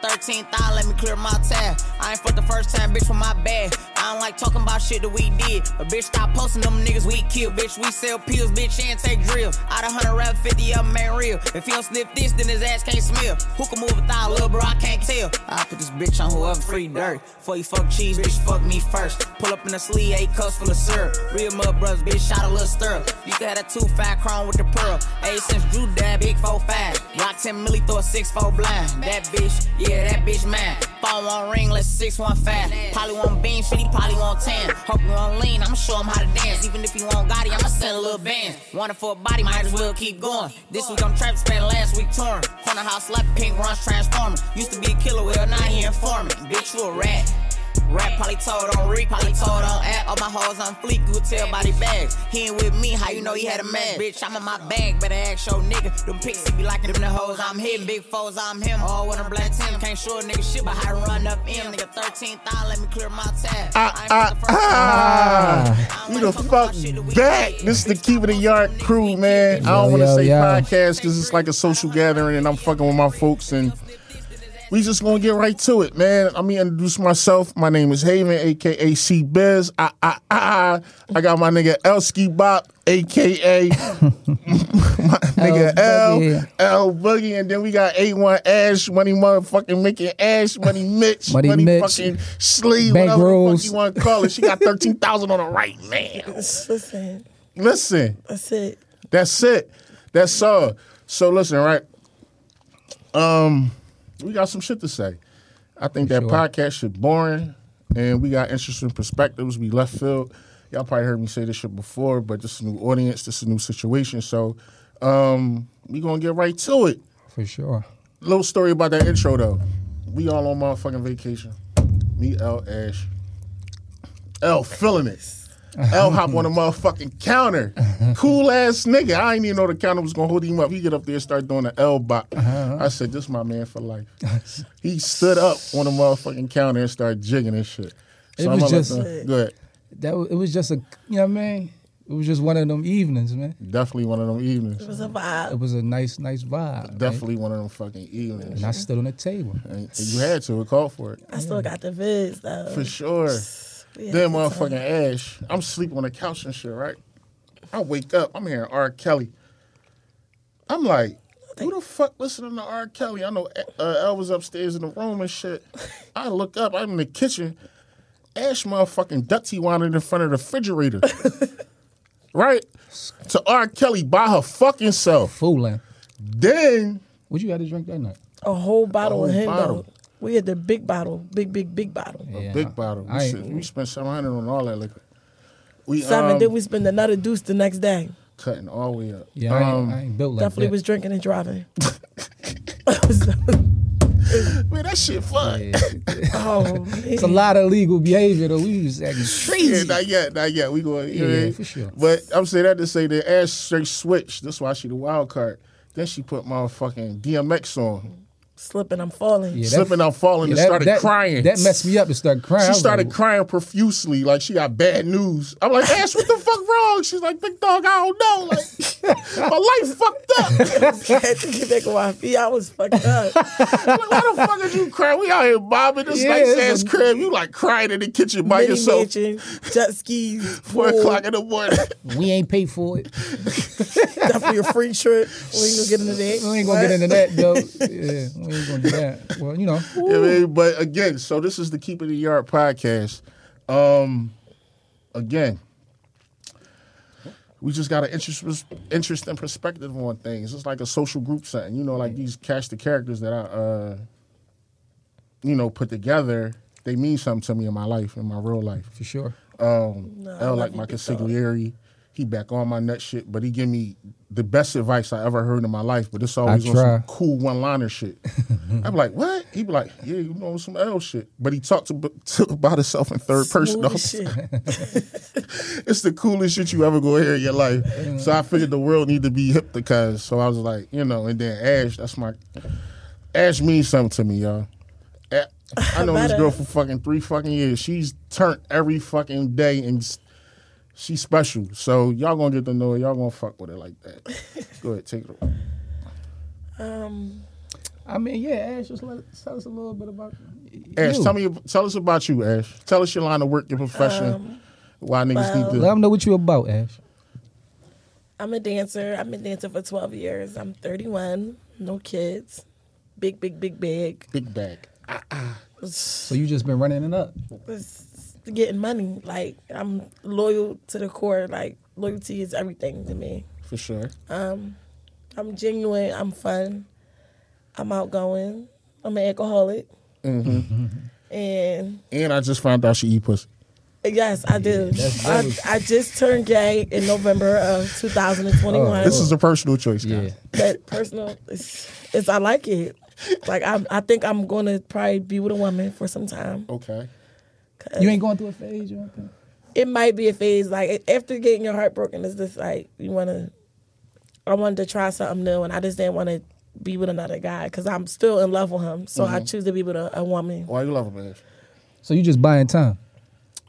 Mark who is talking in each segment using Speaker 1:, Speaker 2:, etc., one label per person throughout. Speaker 1: 14,000, let me clear my tab. I ain't fucked the first time, bitch, with my bad. I don't like talking about shit that we did. But bitch, stop posting them niggas we kill. Bitch, we sell pills, bitch, and take drills. Out of 100 rap, 50 of 'em ain't real. If he don't sniff this, then his ass can't smell. Who can move a thigh, little bro, I can't tell. I put this bitch on whoever free dirt. Before you fuck cheese, bitch, fuck me first. Pull up in a sleeve, eight cups full of syrup. Real mud brothers, bitch, shot a little stir. You could have a two five crown with the pearl. Hey, since Drew dad, big four five. Block 10 milli, throw a six four blind. That bitch, yeah, that bitch mine. Phone won't ring, let's six one five. Probably won't beam, shit, he probably won't tan. Hope you won't lean, I'ma show him how to dance. Even if he won't got it, I'ma send a little band. Wanted for a body, might as well keep going. This week I'm trapped, spent last week touring. Corner house left, pink runs transformer. Used to be a killer, well, now he informant. Bitch, you a rat. Rap probably told on Rick, probably told on app. All my hoes on fleek, you could tell by they bags. He ain't with me, how you know he had a man? Bitch, I'm in my bag, better ask your nigga. Them pixies be liking them the hoes I'm hitting. Big foes, I'm him. All with a black team. Can't show a nigga shit, but how to run up him. Nigga 13,000, let me clear my tab. I ain't
Speaker 2: Ah,
Speaker 1: the first
Speaker 2: ah,
Speaker 1: time.
Speaker 2: you the fuck back. This is the Keep It a Yard crew, man. I don't
Speaker 3: Yo,
Speaker 2: want to
Speaker 3: yo,
Speaker 2: say
Speaker 3: yo.
Speaker 2: podcast because it's like a social gathering and I'm fucking with my folks and we just gonna get right to it, man. Let me introduce myself. My name is Haven, aka C Biz. I, I, I, I got my nigga Elski Bop, aka my nigga
Speaker 3: L
Speaker 2: L,
Speaker 3: Boogie.
Speaker 2: L Boogie, and then we got A1 Ash, Money Motherfucking Mickey Ash, Money Mitch,
Speaker 3: Money Mitch.
Speaker 2: fucking Slee,
Speaker 3: Bank
Speaker 2: whatever
Speaker 3: rolls.
Speaker 2: the fuck you wanna call it. She got 13,000 on the right, man.
Speaker 4: Listen,
Speaker 2: Listen,
Speaker 4: that's it.
Speaker 2: that's it. That's all. So listen, right? Um, we got some shit to say. I think that
Speaker 3: sure.
Speaker 2: podcast shit boring, and we got interesting perspectives. We left field. Y'all probably heard me say this shit before, but this is a new audience. This is a new situation. So, um, we gonna get right to it.
Speaker 3: For sure.
Speaker 2: Little story about that intro though. We all on motherfucking vacation. Me, L, Ash, L feeling it. L hop on the motherfucking counter. Cool ass nigga. I ain't even know the counter was gonna hold him up. He get up there and start doing the L bop.
Speaker 3: Uh-huh.
Speaker 2: I said, "This my man for life." he stood up on the motherfucking counter and started jigging and shit.
Speaker 3: It was
Speaker 2: I'ma let
Speaker 3: just-
Speaker 2: them- go ahead.
Speaker 3: That was, it was just a you know what I mean? It was just one of them evenings, man.
Speaker 2: Definitely one of them evenings.
Speaker 4: It was a vibe.
Speaker 3: It was a nice, nice vibe. right?
Speaker 2: Definitely one of them fucking evenings.
Speaker 3: And I stood on the table.
Speaker 2: And you had to. It called for it
Speaker 4: I still got the vids though.
Speaker 2: for sure.
Speaker 4: We had
Speaker 2: Then
Speaker 4: a good time.
Speaker 2: motherfucking Ash, I'm sleeping on the couch and shit, right? I wake up, I'm hearing R. Kelly. I'm like, who the fuck listening to R. Kelly? I know uh, El was upstairs in the room and shit. I look up, I'm in the kitchen. Ash motherfucking ducty wanted in front of the refrigerator. right? To R. Kelly by her fucking self.
Speaker 3: Fooling.
Speaker 2: Then,
Speaker 3: What you had to drink that night?
Speaker 4: a whole bottle
Speaker 2: whole
Speaker 4: of him
Speaker 2: bottle.
Speaker 4: though. We had the big bottle, big big big bottle.
Speaker 3: Yeah.
Speaker 2: big bottle. We,
Speaker 3: I ain't-
Speaker 2: shit- we spent 700 on all that liquor. We
Speaker 4: Seven.
Speaker 2: um,
Speaker 4: then we spent another deuce the next day.
Speaker 2: cutting all the way up.
Speaker 3: Yeah, I,
Speaker 2: Um,
Speaker 3: ain't, I ain't built like
Speaker 4: Definitely
Speaker 3: that.
Speaker 4: was drinking and driving. I was-
Speaker 2: Man, that shit fun.
Speaker 4: oh,
Speaker 3: It's a lot of illegal behavior though. We was acting
Speaker 2: Yeah,
Speaker 3: crazy.
Speaker 2: not yet, not yet. We going, you know what I
Speaker 3: Yeah,
Speaker 2: mean?
Speaker 3: for sure.
Speaker 2: But I'm saying that to say that Ash straight switched. That's why she the wild card. Then she put motherfucking DMX on,
Speaker 4: slipping, I'm falling.
Speaker 3: Yeah, that-
Speaker 2: slipping and falling,
Speaker 3: yeah,
Speaker 2: and
Speaker 3: that-
Speaker 2: started
Speaker 3: that-
Speaker 2: crying.
Speaker 3: That messed me up and started crying. I
Speaker 2: She
Speaker 3: was
Speaker 2: started
Speaker 3: like,
Speaker 2: crying profusely, like she got bad news. I'm like, Ash, what the fuck wrong? She's like, Big Dog, I don't know. Like, my life fucked up.
Speaker 4: I had to get back on my feet. I was fucked up.
Speaker 2: Like, why the fuck did you cry? We out here bobbing this
Speaker 3: Yeah,
Speaker 2: nice
Speaker 3: it's
Speaker 2: ass
Speaker 3: a-
Speaker 2: crib. You like crying in the kitchen by
Speaker 4: Mini
Speaker 2: yourself,
Speaker 4: mansion, jet skis,
Speaker 2: four
Speaker 4: pool,
Speaker 2: o'clock in the morning.
Speaker 3: We ain't paid for it.
Speaker 4: Definitely a free trip. We ain't gonna get into that.
Speaker 3: We ain't gonna get into that though. Yeah, we ain't gonna do that. Well, you know.
Speaker 2: You know what I mean? But again, so this is the Keep It in the Yard podcast. Um, again, we just got an interest, interest and perspective on things. It's like a social group setting, you know, like these cast of characters that I, uh, you know, put together. They mean something to me in my life, in my real life.
Speaker 3: For sure.
Speaker 2: Um, I
Speaker 4: I love
Speaker 2: like
Speaker 4: you,
Speaker 2: my
Speaker 4: big
Speaker 2: consigliere. He back on my nut shit, but he give me the best advice I ever heard in my life. But it's always on
Speaker 3: try.
Speaker 2: some cool one liner shit. I'm like, what? He be like, yeah, you know some L shit. But he talked to, to, about himself in third person.
Speaker 4: Smooth
Speaker 2: the whole
Speaker 4: as shit.
Speaker 2: it's the coolest shit you ever go hear in your life. So I figured the world need to be hip to cuz. So I was like, you know, and then Ash, that's my Ash means something to me, y'all. A- I know this
Speaker 4: Better.
Speaker 2: girl for fucking three fucking years. She's turned every fucking day and s- she's special. So y'all gonna get to know
Speaker 4: Um,
Speaker 2: her. Y'all gonna fuck with her like that. go ahead, take it away.
Speaker 3: I mean, yeah, Ash, just let, tell us a little bit about
Speaker 2: Ash,
Speaker 3: you.
Speaker 2: tell me, tell us about you, Ash. Tell us your line of work, your profession, why niggas
Speaker 4: Um, well-
Speaker 2: need
Speaker 3: Let
Speaker 2: to.
Speaker 3: them know what you about, Ash.
Speaker 4: I'm a dancer. I've been dancing for 12 years. I'm 31. No kids. Big, big, big, big.
Speaker 2: Big bag.
Speaker 4: It's
Speaker 3: So you just been running it up.
Speaker 4: it's getting money. Like I'm loyal to the core. Like loyalty is everything to me.
Speaker 2: For sure.
Speaker 4: I'm genuine. I'm fun. I'm outgoing. I'm an alcoholic. And
Speaker 2: And I just found out she eat pussy.
Speaker 4: yes, I do. I, I just turned gay in November of 2021.
Speaker 2: This is a personal choice, guys.
Speaker 4: that personal is, is I like it. Like I, I think I'm gonna probably be with a woman for some time.
Speaker 2: Okay.
Speaker 4: 'Cause
Speaker 3: You ain't going through a phase or anything?
Speaker 4: It might be a phase. Like after getting your heart broken, it's just like you wanna. I wanted to try something new, and I just didn't want to be with another guy because I'm still in love with him. So I choose to be with a, a woman.
Speaker 2: Why you love him, Ash?
Speaker 3: So you just buying time.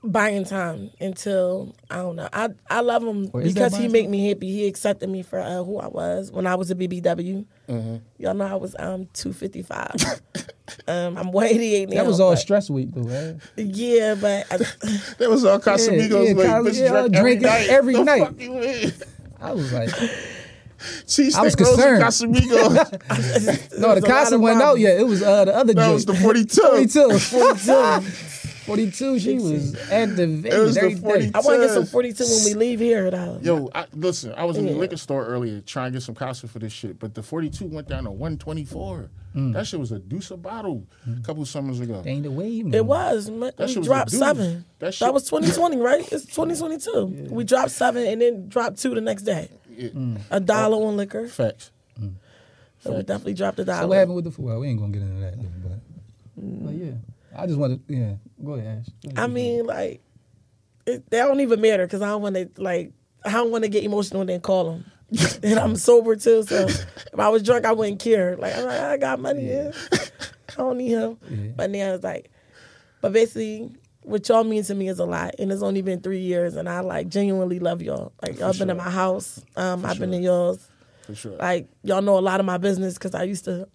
Speaker 4: Buying time until I don't know. I I love him
Speaker 3: Or is that
Speaker 4: because he
Speaker 3: buying
Speaker 4: make me happy. He accepted me for uh, who I was when I was a BBW.
Speaker 3: Mm-hmm.
Speaker 4: Y'all know I was um 255. um, I'm 188 now.
Speaker 3: That was all
Speaker 4: but-
Speaker 3: stress week, though, Ash.
Speaker 4: Yeah, but I,
Speaker 2: That was all
Speaker 3: Yeah,
Speaker 2: Casamigos.
Speaker 3: yeah,
Speaker 2: like,
Speaker 3: Cas-
Speaker 2: bitch
Speaker 3: yeah,
Speaker 2: drank
Speaker 3: drinking every
Speaker 2: The
Speaker 3: night.
Speaker 2: fuck you mean?
Speaker 3: I was like,
Speaker 2: Cheese
Speaker 3: I was
Speaker 2: steak rolls and Casamigos.
Speaker 3: no, the
Speaker 4: There's a lot
Speaker 3: Casa
Speaker 4: of
Speaker 3: went out
Speaker 4: problems.
Speaker 3: yet. It was uh, the other
Speaker 2: That
Speaker 3: joint.
Speaker 2: was the 42.
Speaker 3: 42. 42. 42, she was active.
Speaker 2: It was the
Speaker 3: every day.
Speaker 2: 42.
Speaker 4: I want to get some
Speaker 2: Says-
Speaker 4: 42 when we leave here, though.
Speaker 2: Yo, I, listen, I was in the
Speaker 4: Yeah.
Speaker 2: liquor store earlier trying to get some Casa for this shit, but the 42 went down to 124.
Speaker 3: Mm.
Speaker 2: That shit was a deuce a bottle a couple summers ago.
Speaker 3: They ain't the wave no
Speaker 4: It
Speaker 3: more.
Speaker 4: was. man.
Speaker 2: That shit
Speaker 4: we
Speaker 2: was
Speaker 4: dropped
Speaker 2: a doozy.
Speaker 4: seven.
Speaker 2: That
Speaker 4: That,
Speaker 2: shit-
Speaker 4: was 2020, right? It's 2022. We dropped seven and then dropped two the next day.
Speaker 2: Yeah.
Speaker 3: Mm.
Speaker 4: A dollar
Speaker 2: Oh.
Speaker 4: on liquor.
Speaker 2: Facts.
Speaker 4: So we definitely dropped a
Speaker 3: So what
Speaker 4: dollar.
Speaker 3: happened with the football? We ain't gonna get into that, but, but
Speaker 4: Mm.
Speaker 3: yeah, I just wanted. Yeah, go ahead, Ash.
Speaker 4: I mean, like, it, that don't even matter because I don't want to, like, I don't want to get emotional and then call him. and I'm sober too, so if I was drunk, I wouldn't care. Like, I'm like, I got money, yeah. I don't need him.
Speaker 3: Yeah.
Speaker 4: But now it's like, but basically, what y'all mean to me is a lot, and it's only been three years, and I like genuinely love y'all. Like, y'all been in my house, um, I've been in y'all's.
Speaker 2: For sure.
Speaker 4: Like, y'all know a lot of my business because I used to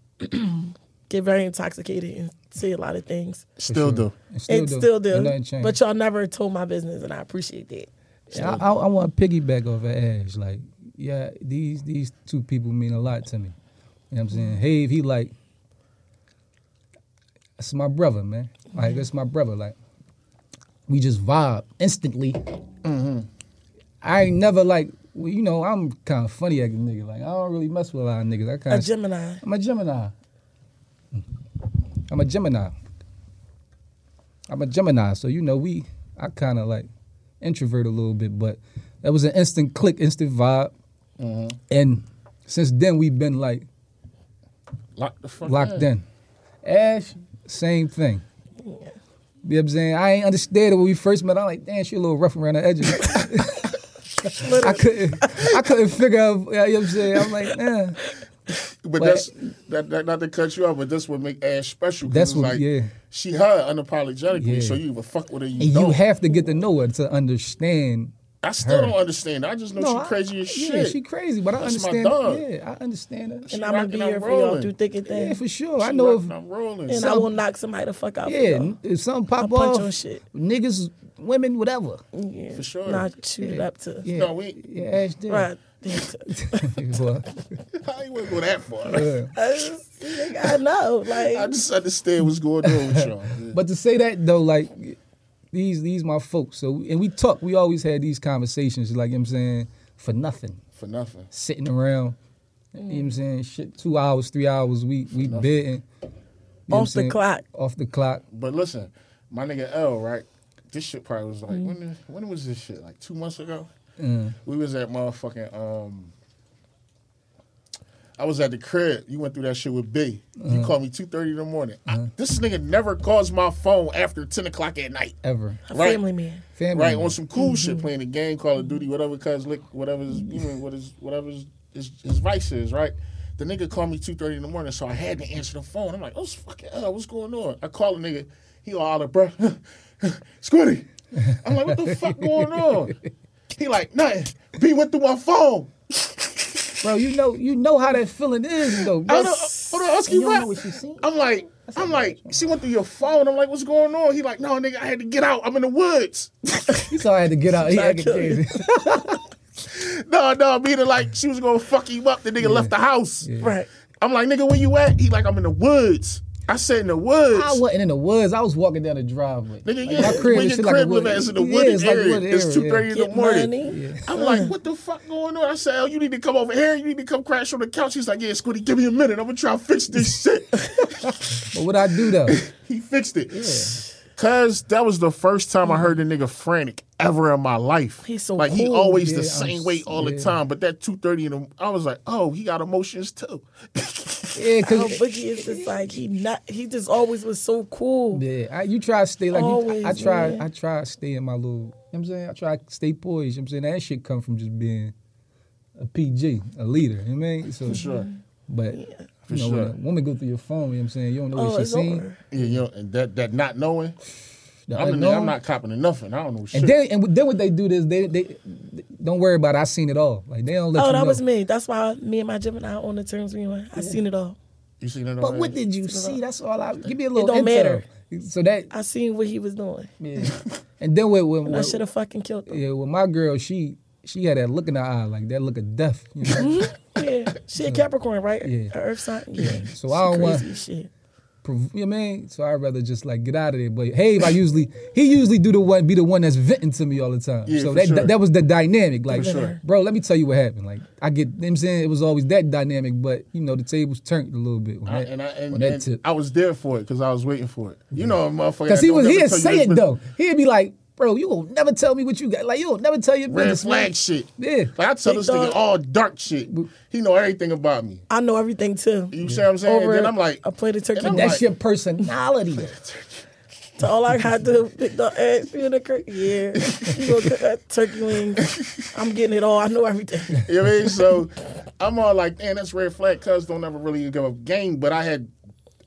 Speaker 4: get very intoxicated and say a lot of things.
Speaker 2: Still do.
Speaker 3: It
Speaker 4: It still do.
Speaker 3: Nothing changed.
Speaker 4: But y'all never told my business, and I appreciate that.
Speaker 3: Yeah, I, I, I want to piggyback off of Ash. Like, yeah, these these two people mean a lot to me. You know what I'm saying? Hey, he like, that's my brother, man. Like, that's my brother. Like, we just vibe instantly. I ain't never like, well, you know, I'm kind of funny acting nigga. Like, I don't really mess with a lot of niggas. I kind
Speaker 4: A
Speaker 3: of
Speaker 4: Gemini.
Speaker 3: I'm a Gemini. I'm a Gemini. I'm a Gemini, so you know we. I kind of like introvert a little bit, but that was an instant click, instant vibe, and since then we've been like
Speaker 2: Lock the fuck
Speaker 3: locked in. Ash, same thing. You know what I'm saying? I ain't understand it when we first met. I'm like, damn, she a little rough around the edges. I couldn't, I couldn't figure out. You know what I'm saying? I'm like, eh.
Speaker 2: But that's that, that not to cut you off, but that's what make Ash special. 'cause
Speaker 3: That's
Speaker 2: it's
Speaker 3: what-
Speaker 2: like,
Speaker 3: yeah.
Speaker 2: She her unapologetically,
Speaker 3: Yeah.
Speaker 2: so you either fuck with her, you
Speaker 3: And
Speaker 2: don't.
Speaker 3: you have to get to know her to understand.
Speaker 2: I still
Speaker 3: her.
Speaker 2: don't understand. I just know
Speaker 3: No,
Speaker 2: she crazy
Speaker 3: I,
Speaker 2: as
Speaker 3: yeah,
Speaker 2: shit.
Speaker 3: she crazy, but I
Speaker 2: That's my
Speaker 3: understand.
Speaker 2: dog.
Speaker 3: Yeah, I understand her.
Speaker 4: And I'm gonna be
Speaker 2: rocking, I'm
Speaker 4: here for y'all
Speaker 2: rolling.
Speaker 4: through thick and thin.
Speaker 3: Yeah, for sure.
Speaker 2: She
Speaker 3: I know
Speaker 2: rocking,
Speaker 3: if
Speaker 2: I'm rolling.
Speaker 4: and I will knock somebody the fuck out. for
Speaker 3: yeah,
Speaker 4: y'all.
Speaker 3: if something pop
Speaker 4: I'll punch
Speaker 3: off,
Speaker 4: on shit.
Speaker 3: niggas, women, whatever.
Speaker 4: yeah,
Speaker 2: for sure.
Speaker 4: Not shoot it up to.
Speaker 3: Yeah,
Speaker 2: No, we-
Speaker 3: yeah, Ash did.
Speaker 4: Right.
Speaker 3: Boy.
Speaker 2: I ain't gonna go that far.
Speaker 4: I just- nigga, I know.
Speaker 2: I
Speaker 4: Like,
Speaker 2: just understand what's going on with y'all.
Speaker 3: But to say that though, like these these my folks. So and we talk. We always had these conversations. Like you know what I'm saying, for nothing,
Speaker 2: For nothing.
Speaker 3: sitting around. You know what I'm saying? Shit, two hours, three hours. We we bidding. You know what I'm
Speaker 4: Off the
Speaker 3: saying?
Speaker 4: clock.
Speaker 3: Off the clock.
Speaker 2: But listen, my nigga L, right? This shit probably was like when
Speaker 3: Mm.
Speaker 2: the- when was this shit? Like two months ago? We was at motherfucking um I was at the crib. You went through that shit with B. You
Speaker 3: Mm.
Speaker 2: called me two thirty in the morning. I- this nigga never calls my phone after ten o'clock at night.
Speaker 3: Ever.
Speaker 4: a
Speaker 2: Right.
Speaker 4: family man.
Speaker 3: Family.
Speaker 2: Right on some cool
Speaker 3: Mm-hmm.
Speaker 2: shit, playing the game, Call of Duty, whatever, cuz lick, whatever, his, you know, what his, whatever his, his, his vice is, right? The nigga called me two thirty in the morning, so I had to answer the phone. I'm like, oh, it's fucking hell, what's going on? I call the nigga, he all out of breath, Scooty. I'm like, what the fuck going on? He like, nothing. B went through my phone.
Speaker 3: bro. You know, you know how that feeling is, though. Bro.
Speaker 2: I don't, hold on, ask
Speaker 3: And
Speaker 2: you,
Speaker 3: you don't know what she seen?
Speaker 2: I'm like, I'm like, she went through your phone. I'm like, what's going on? He like, no, nigga, I had to get out. I'm in the woods.
Speaker 3: He saw I had to get out. He
Speaker 4: Trying to
Speaker 3: acting
Speaker 4: kill you.
Speaker 3: crazy.
Speaker 2: no, no, meaning like she was gonna fuck you up. The nigga left the house.
Speaker 4: Right.
Speaker 2: I'm like, nigga, where you at? He like, I'm in the woods. I said in the woods.
Speaker 3: I wasn't in the woods. I was walking down the driveway.
Speaker 2: Nigga,
Speaker 3: Like,
Speaker 2: yeah, when
Speaker 3: is
Speaker 2: your
Speaker 3: shit
Speaker 2: crib
Speaker 3: wood-
Speaker 2: live at is in the
Speaker 3: Yeah,
Speaker 2: wooded
Speaker 3: it's like a
Speaker 2: area.
Speaker 3: wooded
Speaker 2: it's
Speaker 3: area,
Speaker 2: two thirty in the
Speaker 4: Get
Speaker 2: morning.
Speaker 4: money.
Speaker 2: I'm like, what the fuck going on? I said, oh, you need to come over here. You need to come crash on the couch. He's like, yeah, Squiddy, give me a minute. I'm gonna try to fix this shit.
Speaker 3: But what I do though,
Speaker 2: he fixed it. Cause that was the first time I heard the nigga frantic ever in my life.
Speaker 4: He's so
Speaker 2: like he
Speaker 4: cool.
Speaker 2: always
Speaker 3: Yeah,
Speaker 2: the
Speaker 3: I'm
Speaker 2: same
Speaker 3: s-
Speaker 2: way all
Speaker 3: yeah.
Speaker 2: the time. But that two thirty in the, I was like, oh, he got emotions too.
Speaker 3: yeah,
Speaker 4: How
Speaker 2: Oh,
Speaker 3: because
Speaker 4: Boogie is just like he not. He just always was so cool.
Speaker 3: yeah, I, you try to stay like you-
Speaker 4: Always,
Speaker 3: I, I try.
Speaker 4: man.
Speaker 3: I try to stay in my little. You know what I'm saying I try to stay poised. You know what I'm saying that shit come from just being a PG, a leader. You know what I mean? So, For
Speaker 2: sure.
Speaker 3: But
Speaker 2: For
Speaker 3: you know, when
Speaker 2: sure.
Speaker 3: a woman go through your phone, you know what I'm saying you don't know
Speaker 4: Oh,
Speaker 3: what she's
Speaker 4: it's
Speaker 3: seen.
Speaker 4: over.
Speaker 2: yeah, you know, and that that not knowing,
Speaker 3: The
Speaker 2: I'm, the nigga,
Speaker 3: unknown.
Speaker 2: I'm not copping to nothing. I don't know shit.
Speaker 3: And then, and then what they do is they, they don't worry about. It. I seen it all. Like they don't let
Speaker 4: Oh,
Speaker 3: you know.
Speaker 4: that was me. That's why me and my Gemini on the terms we went. I seen it all.
Speaker 2: you seen that?
Speaker 3: But
Speaker 2: already?
Speaker 3: what did you see? That's all I give me a little.
Speaker 4: don't
Speaker 3: intel.
Speaker 4: matter.
Speaker 3: So that
Speaker 4: I seen what he was doing.
Speaker 3: yeah. and then with when
Speaker 4: I should have fucking killed him.
Speaker 3: yeah, with my girl, she she had that look in her eye, like that look of death. You know?
Speaker 4: Yeah, she a Capricorn, right?
Speaker 3: Yeah.
Speaker 4: Her Earth sign. Yeah.
Speaker 3: So
Speaker 4: She
Speaker 3: I don't want-
Speaker 4: crazy as shit.
Speaker 3: Prov- you know what I mean? So I'd rather just like get out of there. But hey, I usually he usually do the one be the one that's venting to me all the time.
Speaker 2: Yeah,
Speaker 3: so
Speaker 2: for
Speaker 3: that
Speaker 2: sure.
Speaker 3: that was the dynamic. Like,
Speaker 2: sure.
Speaker 3: bro, let me tell you what happened. Like I get, you know what I'm saying it was always that dynamic, but you know the tables turned a little bit. When
Speaker 2: I,
Speaker 3: that,
Speaker 2: and I and,
Speaker 3: when that
Speaker 2: and
Speaker 3: tip.
Speaker 2: I was there for it because I was waiting for it. You know, a motherfucker.
Speaker 3: Because
Speaker 2: that
Speaker 3: he
Speaker 2: don't
Speaker 3: was
Speaker 2: never
Speaker 3: he'd
Speaker 2: tell you
Speaker 3: say
Speaker 2: his
Speaker 3: it
Speaker 2: business.
Speaker 3: though. He'd be like, "Bro, you will never tell me what you got. Like you will never tell your
Speaker 2: Red
Speaker 3: business." man."
Speaker 2: flag shit.
Speaker 3: Yeah.
Speaker 2: Like I tell
Speaker 4: Big
Speaker 2: this nigga
Speaker 4: dog.
Speaker 2: all dark shit. He know everything about me.
Speaker 4: I know everything too.
Speaker 2: You see what I'm saying?
Speaker 4: Over
Speaker 2: then I'm like,
Speaker 4: a plate of turkey
Speaker 2: and I'm
Speaker 3: That's
Speaker 2: like-
Speaker 3: your personality.
Speaker 4: So all I got to do pick the eggs, peel the cur- yeah, you gonna cook that turkey wings. I'm getting it all. I know everything.
Speaker 2: you know what I mean? So I'm all like, man, that's red flag. Cuz don't ever really give up game. But I had,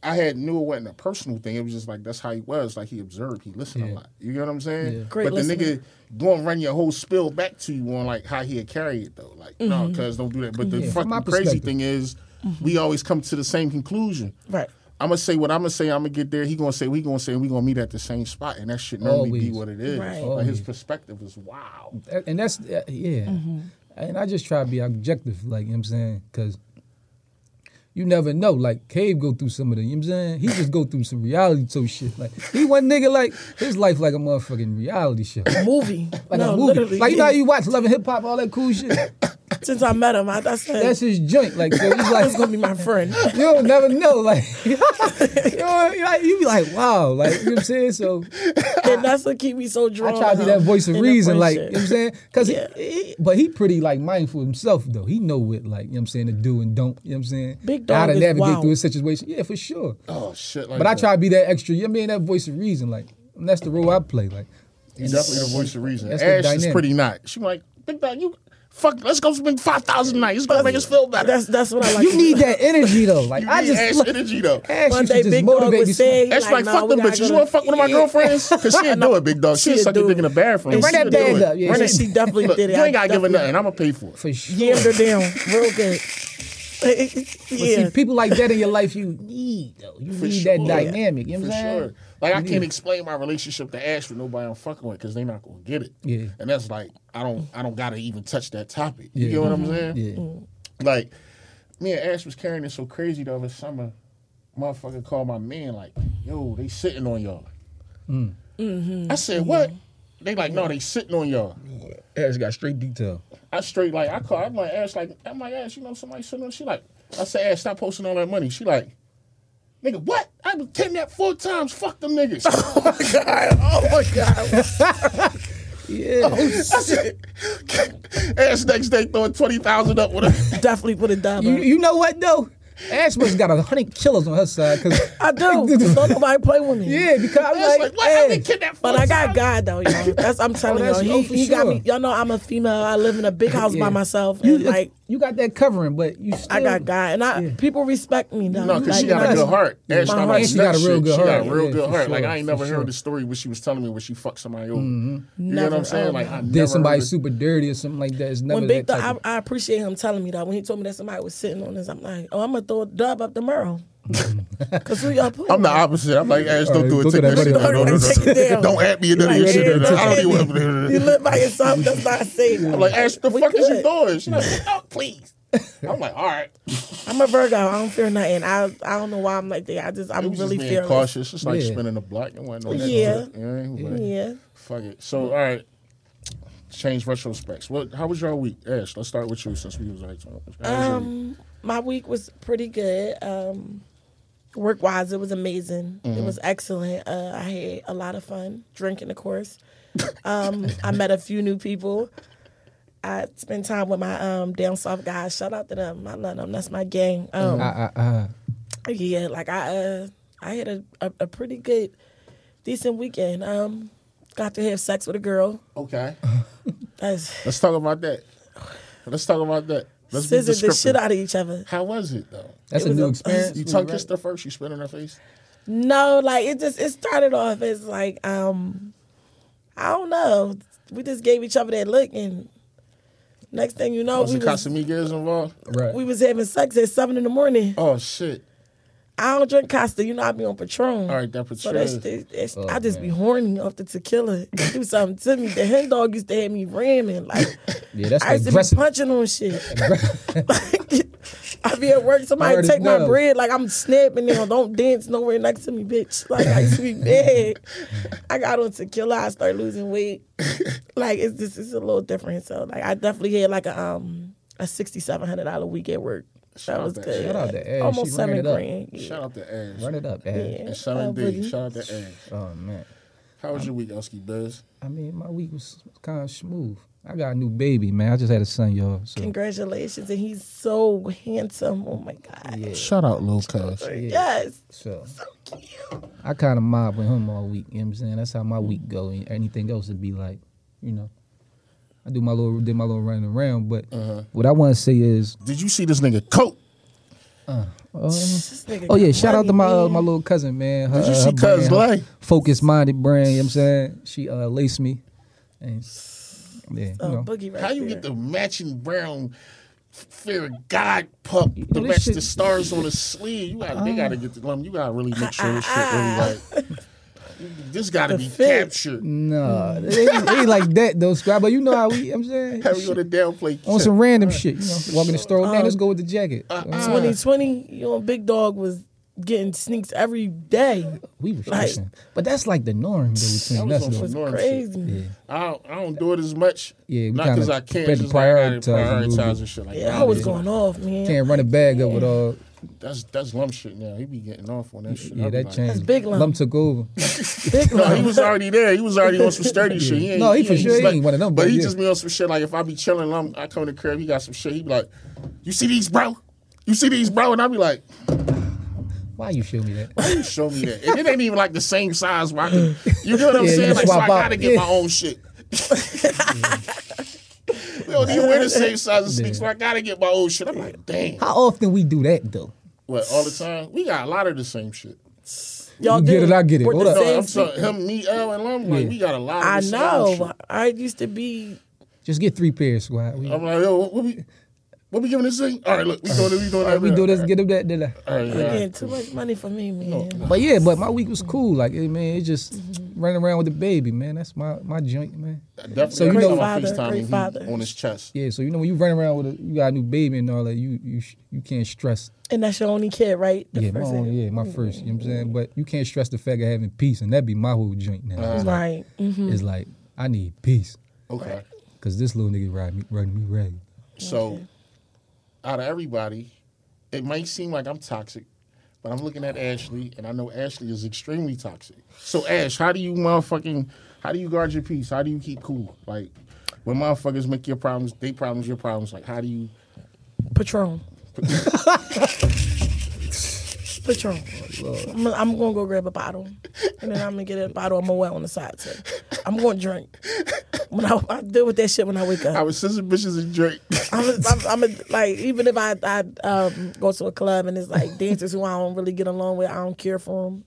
Speaker 2: I had knew it wasn't a personal thing. It was just like that's how he was. Like he observed, he listened
Speaker 3: Yeah.
Speaker 2: a lot. You know what I'm saying?
Speaker 3: Yeah.
Speaker 4: Great
Speaker 2: but
Speaker 4: listener.
Speaker 2: the nigga going to run your whole spill back to you on like how he had carried it though. Like
Speaker 4: Mm-hmm.
Speaker 2: no, cuz don't do that. But the
Speaker 3: Yeah, from my
Speaker 2: fucking crazy
Speaker 3: perspective.
Speaker 2: thing is, we always come to the same conclusion.
Speaker 4: Right.
Speaker 2: I'm gonna say what I'm gonna say. I'm gonna get there. He gonna say we gonna say and we gonna meet at the same spot, and that should normally be
Speaker 3: Always.
Speaker 2: what it is.
Speaker 4: Right.
Speaker 2: Like, his
Speaker 3: Always.
Speaker 2: perspective is wow.
Speaker 3: and that's uh, yeah.
Speaker 4: Mm-hmm.
Speaker 3: And I just try to be objective, like you know what I'm saying, because you never know. Like Cave go through some of the, you know what I'm saying, he just go through some reality show shit. Like he one nigga like his life like a motherfucking reality show, like
Speaker 4: Movie. no,
Speaker 3: a movie.
Speaker 4: literally.
Speaker 3: Like you know how you watch Love and Hip Hop, all that cool shit.
Speaker 4: Since I met him, I, I said
Speaker 3: That's his joint. Like so he's like
Speaker 4: he's gonna be my friend.
Speaker 3: you don't never know. Like you, know, you like- you be like, wow, like you know what I'm saying. So
Speaker 4: and that's what keep me so
Speaker 3: I
Speaker 4: drawn.
Speaker 3: try to be
Speaker 4: to him
Speaker 3: that voice of
Speaker 4: Oh, in the
Speaker 3: reason, like you know what I'm
Speaker 4: friendship.
Speaker 3: saying. Cause
Speaker 4: Yeah.
Speaker 3: he, he- but he pretty like mindful of himself though. He know what like you know what I'm saying to do and don't. You know what I'm saying.
Speaker 4: Big
Speaker 3: How
Speaker 4: dog
Speaker 3: to
Speaker 4: is
Speaker 3: navigate
Speaker 4: wild.
Speaker 3: through a situation. Yeah, for sure.
Speaker 2: Oh shit! Like
Speaker 3: But I
Speaker 2: that.
Speaker 3: try to be that extra. You know what I mean that voice of reason, like and that's the role I play. Like
Speaker 2: He's definitely the voice of reason.
Speaker 3: That's the
Speaker 2: Ash is
Speaker 3: dynamic.
Speaker 2: pretty not. She like big dog. You fuck. Let's go spend five thousand night. It's gonna make us feel better.
Speaker 4: That's that's what I like.
Speaker 3: you
Speaker 4: to
Speaker 3: need
Speaker 4: do.
Speaker 3: that energy though. Like
Speaker 2: you
Speaker 3: I
Speaker 2: need
Speaker 3: just
Speaker 2: Ash
Speaker 3: look-
Speaker 2: energy though.
Speaker 3: Ash
Speaker 4: One
Speaker 3: used
Speaker 4: day,
Speaker 3: to just
Speaker 4: big dog
Speaker 3: motivate
Speaker 4: was
Speaker 3: you.
Speaker 4: saying,
Speaker 2: Ash like,
Speaker 4: nah,
Speaker 2: fuck
Speaker 4: we
Speaker 2: them
Speaker 4: gotta
Speaker 2: bitches.
Speaker 4: go
Speaker 2: You
Speaker 4: to-
Speaker 2: wanna fuck one of my girlfriends? Cause she didn't do it, big dog.
Speaker 4: She
Speaker 2: She
Speaker 4: a
Speaker 2: suck your
Speaker 4: dude.
Speaker 2: dick in the bathroom.
Speaker 4: And
Speaker 2: She
Speaker 3: Run
Speaker 2: didn't
Speaker 3: that
Speaker 2: do it.
Speaker 3: bag up. Yeah,
Speaker 2: Run
Speaker 3: she-
Speaker 2: it.
Speaker 4: she definitely
Speaker 2: Look,
Speaker 4: did it.
Speaker 2: You
Speaker 4: I
Speaker 2: ain't gotta give her
Speaker 4: definitely-
Speaker 2: nothing. I'ma pay for it.
Speaker 3: for sure.
Speaker 4: Yammed her down real good.
Speaker 3: But
Speaker 4: yeah.
Speaker 3: see, people like that in your life, you need though. You
Speaker 2: For
Speaker 3: need
Speaker 2: sure.
Speaker 3: that dynamic. You know
Speaker 2: For
Speaker 3: what I'm saying?
Speaker 2: sure. Like I can't explain my relationship to Ash with nobody I'm fucking with because they not gonna get it.
Speaker 3: Yeah.
Speaker 2: And that's like I don't I don't gotta even touch that topic. You
Speaker 3: Yeah. Mm-hmm.
Speaker 2: get what I'm saying?
Speaker 3: Yeah.
Speaker 2: Like me and Ash was carrying it so crazy the other summer. Motherfucker called my man like, yo, they sitting on y'all.
Speaker 4: Mm.
Speaker 2: I said, what? They like, no, they sitting on y'all.
Speaker 3: Ash got straight detail.
Speaker 2: I straight like I call I'm like Ash like I'm like Ash, you know somebody sitting on she like I said Ash, stop posting all that money. She like, nigga, what? I was ten that four times, fuck them niggas. oh my god, oh my god.
Speaker 3: Yeah.
Speaker 4: Oh,
Speaker 2: I said, Ash next day throwing twenty thousand up with her.
Speaker 4: Definitely put a dime.
Speaker 3: You,
Speaker 4: on it.
Speaker 3: you know what though? Ash must got a hundred killers on her side. Cause
Speaker 4: I do. Don't nobody play with me.
Speaker 3: yeah, because I'm
Speaker 2: Ash
Speaker 3: like,
Speaker 2: like, what? I've
Speaker 3: Ash,
Speaker 2: been kidnapped four
Speaker 4: But I got
Speaker 2: times."
Speaker 4: God though, y'all. That's I'm telling
Speaker 3: Oh, that's-
Speaker 4: y'all.
Speaker 3: oh,
Speaker 4: He,
Speaker 3: for
Speaker 4: he got
Speaker 3: sure.
Speaker 4: me. Y'all know I'm a female. I live in a big house
Speaker 3: Yeah.
Speaker 4: by myself.
Speaker 3: You-
Speaker 4: And like
Speaker 3: you got that covering, but you still
Speaker 4: I got God, and I
Speaker 3: Yeah.
Speaker 4: people respect me now.
Speaker 2: No, because she
Speaker 4: Like,
Speaker 2: got a
Speaker 4: that's-
Speaker 2: good heart. Ash,
Speaker 4: My
Speaker 2: not
Speaker 4: heart-
Speaker 2: like
Speaker 4: And
Speaker 3: she got a
Speaker 2: nut
Speaker 3: real
Speaker 2: shit.
Speaker 3: good
Speaker 2: She got
Speaker 3: heart.
Speaker 2: a real
Speaker 3: Yeah,
Speaker 2: good
Speaker 3: for
Speaker 2: heart. Like
Speaker 3: sure,
Speaker 2: I ain't
Speaker 3: for
Speaker 2: never
Speaker 3: sure.
Speaker 2: heard the story where she was telling me when she fucked somebody over. You know
Speaker 4: Never,
Speaker 2: what I'm saying?
Speaker 4: um,
Speaker 2: Like I never
Speaker 3: did somebody
Speaker 2: heard it.
Speaker 3: super dirty or something like that. It's never
Speaker 4: When Big
Speaker 3: that
Speaker 4: Thug,
Speaker 3: type
Speaker 4: I,
Speaker 3: of-
Speaker 4: I appreciate him telling me that. When he told me that somebody was sitting on this, I'm like, oh, I'm gonna throw a dub up tomorrow. Cause who y'all put?
Speaker 2: I'm the opposite. I'm like, Ash,
Speaker 3: All
Speaker 2: don't
Speaker 3: right,
Speaker 2: do it.
Speaker 3: look
Speaker 2: Take that
Speaker 3: at that
Speaker 2: shit
Speaker 3: video.
Speaker 2: down. No, no,
Speaker 4: Like, take it
Speaker 2: no.
Speaker 4: down.
Speaker 2: Don't add me in none of
Speaker 4: Like,
Speaker 2: your shit.
Speaker 4: yeah,
Speaker 2: I don't
Speaker 4: take
Speaker 2: even
Speaker 4: it. You live by yourself. That's not safe.
Speaker 2: I'm like, Ash, the
Speaker 4: We
Speaker 2: fuck is you
Speaker 4: could.
Speaker 2: doing? She's like, oh, please. I'm like, all right.
Speaker 4: I'm a Virgo. I don't fear nothing. I I don't know why I'm like that. I just
Speaker 2: It
Speaker 4: I'm
Speaker 2: was
Speaker 4: really
Speaker 2: just being
Speaker 4: fearless.
Speaker 2: cautious. It's like
Speaker 3: Yeah.
Speaker 2: spinning a block. You want to know that
Speaker 4: Yeah.
Speaker 2: shit. You know what I mean? But
Speaker 4: Yeah.
Speaker 2: Fuck it. So, all right. Change retrospects. What? How was your week, Ash? Let's start with you since we was like, how was your week?
Speaker 4: Um, my week was pretty good. Um, work wise, it was amazing. It was excellent. Uh, I had a lot of fun drinking, of course. Um, I met a few new people. I spent time with my um, down south guys. Shout out to them. I love them. That's my gang. Um,
Speaker 3: I, I, I,
Speaker 4: yeah, like I uh, I had a, a, a pretty good, decent weekend. Um, got to have sex with a girl.
Speaker 2: Okay.
Speaker 4: That's
Speaker 2: Let's talk about that. Let's talk about that. Let's be
Speaker 4: scissor the
Speaker 2: descriptive.
Speaker 4: shit out of each other.
Speaker 2: How was it though?
Speaker 3: that's
Speaker 4: It
Speaker 3: a
Speaker 4: was
Speaker 3: new
Speaker 4: a-
Speaker 3: experience.
Speaker 2: You
Speaker 3: for me,
Speaker 2: tongue
Speaker 3: right?
Speaker 2: kissed her first. You spit in her face.
Speaker 4: No, like it just it started off as like um I don't know. We just gave each other that look and next thing you know
Speaker 2: Was
Speaker 4: Oh, we
Speaker 2: the
Speaker 4: was,
Speaker 2: Casamigos involved?
Speaker 3: Right.
Speaker 4: we was having sex at seven in the morning.
Speaker 2: Oh shit!
Speaker 4: I don't drink Costa, you know I be on Patron.
Speaker 2: All right, that
Speaker 4: So that's,
Speaker 2: Patron.
Speaker 4: that's, that's-
Speaker 3: Oh,
Speaker 4: I just be
Speaker 3: man.
Speaker 4: horny off the tequila. It do something to me. The hen dog used to have me ramming. Like
Speaker 3: yeah, that's
Speaker 4: I used to be
Speaker 3: aggressive.
Speaker 4: punching on shit. like, I be at work, somebody
Speaker 3: Hard as
Speaker 4: take my
Speaker 3: nails.
Speaker 4: bread, like I'm snapping now. Don't dance nowhere next to me, bitch. Like I used to be bad. I got on tequila, I started losing weight. Like it's just it's a little different. So like I definitely had like a um a sixty seven hundred dollar week at work.
Speaker 2: Shout
Speaker 4: That
Speaker 2: out
Speaker 4: was
Speaker 2: to-
Speaker 4: good.
Speaker 2: shout
Speaker 3: out to Ash.
Speaker 4: Almost
Speaker 3: She ran
Speaker 4: seven
Speaker 3: it up.
Speaker 4: grand. Yeah.
Speaker 2: Shout out to Ash.
Speaker 3: Run it up, man.
Speaker 4: Yeah.
Speaker 2: And shout
Speaker 4: Oh,
Speaker 2: out to D.
Speaker 4: buddy.
Speaker 2: Shout out to Ash.
Speaker 3: Oh man.
Speaker 2: How was your week, Elski Biz?
Speaker 3: I mean, my week was kind of smooth. I got a new baby, man. I just had a son, y'all. So
Speaker 4: Congratulations. And he's so handsome. Oh my God.
Speaker 3: yeah,
Speaker 2: Shout out, Lil Cuz.
Speaker 4: Yes.
Speaker 3: so I kind of mob with him all week. You know what I'm saying? That's how my week go. And anything else would be like, you know, I do my little did my little running around. But
Speaker 2: Uh-huh.
Speaker 3: what I want to say is,
Speaker 2: Did you see this nigga coat?
Speaker 4: This nigga
Speaker 3: Oh yeah,
Speaker 4: got
Speaker 3: shout out
Speaker 4: money,
Speaker 3: to my uh,
Speaker 4: man.
Speaker 3: my little cousin, man. Her,
Speaker 2: Did you
Speaker 3: uh,
Speaker 2: see
Speaker 3: her brand,
Speaker 2: Cuz
Speaker 3: her
Speaker 2: Lay?
Speaker 3: Focus minded brand, you know what I'm saying? She uh laced me. And yeah,
Speaker 4: Oh,
Speaker 3: you know.
Speaker 4: boogie right
Speaker 2: How you
Speaker 4: there.
Speaker 2: get the matching brown fear of God pup to
Speaker 3: this
Speaker 2: match the
Speaker 3: shit-
Speaker 2: stars on the sleeve? You got to they
Speaker 3: Uh.
Speaker 2: gotta get the lum. You gotta really make sure this shit really like. This gotta be
Speaker 4: fit.
Speaker 2: captured.
Speaker 3: Nah, they, they like that though, Scrap. But you know how we, you know what I'm saying?
Speaker 2: How you gonna downplay?
Speaker 3: on some random shit, you know, walking the store, man, let's go with the jacket. Uh,
Speaker 4: 2020, you know, Big Dog was getting sneaks every day.
Speaker 3: we was
Speaker 4: like-
Speaker 3: stressing. But that's like the norm though between
Speaker 2: was
Speaker 3: us
Speaker 2: on
Speaker 3: though.
Speaker 4: It's
Speaker 2: Norm
Speaker 4: crazy.
Speaker 2: I don't, I don't do it as much.
Speaker 3: Yeah, we
Speaker 2: not
Speaker 3: kinda
Speaker 2: because I can't.
Speaker 3: better
Speaker 2: Just like, I gotta
Speaker 3: prioritize a little
Speaker 2: prioritize
Speaker 3: bit.
Speaker 2: and shit like
Speaker 4: Yeah,
Speaker 2: that.
Speaker 4: I was going off, man.
Speaker 3: Can't run a bag up with all
Speaker 2: That's that's lump shit now. He be getting off on that shit.
Speaker 3: yeah,
Speaker 2: I be
Speaker 3: that
Speaker 2: like-
Speaker 3: changed.
Speaker 4: big lump.
Speaker 3: Lump took over.
Speaker 4: Big
Speaker 2: No, he
Speaker 4: love.
Speaker 2: was already there. He was already on some sturdy shit. He ain't,
Speaker 3: No, he for sure
Speaker 2: just
Speaker 3: ain't one of them,
Speaker 2: But,
Speaker 3: but
Speaker 2: he
Speaker 3: yeah.
Speaker 2: just be on some shit. Like if I be chilling, I'm, I come in the crib. He got some shit. He be like, "You see these, bro? You see these, bro?" And I be like,
Speaker 3: Why you show me that?
Speaker 2: "Why you show me that?" And it ain't even like the same size. Where I can, you know what I'm
Speaker 3: Yeah, you
Speaker 2: saying? Like so,
Speaker 3: swap
Speaker 2: I
Speaker 3: out.
Speaker 2: gotta get my
Speaker 3: Yeah.
Speaker 2: own shit. We don't even wear the same size as sneaks, so I gotta get my own shit. I'm like, damn.
Speaker 3: How often we do that though?
Speaker 2: What all the time? We got a lot of the same shit.
Speaker 4: Y'all
Speaker 3: You get
Speaker 4: did
Speaker 3: it, I get it.
Speaker 4: with the
Speaker 3: Hold up.
Speaker 2: No,
Speaker 4: same
Speaker 2: I'm
Speaker 4: sneak-
Speaker 2: sorry. Him, me, L, and Lum. Like
Speaker 3: Yeah.
Speaker 2: we got a lot. Of
Speaker 4: I
Speaker 2: the same
Speaker 4: know.
Speaker 2: shit.
Speaker 4: I used to be.
Speaker 3: Just get three pairs, squad. We,
Speaker 2: I'm like, yo, what, what we, what we giving this thing? All right, look, we doing it. We doing that.
Speaker 3: we do this, get them that, that, that.
Speaker 2: All right, all
Speaker 4: You're getting
Speaker 2: right.
Speaker 4: too much money for me, man.
Speaker 3: But yeah, but my week was cool. Like, eh, man, it just running around with the baby, man. That's my my joint, man.
Speaker 2: Definitely.
Speaker 3: So you
Speaker 2: every
Speaker 3: know-
Speaker 2: time I
Speaker 4: Father,
Speaker 2: FaceTime
Speaker 4: great
Speaker 2: him, he
Speaker 4: father.
Speaker 2: on his chest.
Speaker 3: Yeah, so you know when you run around with a you got a new baby and all that, you you sh- you can't stress.
Speaker 4: And that's your only kid, right? The
Speaker 3: yeah, my
Speaker 4: first
Speaker 3: own,
Speaker 4: thing.
Speaker 3: yeah, my first. You know what I'm saying, but you can't stress the fact of having peace, and that be my whole joint now. It's like- hmm.
Speaker 4: Right. Mhm.
Speaker 3: It's like I need peace
Speaker 2: Okay.
Speaker 3: because this little nigga ride me, running me ragged.
Speaker 2: So, out of everybody, it might seem like I'm toxic, but I'm looking at Ashley, and I know Ashley is extremely toxic. So, Ash, how do you motherfucking, how do you guard your peace? How do you keep cool? Like, when motherfuckers make your problems, they problems, your problems. Like, how do you?
Speaker 4: Patron. Patron.
Speaker 3: Oh,
Speaker 4: I'm, gonna- I'm gonna go grab a bottle, and then I'm gonna get a bottle of Moet on the side too. I'm gonna drink. When I, I deal with that shit when I wake up.
Speaker 2: I was sending bitches and Drake.
Speaker 4: I'm, a, I'm, I'm a, like even if I I um, go to a club and it's like dancers who I don't really get along with, I don't care for them.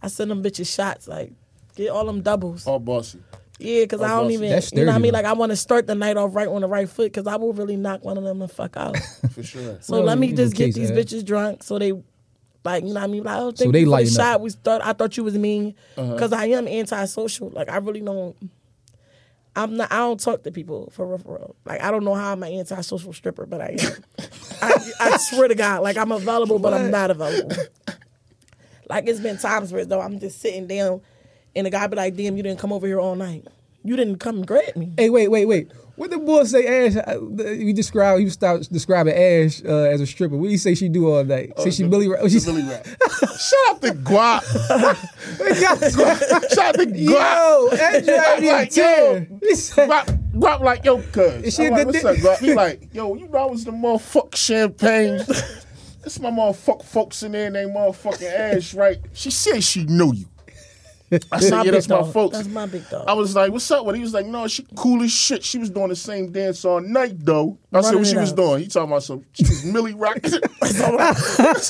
Speaker 4: I send them bitches shots like get all them doubles.
Speaker 2: All bossy.
Speaker 4: Yeah, because I don't
Speaker 2: bossy.
Speaker 4: even
Speaker 3: Oh, That's
Speaker 4: you know what I
Speaker 3: dirty,
Speaker 4: mean.
Speaker 3: though.
Speaker 4: Like I want to start the night off right on the right foot because I will really knock one of them the fuck out.
Speaker 2: For sure.
Speaker 4: So let me
Speaker 3: you
Speaker 4: just get
Speaker 3: case,
Speaker 4: these
Speaker 3: uh,
Speaker 4: bitches drunk so they like you know what I mean. Like oh, thank
Speaker 3: they
Speaker 4: you for the
Speaker 3: lighten up. Uh-huh.
Speaker 4: shot. We thought I thought you was mean because I am antisocial. Like I really don't. I'm not. I don't talk to people for real. For real. Like I don't know how I'm an antisocial stripper, but I am. I, I swear to God, like I'm available, but I'm not available. Like it's been times where though I'm just sitting down, and the guy be like, "Damn, you didn't come over here all night. You didn't come grab me."
Speaker 3: Hey, wait, wait, wait. What the boy say? Ash, uh, you describe you start describing Ash uh, as a stripper. What do you say she do all night? Say she
Speaker 2: the-
Speaker 3: Billy. Ra- Oh, she's
Speaker 2: Billy rap. Shout out to Guap. Shout out to Guap.
Speaker 3: Yo,
Speaker 2: Like,
Speaker 3: Ash drive me like, yo.
Speaker 2: yo.
Speaker 3: He said,
Speaker 2: Guap, Guap like, yo, cuz.
Speaker 3: Is she
Speaker 2: I'm
Speaker 3: a
Speaker 2: like,
Speaker 3: good
Speaker 2: what's up,
Speaker 3: dick?
Speaker 2: Guap? He like, yo, you know I was the motherfuck champagne. This my motherfuck folks in there and they motherfucking ass, right? She said she knew you. I
Speaker 4: My
Speaker 2: said, yeah,
Speaker 4: big
Speaker 2: that's my
Speaker 4: dog.
Speaker 2: folks.
Speaker 4: That's my big dog.
Speaker 2: I was like, "What's up with?" it?" He was like, "No, she cool as shit. She was doing the same dance all night, though." I said,
Speaker 4: Running
Speaker 2: "What she
Speaker 4: it
Speaker 2: was
Speaker 4: up.
Speaker 2: doing?" He talking about some. She was Millie rocking.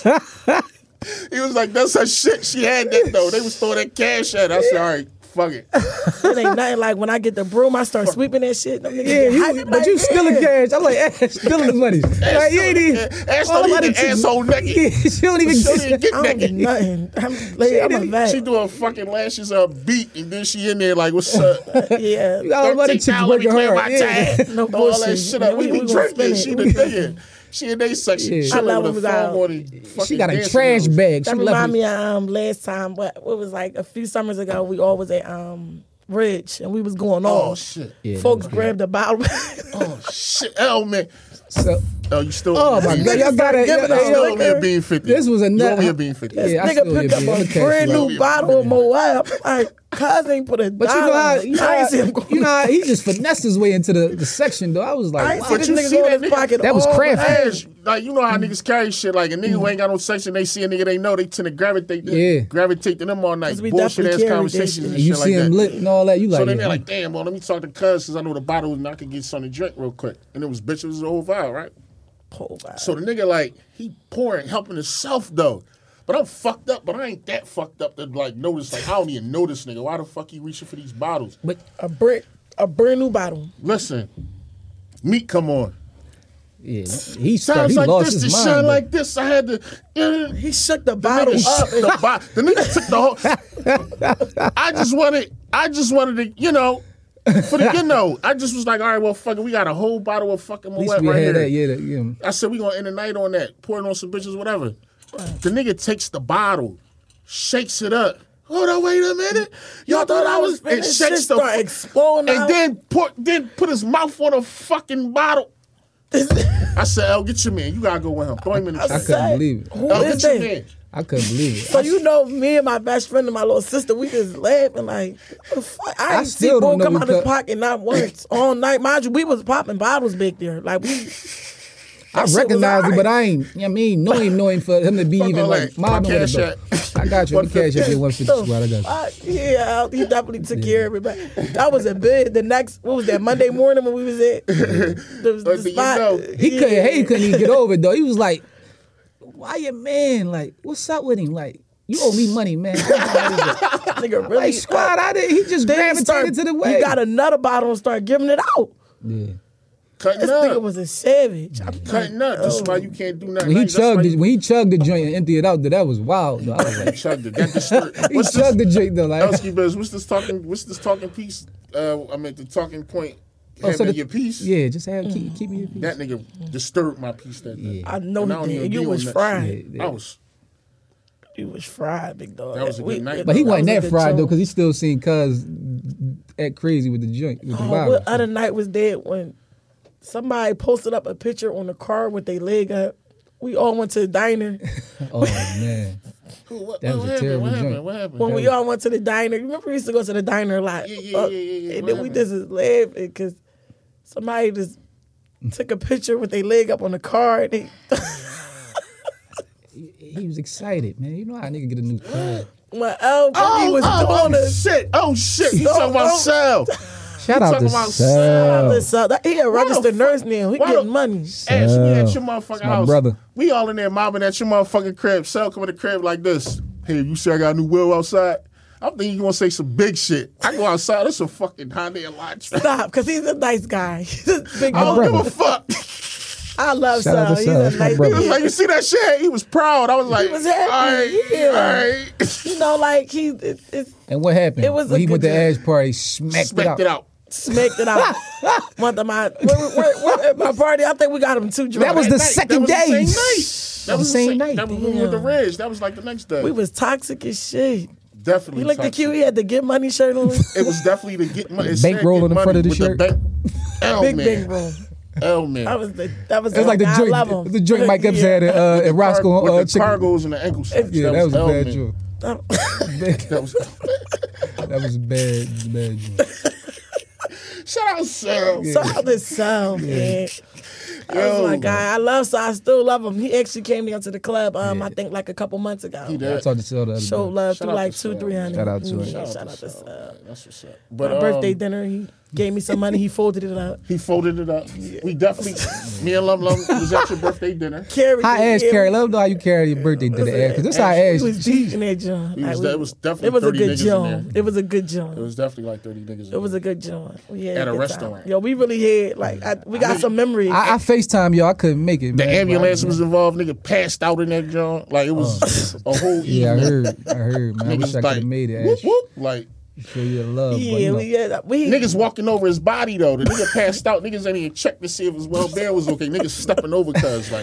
Speaker 2: he was like, "That's her shit. She had that though. They was throwing that cash at." Her. I said, "All right, fuck it."
Speaker 4: It ain't nothing like when I get the broom, I start sweeping that shit. Them niggas
Speaker 3: yeah,
Speaker 4: get hype,
Speaker 3: you, but
Speaker 4: like,
Speaker 3: you still
Speaker 4: yeah.
Speaker 3: a cash. I'm like, Ash, stealing the money. Like, you ain't even.
Speaker 2: Ash
Speaker 3: all
Speaker 2: don't
Speaker 3: about
Speaker 2: even
Speaker 3: the-
Speaker 2: asshole
Speaker 3: Yeah,
Speaker 2: naked.
Speaker 3: she don't even.
Speaker 2: She didn't
Speaker 4: I don't
Speaker 2: get naked.
Speaker 4: get nothing. I'm, like, I'm a vet.
Speaker 2: She doing fucking lashes up beat, and then she in there like, "What's up?"
Speaker 4: yeah.
Speaker 3: All about the
Speaker 2: Thirteen
Speaker 3: chicks
Speaker 2: dollars
Speaker 3: working
Speaker 2: clear
Speaker 3: hard.
Speaker 2: my
Speaker 3: Yeah.
Speaker 2: tag.
Speaker 4: No
Speaker 2: Throw all that
Speaker 4: bullshit.
Speaker 2: shit up.
Speaker 4: Yeah,
Speaker 2: we,
Speaker 4: we-
Speaker 2: be
Speaker 4: we gonna
Speaker 2: drinking. She
Speaker 4: spin
Speaker 2: the
Speaker 4: it.
Speaker 2: nigga. She in they section.
Speaker 3: Yeah.
Speaker 2: She
Speaker 3: I
Speaker 2: with
Speaker 4: love
Speaker 2: a
Speaker 4: when we
Speaker 2: phone
Speaker 4: out.
Speaker 2: on and
Speaker 3: She
Speaker 2: fucking
Speaker 3: got a
Speaker 2: dancing
Speaker 3: trash
Speaker 2: on.
Speaker 3: bag. She
Speaker 4: That
Speaker 3: left
Speaker 4: remind
Speaker 3: me.
Speaker 4: me of um, last time, but it was like a few summers ago. We all was at um, Ridge and we was going
Speaker 2: Oh
Speaker 4: off.
Speaker 2: shit.
Speaker 3: Yeah, that
Speaker 4: Folks
Speaker 3: was
Speaker 4: grabbed the bottle.
Speaker 2: Oh shit. Oh man.
Speaker 3: So,
Speaker 2: Oh, you still?
Speaker 3: oh my god, y'all got it.
Speaker 2: You
Speaker 4: giving us
Speaker 3: Y'all,
Speaker 2: still
Speaker 3: y'all,
Speaker 2: owe me a bean fifty.
Speaker 3: This was a
Speaker 2: You owe
Speaker 3: nut.
Speaker 2: me a bean fifty.
Speaker 3: Yeah, I
Speaker 4: Nigga
Speaker 3: still
Speaker 4: picked
Speaker 3: get
Speaker 4: up
Speaker 3: beat. I'm
Speaker 4: a
Speaker 3: cash
Speaker 4: brand
Speaker 3: flow.
Speaker 4: new bottle of Moab. Like, cuz ain't put a
Speaker 3: But you know how,
Speaker 4: dollar.
Speaker 3: you know,
Speaker 4: I ain't see him
Speaker 3: how,
Speaker 4: going.
Speaker 3: you know how he just finessed his way into the, the section though. I was
Speaker 4: I
Speaker 3: like,
Speaker 4: ain't
Speaker 3: wow.
Speaker 4: see
Speaker 2: But you
Speaker 4: this
Speaker 2: see
Speaker 4: nigga go
Speaker 2: that
Speaker 4: in his
Speaker 2: nigga?
Speaker 4: pocket.
Speaker 3: That was
Speaker 4: all
Speaker 3: crafty.
Speaker 4: night.
Speaker 2: Ash, like you know how niggas carry shit. Like a nigga who ain't got no section, they see a nigga they know, they tend to gravitate,
Speaker 3: Yeah.
Speaker 2: gravitate to them all night.
Speaker 4: 'Cause we
Speaker 2: Bullshit
Speaker 4: definitely
Speaker 2: ass
Speaker 4: carry that
Speaker 2: conversations
Speaker 4: shit.
Speaker 2: and
Speaker 3: And you
Speaker 2: shit like
Speaker 3: see
Speaker 2: that.
Speaker 3: him lit and all that. You
Speaker 2: so
Speaker 3: like,
Speaker 2: then they're
Speaker 3: yeah,
Speaker 2: like, damn, well, let me talk to Cuz since I know the bottle and I can get something to drink real quick. And it was bitch, it was the whole vibe, right?
Speaker 4: Pull back.
Speaker 2: So the nigga like he pouring, helping himself though. But I'm fucked up, but I ain't that fucked up to like notice. Like I don't even know this nigga. Why the fuck he reaching for these bottles?
Speaker 3: but
Speaker 4: a brand, a brand new bottle.
Speaker 2: Listen, meat come on.
Speaker 3: yeah, he started,
Speaker 2: Sounds
Speaker 3: he
Speaker 2: like
Speaker 3: lost
Speaker 2: this to
Speaker 3: his mind.
Speaker 2: shine
Speaker 3: bro.
Speaker 2: like this. I had to. uh,
Speaker 4: He shook the
Speaker 2: the
Speaker 4: bottle
Speaker 2: nigga
Speaker 4: up.
Speaker 2: shook the, bo- the nigga took the whole. I just wanted. I just wanted to. You know. For the, you know, I just was like, all right, well, fuck it. We got a whole bottle of fucking
Speaker 3: At
Speaker 2: Moet
Speaker 3: least we
Speaker 2: right here.
Speaker 3: had that. Yeah, that, yeah.
Speaker 2: I said we gonna end the night on that, pouring on some bitches, whatever. The nigga takes the bottle, shakes it up. Hold on, wait a minute. Y'all thought I was and
Speaker 4: This shit
Speaker 2: shakes the
Speaker 4: start
Speaker 2: fu-
Speaker 4: exploding
Speaker 2: and
Speaker 4: out.
Speaker 2: then pour, then put his mouth on a fucking bottle. I said, El, get your man. You gotta go with him. Throw him in the
Speaker 3: I
Speaker 2: trash.
Speaker 3: couldn't believe it.
Speaker 4: Who
Speaker 2: El,
Speaker 4: is
Speaker 2: get your
Speaker 4: that?
Speaker 2: man.
Speaker 3: I couldn't believe it.
Speaker 4: So you know, me and my best friend and my little sister, we just laughing like, what the fuck? I,
Speaker 3: I
Speaker 4: ain't see
Speaker 3: still don't
Speaker 4: Bull
Speaker 3: know
Speaker 4: come
Speaker 3: who
Speaker 4: out of
Speaker 3: cut-
Speaker 4: his pocket not once all night. Mind you, we was popping bottles back there, like we.
Speaker 3: I
Speaker 4: shit was
Speaker 3: recognize it,
Speaker 4: alright.
Speaker 3: but I ain't. I mean, know him, know him for him to be
Speaker 2: Fuck
Speaker 3: even
Speaker 2: all
Speaker 3: like
Speaker 2: that. My
Speaker 3: mobbing with
Speaker 2: cash
Speaker 3: it.
Speaker 2: app. Oh.
Speaker 3: though. I got you. The cash app. One fifty squad. I got you.
Speaker 4: Fuck, yeah, he definitely took care of everybody. That was a bid. The next, what was that? Monday morning when we was at the,
Speaker 2: But
Speaker 4: the
Speaker 2: you
Speaker 4: spot.
Speaker 2: know,
Speaker 3: He couldn't.
Speaker 4: Yeah.
Speaker 3: Hey, he couldn't even get over it though. He was like, "Why your man? Like, what's up with him? Like, you owe me money, man."
Speaker 4: nigga really
Speaker 3: Like, squad, I didn't. He just
Speaker 4: Then
Speaker 3: gravitated
Speaker 4: he start-
Speaker 3: to the way.
Speaker 4: He got another bottle and started giving it out.
Speaker 3: yeah.
Speaker 2: Cutting
Speaker 4: This
Speaker 2: up.
Speaker 4: nigga was a savage. I'm
Speaker 2: Cutting up. This is why you can't do nothing.
Speaker 3: When he
Speaker 2: That's why
Speaker 3: chugged,
Speaker 2: you-
Speaker 3: it, when he chugged the joint and emptied it out, though, that was wild. Though. I was like,
Speaker 2: chugged it. That disturbed.
Speaker 3: he
Speaker 2: What's this?
Speaker 3: chugged the joint though, like.
Speaker 2: Elsky Biz, what's this talking? What's this talking piece? Uh, I mean, the talking point.
Speaker 3: Oh,
Speaker 2: Having
Speaker 3: so the-
Speaker 2: your piece.
Speaker 3: Yeah, just have keep keep me your peace.
Speaker 2: That nigga disturbed my peace that night.
Speaker 4: I know
Speaker 2: And
Speaker 4: you
Speaker 2: don't even
Speaker 4: did. You
Speaker 2: be on
Speaker 4: was
Speaker 2: that shit.
Speaker 4: fried.
Speaker 3: Yeah, yeah.
Speaker 2: I was.
Speaker 4: You was fried, big dog.
Speaker 2: That was a good night,
Speaker 3: But he
Speaker 2: That
Speaker 3: wasn't that
Speaker 4: was a good
Speaker 3: fried though,
Speaker 4: joint.
Speaker 3: because he still seen Cuz act crazy with the joint with the
Speaker 4: Oh, what
Speaker 3: virus.
Speaker 4: other night was that when somebody posted up a picture on the car with their leg up? We all went to the diner.
Speaker 3: Oh man,
Speaker 2: Who, what,
Speaker 3: That
Speaker 2: what
Speaker 3: was a
Speaker 2: happened?
Speaker 3: terrible
Speaker 2: What happened?
Speaker 3: joint.
Speaker 2: What happened?
Speaker 4: When we all went to the diner, you remember we used to go to the diner a lot.
Speaker 2: Yeah, yeah, yeah, yeah, yeah.
Speaker 4: And
Speaker 2: What
Speaker 4: then we
Speaker 2: happened?
Speaker 4: just was laughing because somebody just took a picture with their leg up on the car. And they,
Speaker 3: he was excited, man. You know how a nigga get a new car.
Speaker 4: my elbow, he
Speaker 2: Oh,
Speaker 4: was
Speaker 2: oh,
Speaker 4: doing
Speaker 2: oh,
Speaker 4: us.
Speaker 2: shit! Oh shit! You
Speaker 4: No,
Speaker 2: talking about
Speaker 4: no.
Speaker 2: Sal?
Speaker 3: Shout out
Speaker 2: talking
Speaker 3: to
Speaker 2: about-
Speaker 3: Sal.
Speaker 4: Listen, uh, that- he a registered nurse now. He
Speaker 2: why the-
Speaker 4: getting money.
Speaker 2: Ash, we at
Speaker 3: Sal.
Speaker 2: your motherfucking
Speaker 3: my
Speaker 2: house.
Speaker 3: brother.
Speaker 2: We all in there mobbing at your motherfucking crib. Cell coming to the crib like this. Hey, you see I got a new wheel outside? I'm thinking you gonna say some big shit. I go outside, it's a fucking Hyundai Elantra.
Speaker 4: Stop, because he's a nice guy. He's a big
Speaker 2: I
Speaker 4: I,
Speaker 2: don't
Speaker 3: brother.
Speaker 2: give a fuck.
Speaker 4: love
Speaker 3: Shout out
Speaker 4: Sal.
Speaker 3: to
Speaker 4: He's
Speaker 3: Sal.
Speaker 4: a
Speaker 3: That's my
Speaker 4: nice
Speaker 2: He
Speaker 3: brother.
Speaker 2: was like, you see that shit? He was proud. I was like,
Speaker 4: was happy, yeah.
Speaker 2: all right, all right.
Speaker 4: You know, like he it, it
Speaker 3: And what happened?
Speaker 4: It was
Speaker 3: when
Speaker 4: a
Speaker 3: he went
Speaker 4: good
Speaker 3: to
Speaker 4: day.
Speaker 3: Ash party, smacked,
Speaker 2: Smacked it out.
Speaker 4: smacked it out. One of my where, where, where, at my party, I think we got him too drunk.
Speaker 3: That was the second
Speaker 2: that
Speaker 3: day.
Speaker 2: was The same night. That was the
Speaker 3: same
Speaker 2: same
Speaker 3: night.
Speaker 2: That was when we were with the Reds. That was like the next day.
Speaker 4: we was toxic as shit.
Speaker 2: definitely.
Speaker 4: He looked at
Speaker 2: toxic.
Speaker 4: Q. He had the get money shirt on.
Speaker 2: It was definitely to get money. It said
Speaker 3: Bankroll
Speaker 2: get
Speaker 3: in the
Speaker 2: money
Speaker 3: front of the
Speaker 2: with
Speaker 3: shirt.
Speaker 2: bank- L
Speaker 4: Big
Speaker 2: man.
Speaker 4: big room.
Speaker 2: L man.
Speaker 4: That was the that was.
Speaker 3: It was like the
Speaker 4: I love
Speaker 3: joint,
Speaker 4: him.
Speaker 3: the joint Mike Epps
Speaker 4: Yeah.
Speaker 3: had at, uh, at
Speaker 2: Car-
Speaker 3: Roscoe.
Speaker 2: with
Speaker 3: Uh,
Speaker 2: the
Speaker 3: chicken.
Speaker 2: cargos and the ankle straps.
Speaker 3: yeah, that was, a
Speaker 2: L
Speaker 3: bad
Speaker 2: man.
Speaker 3: joke.
Speaker 2: That was
Speaker 3: That was a bad, bad joke.
Speaker 2: shout out Sam.
Speaker 4: So all this sound, man. Oh my god, I love so I still love him. He actually came down to the club. Um, I think like a couple months ago.
Speaker 2: He
Speaker 3: I
Speaker 2: did.
Speaker 3: talked to Sal the other
Speaker 4: Show
Speaker 3: day.
Speaker 4: love
Speaker 2: Shout
Speaker 4: to
Speaker 2: out
Speaker 4: like
Speaker 2: to
Speaker 4: two,
Speaker 2: Sal.
Speaker 4: three hundred.
Speaker 3: Shout out to him.
Speaker 4: Yeah,
Speaker 3: Shout
Speaker 4: Shout out to Sal.
Speaker 2: That's what's up.
Speaker 4: My
Speaker 2: But
Speaker 4: birthday
Speaker 2: um,
Speaker 4: dinner, he gave me some money. He folded it up.
Speaker 2: he folded it up. We definitely, me and Lum Lum was at your birthday dinner.
Speaker 4: Carrie,
Speaker 3: How Ash
Speaker 4: yeah,
Speaker 3: carried. Let me know how you carried your birthday to the Ash. Because that's how
Speaker 4: He
Speaker 3: Ash.
Speaker 4: was deep in that John.
Speaker 2: He was- it was definitely
Speaker 4: It was a
Speaker 2: 30
Speaker 4: good
Speaker 2: niggas in
Speaker 4: John.
Speaker 2: there.
Speaker 4: It was a good John.
Speaker 2: It was definitely like thirty niggas.
Speaker 4: It was a good joint. Yeah,
Speaker 2: At a restaurant.
Speaker 4: Yo, we really had like I, we got some memories.
Speaker 3: I, I FaceTime y'all. I couldn't make it.
Speaker 2: the
Speaker 3: man.
Speaker 2: ambulance was involved. Nigga passed out in that joint. Like it was a whole evening.
Speaker 3: Oh. Yeah, I heard. I heard, man. I
Speaker 2: Niggas
Speaker 3: wish I could
Speaker 2: like,
Speaker 3: have made it.
Speaker 2: whoop,
Speaker 3: Ash.
Speaker 2: whoop. Like
Speaker 3: Show your love.
Speaker 4: yeah,
Speaker 3: but, you know,
Speaker 4: we yeah, we
Speaker 2: niggas walking over his body though. The nigga passed out. Niggas ain't even check to see if his well being was okay. Niggas stepping over cuz like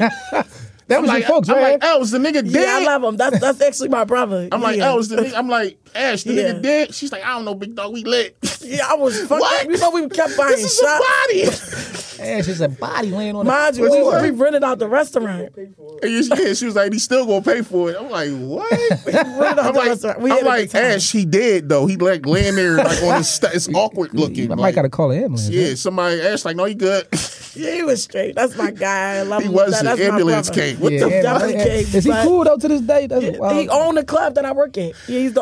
Speaker 3: that
Speaker 2: I'm
Speaker 3: was
Speaker 2: like,
Speaker 3: your folks,
Speaker 2: I'm
Speaker 3: right?
Speaker 2: like, oh, is the nigga dead?
Speaker 4: yeah, I love him. That's that's actually my brother.
Speaker 2: I'm like,
Speaker 4: yeah.
Speaker 2: oh, is the nigga? I'm like, Ash, the
Speaker 4: Yeah.
Speaker 2: nigga dead? She's like, I don't know, big dog, we lit.
Speaker 4: yeah, I was fucked
Speaker 2: What?
Speaker 4: up. You know, we kept buying
Speaker 2: This is a
Speaker 4: shots.
Speaker 2: body. uh,
Speaker 3: Ash is a body laying on. the-
Speaker 4: Mind you,
Speaker 2: What
Speaker 4: we,
Speaker 2: you
Speaker 4: we
Speaker 2: want?
Speaker 4: rented out the restaurant. We
Speaker 2: And you- yeah, she was like, he's still gonna pay for it. I'm like, what?
Speaker 4: rented out
Speaker 2: I'm
Speaker 4: the
Speaker 2: like,
Speaker 4: restaurant. We had
Speaker 2: I'm
Speaker 4: a good
Speaker 2: like
Speaker 4: time.
Speaker 2: Ash, he dead though. He like laying there like on his st- it's awkward
Speaker 3: I
Speaker 2: looking.
Speaker 3: might
Speaker 2: Like,
Speaker 3: gotta call an ambulance.
Speaker 2: yeah, somebody Ash like, no, he good.
Speaker 4: Yeah, he was straight. That's my guy. I love
Speaker 2: he
Speaker 4: him.
Speaker 2: was
Speaker 4: Mm, That-
Speaker 2: an
Speaker 4: that's my
Speaker 2: ambulance
Speaker 4: brother.
Speaker 2: cake. What
Speaker 3: Yeah,
Speaker 2: the
Speaker 4: f-
Speaker 3: yeah,
Speaker 4: Definitely
Speaker 3: man.
Speaker 4: gave,
Speaker 3: Is he
Speaker 4: but-
Speaker 3: cool though to this day? That's wow.
Speaker 4: He owned the club that I work at. Yeah, he's
Speaker 2: Oh,
Speaker 4: the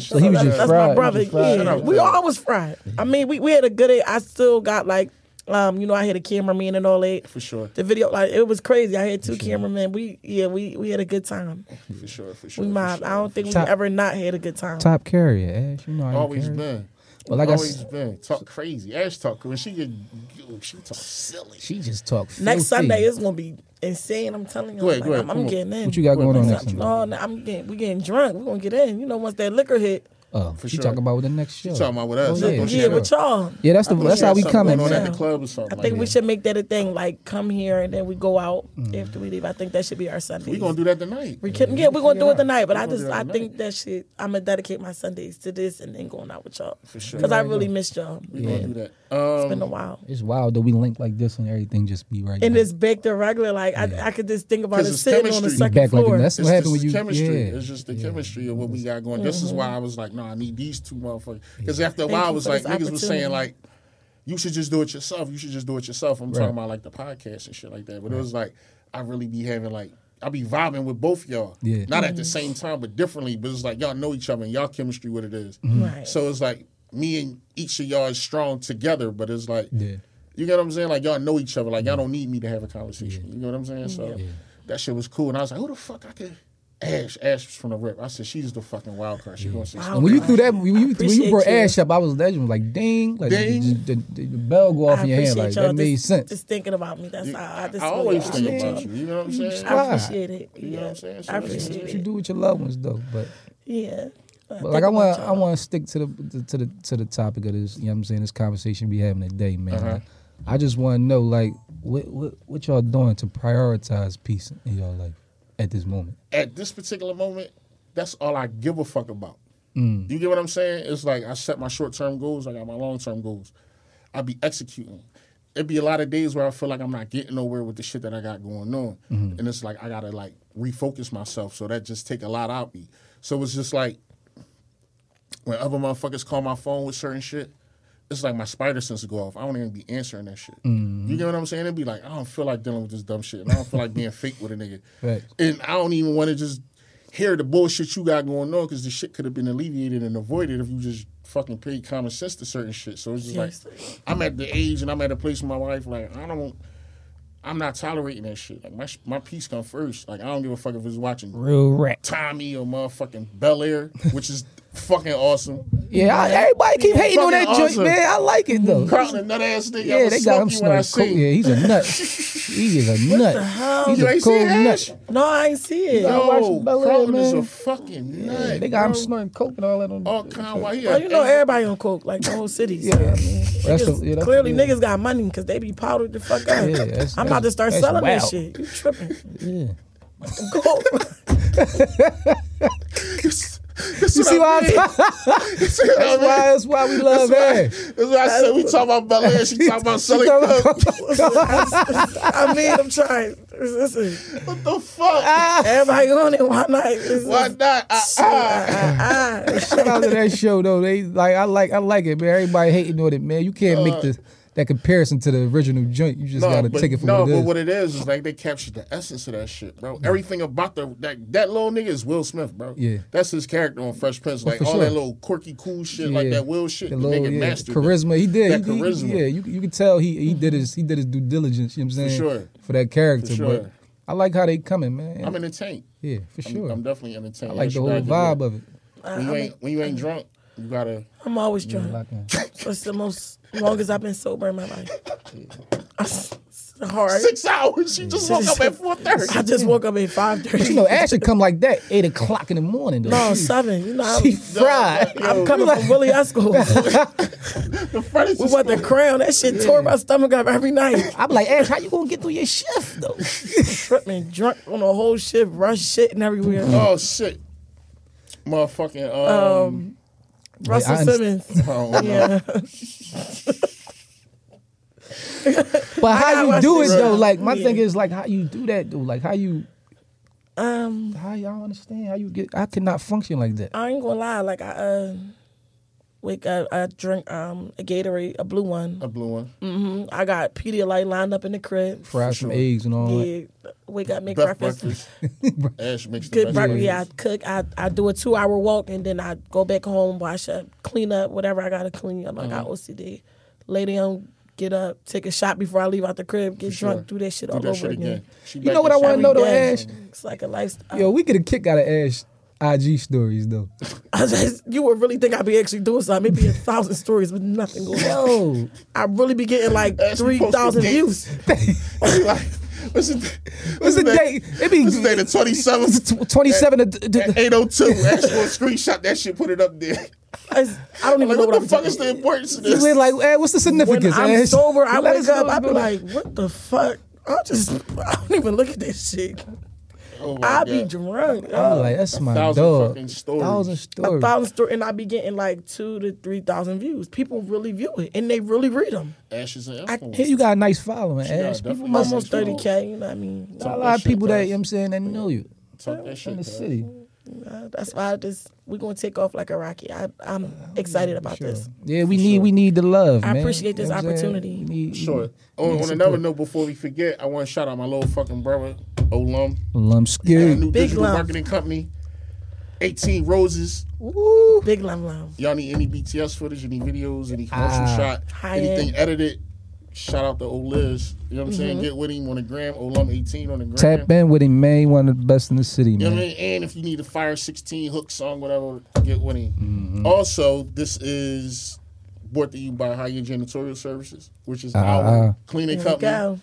Speaker 2: So he
Speaker 4: So
Speaker 2: was
Speaker 4: that-
Speaker 2: just
Speaker 4: that's
Speaker 3: fried.
Speaker 4: my
Speaker 3: He
Speaker 4: brother.
Speaker 3: was fried.
Speaker 4: Yeah.
Speaker 2: Shut up,
Speaker 4: We
Speaker 2: man.
Speaker 4: all was fried. I mean, we, we had a good I still got like um, you know, I had a cameraman and all that.
Speaker 2: For sure.
Speaker 4: The video like it was crazy. I had two cameramen. We yeah, we we had a good time.
Speaker 2: For sure, for sure.
Speaker 4: We
Speaker 2: for
Speaker 4: mobbed.
Speaker 2: sure.
Speaker 4: I don't think
Speaker 3: Top-
Speaker 4: we ever not had a good time.
Speaker 3: top carrier. Ash, you know how you
Speaker 2: Always
Speaker 3: carry.
Speaker 2: been.
Speaker 3: But like I
Speaker 2: Always
Speaker 3: said,
Speaker 2: been. Talk crazy. Ash talk when she get she talk silly.
Speaker 3: she just talked.
Speaker 4: Next Sunday it's gonna be insane. I'm telling you,
Speaker 2: Go ahead,
Speaker 4: like,
Speaker 2: go ahead,
Speaker 4: I'm,
Speaker 2: come
Speaker 4: I'm
Speaker 2: on.
Speaker 4: getting in.
Speaker 3: What you got going on next Sunday?
Speaker 4: Oh, no, I'm getting we getting drunk. We're gonna get in. You know, once that liquor hit,
Speaker 3: Oh,
Speaker 2: For
Speaker 3: she
Speaker 2: sure.
Speaker 3: talking about with the next show.
Speaker 2: talking about with us.
Speaker 3: Oh,
Speaker 2: Yeah,
Speaker 3: yeah,
Speaker 4: yeah,
Speaker 2: sure.
Speaker 4: with y'all.
Speaker 3: Yeah, that's the
Speaker 2: I thought
Speaker 3: that's
Speaker 2: she
Speaker 3: how
Speaker 2: had
Speaker 3: we
Speaker 2: something
Speaker 3: coming,
Speaker 2: going on
Speaker 3: man.
Speaker 2: at the club or something.
Speaker 4: I
Speaker 2: like
Speaker 4: think we
Speaker 2: that.
Speaker 4: should make that a thing. Like, come here and then we go out after we leave. I think that should be our Sunday.
Speaker 2: Mm. We gonna do that tonight.
Speaker 4: We can, yeah, we're gonna do it tonight. But I
Speaker 2: gonna do
Speaker 4: just,
Speaker 2: that
Speaker 4: I
Speaker 2: tonight.
Speaker 4: think that shit. I'm gonna dedicate my Sundays to this and then going out with y'all
Speaker 2: sure.
Speaker 4: because I really missed y'all.
Speaker 2: We
Speaker 4: Yeah.
Speaker 2: gonna
Speaker 4: It's
Speaker 2: do that. Um,
Speaker 4: been a while.
Speaker 3: It's wild that we link like this and everything just be right.
Speaker 4: And
Speaker 3: now.
Speaker 4: it's back to regular. Like I, I could just think about
Speaker 2: 'Cause
Speaker 4: it
Speaker 2: it's
Speaker 4: sitting on the
Speaker 2: chemistry.
Speaker 4: second
Speaker 3: Back like
Speaker 4: floor.
Speaker 3: that's
Speaker 2: it's
Speaker 3: what happened
Speaker 2: just
Speaker 3: when
Speaker 2: the
Speaker 3: you.
Speaker 2: chemistry.
Speaker 3: Yeah.
Speaker 2: It's just the chemistry of what we got going. This is why I was like, no, I need these two motherfuckers. Because after a
Speaker 4: Mm-hmm. Thank
Speaker 2: while, I
Speaker 4: you
Speaker 2: was
Speaker 4: for
Speaker 2: like,
Speaker 4: this
Speaker 2: niggas was saying
Speaker 4: opportunity.
Speaker 2: like, you should just do it yourself. You should just do it yourself. I'm talking
Speaker 3: Right.
Speaker 2: about like the podcast and shit like that. But it was like, I really be having like, I be vibing with both y'all.
Speaker 3: Yeah.
Speaker 2: Not
Speaker 4: Mm.
Speaker 2: at the same time, but differently. But it's like y'all know each other and y'all chemistry what it is.
Speaker 3: Mm-hmm.
Speaker 4: Right.
Speaker 2: So it's like me and each of y'all is strong together, but it's like
Speaker 3: Yeah.
Speaker 2: you get what I'm saying? Like y'all know each other. Like y'all don't need me to have a conversation. You know what I'm saying? So that shit was cool. And I was like, who the fuck I could Ash, Ash was from the rip. I said, she's the fucking wild card. She gonna say
Speaker 4: Wow.
Speaker 2: something.
Speaker 3: And when you threw that, when you, when
Speaker 4: appreciate
Speaker 3: you brought
Speaker 4: you.
Speaker 3: Ash up, I was legend. Like ding, like
Speaker 2: Ding.
Speaker 3: just The, the, the bell go off
Speaker 4: I
Speaker 3: in your hand.
Speaker 4: appreciate
Speaker 3: Like
Speaker 4: y'all
Speaker 3: that made
Speaker 4: just,
Speaker 3: sense.
Speaker 4: Just thinking about me. That's how I
Speaker 2: I
Speaker 4: just.
Speaker 2: always
Speaker 4: feel.
Speaker 2: think
Speaker 4: Yeah.
Speaker 2: about you. You know what I'm saying?
Speaker 3: Why?
Speaker 4: I appreciate it. Yeah.
Speaker 2: You know what I'm saying? So
Speaker 4: I
Speaker 2: that's
Speaker 4: appreciate
Speaker 3: what you
Speaker 4: it.
Speaker 3: do with your loved ones though, but.
Speaker 4: Yeah.
Speaker 3: But like I want, I want to stick to the to the to the topic of this. You know what I'm saying? This conversation we having today, man. Like, I just want to know, like, what, what what y'all doing to prioritize peace in y'all life at this moment?
Speaker 2: at this particular moment, that's all I give a fuck about. You get what I'm saying? It's like I set my short term goals, I got my long term goals. I be executing. It'd be a lot of days where I feel like I'm not getting nowhere with the shit that I got going on. And it's like I gotta like refocus myself. So that just take a lot out of me. So it's just like when other motherfuckers call my phone with certain shit, it's like my spider sense go off. I don't even be answering that shit. You get what I'm saying? It'd be like, I don't feel like dealing with this dumb shit. And I don't feel like being fake with a nigga.
Speaker 3: Right.
Speaker 2: And I don't even want to just hear the bullshit you got going on because the shit could have been alleviated and avoided if you just fucking paid common sense to certain shit. So it's just
Speaker 4: Seriously.
Speaker 2: like I'm at the age and I'm at a place in my life like I don't. I'm not tolerating that shit. Like my sh- my piece come first. Like I don't give a fuck if it's watching
Speaker 3: Real rap.
Speaker 2: Tommy or motherfucking Bel Air, which is fucking awesome.
Speaker 3: Yeah, I, everybody keep hating on that
Speaker 2: Fucking
Speaker 3: joint,
Speaker 2: awesome.
Speaker 3: man. I like it though.
Speaker 2: Carlton, a nut ass nigga.
Speaker 3: Yeah, they got him
Speaker 2: smoking when I
Speaker 3: snorting coke.
Speaker 2: see.
Speaker 3: Yeah,
Speaker 2: you.
Speaker 3: he's a nut. he is a nut. He's
Speaker 2: You
Speaker 3: a
Speaker 2: ain't
Speaker 3: cold
Speaker 2: seen
Speaker 3: nut.
Speaker 2: that?
Speaker 4: No, I ain't see it.
Speaker 3: No. watched
Speaker 2: Yo,
Speaker 3: Bel Air,
Speaker 2: Carlton is
Speaker 3: man.
Speaker 2: a fucking nut.
Speaker 3: They got him
Speaker 2: bro. Oh,
Speaker 3: snorting coke and all that on.
Speaker 2: All kind. Why he?
Speaker 4: Well,
Speaker 2: had
Speaker 4: you know
Speaker 2: every-
Speaker 4: everybody on coke, like the whole city. So.
Speaker 3: Yeah, I mean, that's a,
Speaker 4: Niggas-
Speaker 3: yeah, that's-
Speaker 4: clearly,
Speaker 3: yeah.
Speaker 4: niggas got money because they be powdered the fuck up.
Speaker 3: Yeah, that's-
Speaker 4: I'm about to start
Speaker 3: that's- that's
Speaker 4: selling that
Speaker 3: wild.
Speaker 4: shit. You tripping?
Speaker 3: Yeah.
Speaker 4: Coke.
Speaker 3: You see why? I'm- that's why.
Speaker 2: That's
Speaker 3: That's why we love that.
Speaker 2: why I said we talk about Bel Air. She talking about selling coke.
Speaker 4: I mean, I'm trying. Listen,
Speaker 2: What the
Speaker 3: Ah.
Speaker 2: fuck?
Speaker 4: everybody on it. Why not? It's-
Speaker 2: Why
Speaker 4: it's-
Speaker 2: not? Ah, ah.
Speaker 3: Shout out to that show though. They like I like I like it, man. Everybody hating on it, man. You can't make the that comparison to the original joint. You just gotta
Speaker 2: Uh, but,
Speaker 3: take it for
Speaker 2: no,
Speaker 3: what it
Speaker 2: but
Speaker 3: is.
Speaker 2: what it is is like they captured the essence of that shit, bro. Everything about the that that little nigga is Will Smith, bro.
Speaker 3: Yeah. Oh,
Speaker 2: that's his character on Fresh Prince. Like
Speaker 3: for
Speaker 2: all
Speaker 3: sure.
Speaker 2: that little quirky, cool shit, like
Speaker 3: Yeah.
Speaker 2: that Will shit.
Speaker 3: The
Speaker 2: The,
Speaker 3: little,
Speaker 2: nigga
Speaker 3: yeah,
Speaker 2: mastered it.
Speaker 3: charisma. He did.
Speaker 2: That
Speaker 3: he, did-
Speaker 2: charisma. Mm-hmm.
Speaker 3: yeah, you you could tell he he did his he did his due diligence. You know what I'm saying?
Speaker 2: sure.
Speaker 3: For that character,
Speaker 2: For
Speaker 3: but
Speaker 2: sure.
Speaker 3: I like how they coming, man.
Speaker 2: I'm entertained.
Speaker 3: yeah, for
Speaker 2: I'm,
Speaker 3: sure. i
Speaker 2: I'm definitely entertained.
Speaker 3: like
Speaker 2: That's
Speaker 3: the
Speaker 2: what I
Speaker 3: whole
Speaker 2: do.
Speaker 3: vibe of it.
Speaker 2: When you ain't when you ain't drunk, you gotta.
Speaker 4: I'm always drunk.
Speaker 3: Like, uh,
Speaker 4: It's the most longest I've been sober in my life. It's hard.
Speaker 2: Six hours. She just woke up at four
Speaker 4: I
Speaker 2: thirty.
Speaker 4: just woke up at five thirty.
Speaker 3: but you know, Ash should come like that eight o'clock in the morning. Though.
Speaker 4: no
Speaker 3: She-
Speaker 4: seven. You know,
Speaker 3: she
Speaker 4: I'm,
Speaker 3: fried.
Speaker 4: I'm coming from Willie Esco. We want the crown. That shit tore my stomach up every night.
Speaker 3: I'm like Ash, how you gonna get through your shift though?
Speaker 4: Tripping, drunk on the whole shit, rush shitting everywhere.
Speaker 2: Oh shit. Motherfucking um,
Speaker 4: Russell
Speaker 3: I understand.
Speaker 4: Simmons.
Speaker 2: oh, no.
Speaker 4: Yeah.
Speaker 3: But
Speaker 4: gotta
Speaker 3: how you
Speaker 4: watch
Speaker 3: do it
Speaker 4: this.
Speaker 3: though? Like my
Speaker 4: Yeah.
Speaker 3: thing is like how you do that though? Like how you
Speaker 4: Um, Uh,
Speaker 3: how y'all understand how you get? I cannot function like that.
Speaker 4: I ain't gonna lie. Like I uh, wake up, I drink um a Gatorade, a blue one.
Speaker 2: a blue one.
Speaker 4: I got Pedialyte lined up in the crib.
Speaker 3: Fry some eggs and all
Speaker 4: Yeah, wake up, make
Speaker 2: Best
Speaker 4: breakfast.
Speaker 2: breakfast. Ash makes the
Speaker 4: Good
Speaker 2: best
Speaker 4: breakfast.
Speaker 2: breakfast.
Speaker 4: Yeah, I cook. I, I do a two hour walk and then I go back home, wash up, clean up, whatever I gotta clean up. I got OCD. Lay down, get up, take a shot before I leave out the crib, get drunk, do that shit all
Speaker 2: Do that
Speaker 4: over
Speaker 2: shit
Speaker 4: again.
Speaker 2: again. She
Speaker 3: You
Speaker 2: back
Speaker 3: know what I
Speaker 2: in
Speaker 3: want to
Speaker 4: Every
Speaker 3: know though,
Speaker 4: day.
Speaker 3: Ash?
Speaker 4: It's like a lifestyle.
Speaker 3: Yo, we get a kick out of Ash IG stories though.
Speaker 4: I just- you would really think I'd be actually doing something. Maybe a thousand stories with nothing going on.
Speaker 3: Yo,
Speaker 4: I really be getting like three
Speaker 2: posted
Speaker 4: thousand views.
Speaker 2: shit. Like, what's the
Speaker 3: what's the date? It be
Speaker 2: What's the date? The twenty seventh.
Speaker 3: twenty seven.
Speaker 2: At 802, Ash will screenshot that shit, put it up there.
Speaker 4: It's- I don't even
Speaker 2: Like,
Speaker 4: know
Speaker 2: what
Speaker 4: what,
Speaker 2: the
Speaker 4: I'm
Speaker 2: fuck
Speaker 4: talking
Speaker 2: is the importance of
Speaker 3: We're
Speaker 2: this?
Speaker 3: like, hey, what's the
Speaker 4: When
Speaker 3: significance?
Speaker 4: I'm
Speaker 3: Ash?
Speaker 4: sober, I
Speaker 3: Let
Speaker 4: wake
Speaker 3: us know
Speaker 4: up,
Speaker 3: what's
Speaker 4: I be
Speaker 3: going on.
Speaker 4: like, what the fuck? I just, I don't even look at this shit.
Speaker 2: Oh my
Speaker 4: I be
Speaker 2: God.
Speaker 4: drunk.
Speaker 3: I'm
Speaker 4: uh,
Speaker 3: like, that's my
Speaker 2: thousand
Speaker 3: dog.
Speaker 2: fucking stories.
Speaker 3: Thousand
Speaker 4: a
Speaker 3: stories.
Speaker 4: thousand story, and I be getting like two to three thousand views. People really view it, and they really read them.
Speaker 2: Ash is an
Speaker 4: I
Speaker 2: influence.
Speaker 3: Here you got a nice following, Ash.
Speaker 2: definitely
Speaker 3: People
Speaker 2: got
Speaker 3: must
Speaker 2: a nice
Speaker 4: Almost thirty k. You know what I mean?
Speaker 3: a
Speaker 2: following.
Speaker 3: lot of
Speaker 2: Shit,
Speaker 3: people that
Speaker 2: guys.
Speaker 3: you know what I'm saying that know you
Speaker 2: Talk that shit,
Speaker 3: in the
Speaker 2: guys.
Speaker 3: city.
Speaker 4: Uh, that's why I just we gonna take off like a rocket. I, I'm excited about this.
Speaker 3: Yeah, we need we need the love.
Speaker 4: I
Speaker 3: man.
Speaker 4: appreciate this
Speaker 3: You know what I'm saying?
Speaker 4: opportunity.
Speaker 3: We need-
Speaker 2: Sure. Oh,
Speaker 3: we
Speaker 2: On,
Speaker 3: need
Speaker 2: on
Speaker 3: support.
Speaker 2: another note, before we forget, I want to shout out my little fucking brother, Olum,
Speaker 3: Lum
Speaker 2: our
Speaker 3: scared.
Speaker 2: new digital
Speaker 4: love.
Speaker 2: marketing company, 18 Roses.
Speaker 3: Woo.
Speaker 4: Big lum lum.
Speaker 2: Y'all need any BTS footage, any videos, any commercial
Speaker 3: Ah.
Speaker 2: shot,
Speaker 4: Hi-ya.
Speaker 2: anything edited, shout out to Oliz. You know what I'm
Speaker 4: Mm-hmm.
Speaker 2: saying? Get with him on the gram, Olum18 on the gram.
Speaker 3: Tap in with him, man. He One of the best in the city,
Speaker 2: You know
Speaker 3: man.
Speaker 2: what I mean? And if you need a Fire 16 hook song, whatever, get with him.
Speaker 3: Mm-hmm.
Speaker 2: Also, this is brought to you by Higher Janitorial Services, which is
Speaker 3: ah.
Speaker 2: our cleaning
Speaker 4: Here we
Speaker 2: company.
Speaker 4: go.
Speaker 3: Mm-hmm.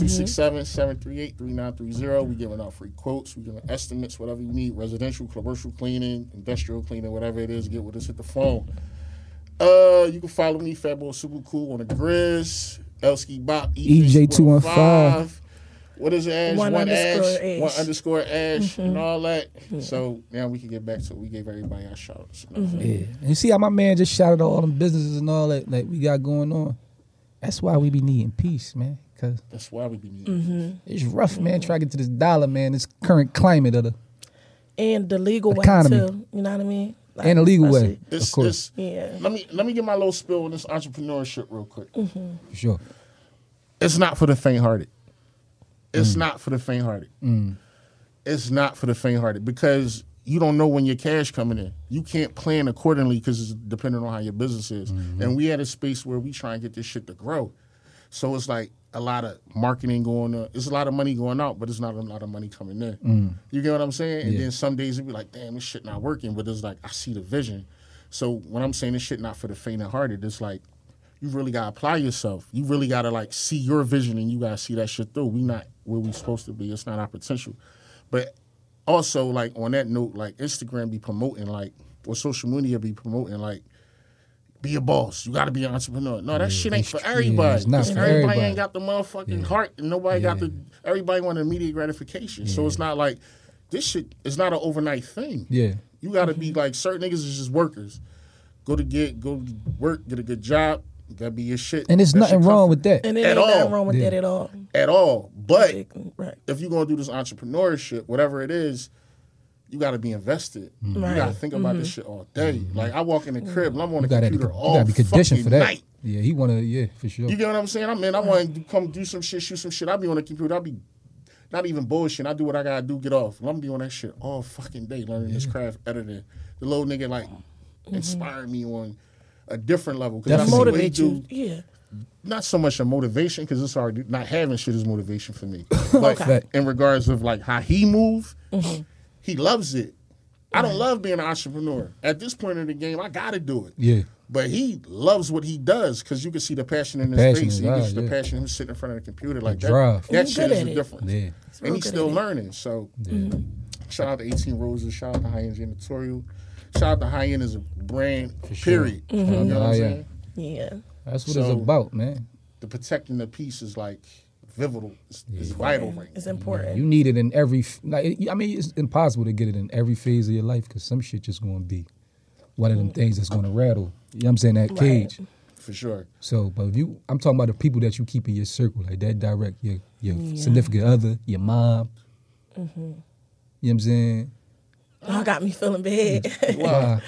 Speaker 2: 267 738 3930. we giving out free quotes. we giving estimates, whatever you need residential, commercial cleaning, industrial cleaning, whatever it is. Get with us Hit the phone. Uh, You can follow me, Fatboy Super Cool, on the Grizz, Elski Bop, E
Speaker 3: E EJ215.
Speaker 2: What is it, Ash?
Speaker 4: One underscore Ash. Mm-hmm.
Speaker 2: One underscore Ash and all that. So now we can get back to it. We gave everybody our shout outs.
Speaker 4: Mm-hmm.
Speaker 3: Yeah. And you see how my man just shouted out all them businesses and all that that we got going on. That's why we be needing peace, man. Cause
Speaker 2: That's why we be needing
Speaker 4: Mm-hmm.
Speaker 3: it's rough, man. Trying to get to this dollar, man. This current climate of the
Speaker 4: And the legal way
Speaker 3: Economy.
Speaker 4: too. You know what I mean? Like,
Speaker 3: and the legal way,
Speaker 4: especially-
Speaker 2: this.
Speaker 3: of course,
Speaker 2: This,
Speaker 4: Yeah.
Speaker 2: Let me let me get my little spill on this entrepreneurship real quick.
Speaker 3: for sure.
Speaker 2: it's not for the faint-hearted. It's not for the faint-hearted. It's not for the faint-hearted because you don't know when your cash coming in. You can't plan accordingly because it's depending on how your business is. And we at a space where we try and get this shit to grow. So it's like a lot of marketing going on. It's a lot of money going out, but it's not a lot of money coming in. You get what I'm saying? And
Speaker 3: Yeah.
Speaker 2: then some days it be like, damn, this shit not working. But it's like I see the vision. So when I'm saying this shit not for the faint of hearted, it's like you really gotta apply yourself. You really gotta like see your vision and you gotta see that shit through. We not where we supposed to be. It's not our potential. But also like on that note, like Instagram be promoting like or social media be promoting like be a boss. You gotta be an entrepreneur. No, that shit ain't for
Speaker 3: it's- yeah,
Speaker 2: everybody.
Speaker 3: it's not
Speaker 2: 'Cause
Speaker 3: for
Speaker 2: everybody,
Speaker 3: everybody.
Speaker 2: ain't got the motherfucking heart and nobody got the everybody want immediate gratification. So it's not like this shit is not an overnight thing.
Speaker 3: Yeah.
Speaker 2: You gotta be like certain niggas is just workers. Go to get go work, get a good job, gotta be your shit.
Speaker 3: And there's
Speaker 2: That
Speaker 3: nothing
Speaker 2: shit come
Speaker 3: wrong
Speaker 2: from-
Speaker 3: with that.
Speaker 4: And it
Speaker 2: At
Speaker 4: ain't
Speaker 2: all.
Speaker 4: nothing wrong with that at all.
Speaker 2: at all. But
Speaker 4: Like, Right.
Speaker 2: if you're gonna do this entrepreneurship, whatever it is, you gotta be invested. You
Speaker 4: Right.
Speaker 2: gotta think about this shit all day. Like I walk in the crib and I'm on the
Speaker 3: Mm-hmm. You gotta,
Speaker 2: computer
Speaker 3: you
Speaker 2: all
Speaker 3: gotta be conditioned for
Speaker 2: fucking
Speaker 3: that.
Speaker 2: night.
Speaker 3: Yeah, he wanna yeah, for sure.
Speaker 2: You get what I'm saying? I mean, I want to come do some shit, shoot some shit. I be on the computer. I be not even bullshitting. I do what I gotta do. Get off. I'm be on that shit all fucking day, learning this craft editing. The little nigga like inspired me on a different level because
Speaker 3: Definitely.
Speaker 4: Motivate you. Yeah.
Speaker 2: not so much a motivation because it's already not having shit is motivation for me. But
Speaker 3: Okay.
Speaker 2: in regards of like how he move, he loves it. I don't love being an entrepreneur. At this point in the game, I gotta do it.
Speaker 3: Yeah.
Speaker 2: But he loves what he does because you can see the passion in his
Speaker 3: passion
Speaker 2: face.
Speaker 3: is
Speaker 2: You can
Speaker 3: out,
Speaker 2: see the
Speaker 3: yeah.
Speaker 2: passion in him sitting in front of the computer like
Speaker 3: drive.
Speaker 2: that. That
Speaker 4: He's
Speaker 2: shit
Speaker 4: good
Speaker 2: is
Speaker 4: at
Speaker 2: the
Speaker 4: it.
Speaker 2: difference.
Speaker 3: Yeah. He's
Speaker 2: and
Speaker 4: real
Speaker 2: he's
Speaker 4: good
Speaker 2: still
Speaker 4: at it. Mm-hmm.
Speaker 2: learning. So shout out to 18 Roses. Shout out to High End Janitorial. Shout out to High End as a brand,
Speaker 3: sure.
Speaker 2: period.
Speaker 4: Mm-hmm.
Speaker 2: You know what I'm
Speaker 3: Oh, yeah.
Speaker 2: saying?
Speaker 4: Yeah.
Speaker 3: That's what
Speaker 2: So-
Speaker 3: it's about, man.
Speaker 2: the protecting the peace is like pivotal. It's, it's
Speaker 3: Oh
Speaker 2: vital right now.
Speaker 4: It's important.
Speaker 3: You need it in every. f- Like, it- I mean, it's impossible to get it in every phase of your life because some shit just going to be one of them things that's going to rattle. You know what I'm saying? That cage.
Speaker 2: for sure.
Speaker 3: So, but if you, I'm talking about the people that you keep in your circle, like that direct, your your significant other, your mom. Mm-hmm. You know what I'm saying?
Speaker 4: Y'all got me feeling bad
Speaker 2: Wow.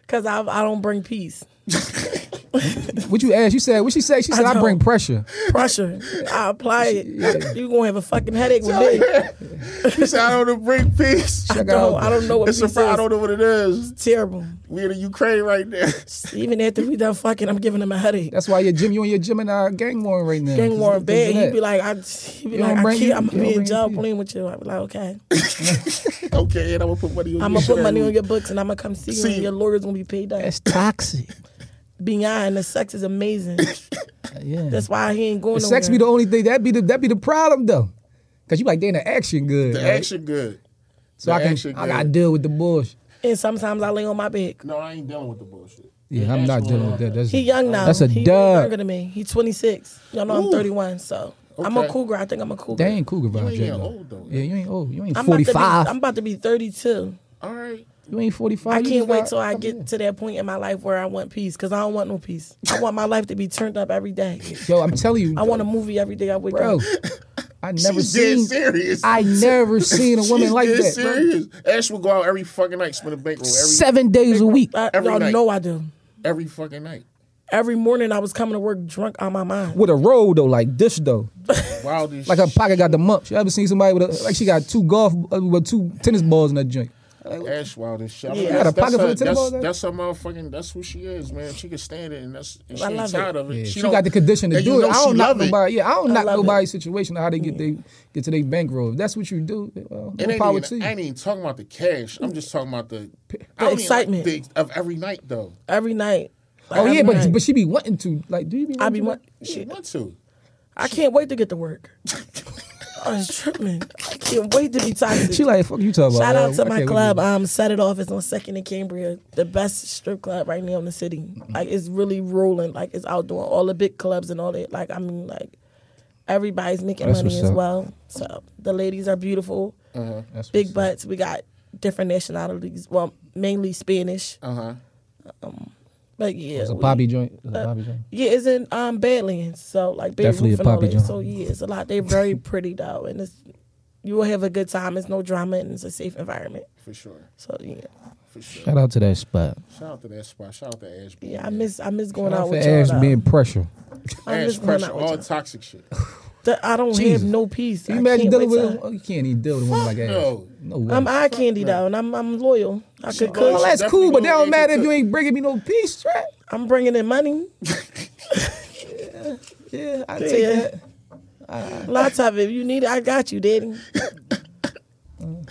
Speaker 4: because I I don't bring peace.
Speaker 3: What you asked? You said what she said? She said I,
Speaker 4: don't.
Speaker 3: bring pressure.
Speaker 4: Pressure. I apply it. You gonna have a fucking headache with it.
Speaker 2: you said I don't bring peace.
Speaker 3: Check
Speaker 4: No,
Speaker 3: out.
Speaker 4: I don't know what
Speaker 2: It's
Speaker 4: peace
Speaker 2: a fr- I
Speaker 4: is.
Speaker 2: don't know what it is.
Speaker 4: Terrible.
Speaker 2: We in the Ukraine right now.
Speaker 4: Even after we done fucking, I'm giving him a headache.
Speaker 3: That's why your Jim, you and your Gemini gang war right now.
Speaker 4: Gang war in bed. He'd be
Speaker 3: like,
Speaker 4: like, I, he'd be
Speaker 3: You don't
Speaker 4: like, I
Speaker 3: bring-
Speaker 4: can't. I'm
Speaker 3: you
Speaker 4: gonna be
Speaker 3: don't
Speaker 4: in
Speaker 3: bring
Speaker 4: jail
Speaker 3: peace.
Speaker 4: playing with you. I'd be like, okay.
Speaker 2: okay, and I'm gonna put money on.
Speaker 4: I'm
Speaker 2: your
Speaker 4: gonna put
Speaker 2: shit.
Speaker 4: money on your books and I'm gonna come see you.
Speaker 2: See-
Speaker 4: and Your lawyer's gonna be paid up.
Speaker 3: that's toxic.
Speaker 4: Beyond the sex is amazing.
Speaker 3: Yeah.
Speaker 4: That's why he ain't going.
Speaker 3: The sex be the
Speaker 4: nowhere.
Speaker 3: only thing that be the that be the problem though, cause you like they in the action good.
Speaker 2: The
Speaker 3: right?
Speaker 2: action good.
Speaker 3: so I
Speaker 2: the
Speaker 3: can
Speaker 2: action
Speaker 3: I
Speaker 2: good.
Speaker 3: gotta deal with the bullshit.
Speaker 4: And sometimes I lay on my back.
Speaker 2: No, I ain't dealing with the bullshit.
Speaker 3: Yeah, I'm not
Speaker 2: That's
Speaker 3: dealing
Speaker 2: what-
Speaker 3: with that. That's
Speaker 4: He young now.
Speaker 3: That's a
Speaker 4: he way
Speaker 3: dub.
Speaker 4: younger than me. He's 26. Y'all know
Speaker 2: Ooh.
Speaker 4: I'm 31, so I'm a
Speaker 2: Okay.
Speaker 4: cougar. I think I'm a cougar.
Speaker 3: They ain't cougar
Speaker 2: You
Speaker 3: vibes
Speaker 2: ain't
Speaker 3: yet
Speaker 2: even
Speaker 3: though.
Speaker 2: old, though,
Speaker 3: Yeah, you ain't old. You ain't
Speaker 4: I'm
Speaker 3: forty
Speaker 4: About to be, I'm
Speaker 3: five.
Speaker 4: about to be 32.
Speaker 2: All right.
Speaker 3: You ain't forty five.
Speaker 4: I can't wait till I get to that point in my life where I want peace because I don't want no peace. I want my life to be turned up every day.
Speaker 3: Yo, I'm telling you,
Speaker 4: I want a movie every day I wake
Speaker 3: bro.
Speaker 4: up.
Speaker 3: I never
Speaker 2: She's dead
Speaker 3: seen.
Speaker 2: serious.
Speaker 3: I never seen a woman
Speaker 2: She's
Speaker 3: like
Speaker 2: dead
Speaker 3: that. bro.
Speaker 2: serious. Ash will go out every fucking night, spend a bankroll every
Speaker 3: Seven days a week
Speaker 4: I,
Speaker 2: Every
Speaker 4: y'all
Speaker 2: night.
Speaker 4: know I do.
Speaker 2: every fucking night.
Speaker 4: Every morning I was coming to work drunk on my mind.
Speaker 3: with a roll though, like this though.
Speaker 2: Wild as
Speaker 3: Like her
Speaker 2: shit.
Speaker 3: pocket got the mumps. You ever seen somebody with a like she got two golf, uh, with two tennis balls in that joint?
Speaker 2: Ash wild as shit. I mean, that's,
Speaker 4: Yeah.
Speaker 3: Got a pocket
Speaker 2: that's,
Speaker 3: full
Speaker 2: her,
Speaker 3: of tennis
Speaker 2: that's,
Speaker 3: balls,
Speaker 2: that's her motherfucking. That's who she is, man. She can stand it, and that's and she
Speaker 4: I
Speaker 2: ain't
Speaker 4: love
Speaker 2: tired
Speaker 4: it.
Speaker 2: of it.
Speaker 3: Yeah, she,
Speaker 2: don't-
Speaker 3: got the condition to
Speaker 2: and you
Speaker 3: do it.
Speaker 2: know
Speaker 3: I
Speaker 2: she
Speaker 3: don't knock
Speaker 2: love it.
Speaker 3: nobody. Yeah, I don't knock
Speaker 4: love it.
Speaker 3: nobody's situation or how they get they get to their bankroll. If that's what you do, well,
Speaker 2: It
Speaker 3: more
Speaker 2: ain't
Speaker 3: power to
Speaker 2: even,
Speaker 3: you.
Speaker 2: I ain't even talking about the cash. I'm just talking about the, I
Speaker 4: The
Speaker 2: don't even like
Speaker 4: excitement.
Speaker 2: the- of every night, though.
Speaker 4: Every night. Like,
Speaker 3: oh yeah,
Speaker 4: every
Speaker 3: but
Speaker 4: night.
Speaker 3: but she be wanting to. Like, do you be?
Speaker 4: I
Speaker 3: wanting
Speaker 4: be
Speaker 3: to?
Speaker 4: want-
Speaker 2: She want to.
Speaker 4: I can't wait to get to work. I was tripping. I can't wait to be toxic.
Speaker 3: She like fuck you talking about.
Speaker 4: Shout out
Speaker 3: uh,
Speaker 4: to
Speaker 3: I
Speaker 4: my
Speaker 3: can't
Speaker 4: club.
Speaker 3: wait
Speaker 4: Um, Set It Off is on Second and Cambria, the best strip club right now in the city.
Speaker 3: Mm-hmm.
Speaker 4: Like it's really rolling. Like it's out doing all the big clubs and all that. Like I mean, like everybody's making
Speaker 3: That's
Speaker 4: money
Speaker 3: what's
Speaker 4: as
Speaker 3: up. Uh-huh.
Speaker 4: well. So the ladies are beautiful,
Speaker 3: to- That's
Speaker 4: big
Speaker 3: what's up.
Speaker 4: butts. We got different nationalities. Well, mainly Spanish,
Speaker 2: Uh huh.
Speaker 4: but yeah,
Speaker 3: It's a
Speaker 4: we-
Speaker 3: poppy joint. It's a poppy joint.
Speaker 4: yeah, it's in um Badlands. So like Bay
Speaker 3: Definitely
Speaker 4: Roof
Speaker 3: a
Speaker 4: and all
Speaker 3: poppy
Speaker 4: that.
Speaker 3: joint.
Speaker 4: So yeah, it's a lot. They're very pretty though, and it's you will have a good time. It's no drama and it's a safe environment.
Speaker 2: For sure.
Speaker 4: So yeah.
Speaker 2: For sure.
Speaker 3: Shout out to that spot.
Speaker 2: Shout out to that spot. Shout out to Ash. Boy,
Speaker 4: Yeah, I
Speaker 2: man.
Speaker 4: miss I miss going
Speaker 3: Shout
Speaker 4: out
Speaker 3: out for
Speaker 4: with y'all.
Speaker 3: ass
Speaker 4: though.
Speaker 3: being pressure.
Speaker 4: I
Speaker 2: Ash
Speaker 4: miss going
Speaker 2: pressure,
Speaker 4: out with
Speaker 2: all
Speaker 4: y'all.
Speaker 2: toxic shit.
Speaker 4: That I don't
Speaker 3: Jesus.
Speaker 4: have no peace.
Speaker 3: Can
Speaker 4: I
Speaker 3: you imagine
Speaker 4: can't
Speaker 3: dealing
Speaker 4: wait
Speaker 3: with
Speaker 4: to-
Speaker 3: oh, you can't even deal with one like that.
Speaker 2: no.
Speaker 3: No way.
Speaker 4: I'm eye candy though, and I'm I'm loyal. I could
Speaker 2: loyal.
Speaker 3: well,
Speaker 4: cook.
Speaker 3: that's
Speaker 2: Definitely
Speaker 3: cool, but that
Speaker 2: gonna
Speaker 3: don't
Speaker 2: be
Speaker 3: matter if
Speaker 2: good.
Speaker 3: you ain't bringing me no peace, right?
Speaker 4: I'm bringing in money.
Speaker 3: Yeah, I take
Speaker 4: Yeah.
Speaker 3: that.
Speaker 4: Lots of it. If you need it, I got you, daddy.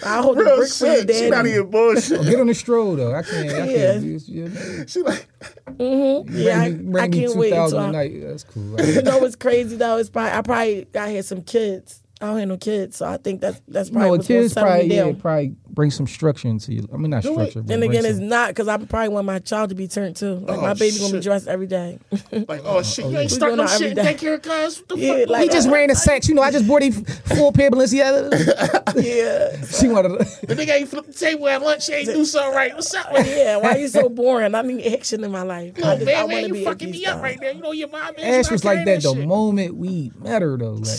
Speaker 4: I hold the
Speaker 2: Real
Speaker 4: brick for you,
Speaker 2: shit. She not
Speaker 4: daddy.
Speaker 2: even bullshit.
Speaker 3: Get on the stroll though. I can't. I
Speaker 4: Yeah.
Speaker 3: can't. do this. Yeah, man.
Speaker 2: She like,
Speaker 4: Mm-hmm. Yeah, I,
Speaker 3: Bring me-
Speaker 4: I
Speaker 3: bring me
Speaker 4: can't wait
Speaker 3: 2000
Speaker 4: until
Speaker 3: a
Speaker 4: I,
Speaker 3: night. That's cool.
Speaker 4: You
Speaker 3: Right?
Speaker 4: know what's crazy though? It's probably I probably I had some kids. I don't have no kids, so I think that's that's
Speaker 3: you
Speaker 4: probably
Speaker 3: know, a
Speaker 4: what's gonna
Speaker 3: kid's
Speaker 4: settle
Speaker 3: probably
Speaker 4: me
Speaker 3: yeah,
Speaker 4: down.
Speaker 3: probably bring some structure into you. I mean, not
Speaker 2: Do it.
Speaker 3: structure. but
Speaker 4: and
Speaker 3: bring
Speaker 4: again,
Speaker 3: some-
Speaker 4: it's not because I probably want my child to be turned too. Like
Speaker 2: Oh,
Speaker 4: my baby gonna be
Speaker 2: shit.
Speaker 4: dressed every day.
Speaker 2: like, oh shit, you ain't
Speaker 4: We
Speaker 2: starting
Speaker 4: going
Speaker 2: no
Speaker 4: out every
Speaker 2: shit in
Speaker 4: day.
Speaker 2: daycare class. What the
Speaker 4: Yeah,
Speaker 2: fuck?
Speaker 4: like-
Speaker 3: He just wearing a sex, you know. I just bought a full pair of Balenciaga.
Speaker 4: yeah,
Speaker 3: She wanted. To,
Speaker 2: the nigga ain't flip the table at lunch. She ain't do something right. What's up with
Speaker 4: yeah. Why you so boring? I need action in my life. I
Speaker 2: Oh,
Speaker 4: just- I
Speaker 2: man,
Speaker 4: wanna
Speaker 2: man,
Speaker 4: be
Speaker 2: you
Speaker 4: a
Speaker 2: fucking
Speaker 4: G
Speaker 2: me up
Speaker 4: star.
Speaker 2: right there. You know your mom is.
Speaker 3: Ash was like that the moment we met her though. Like,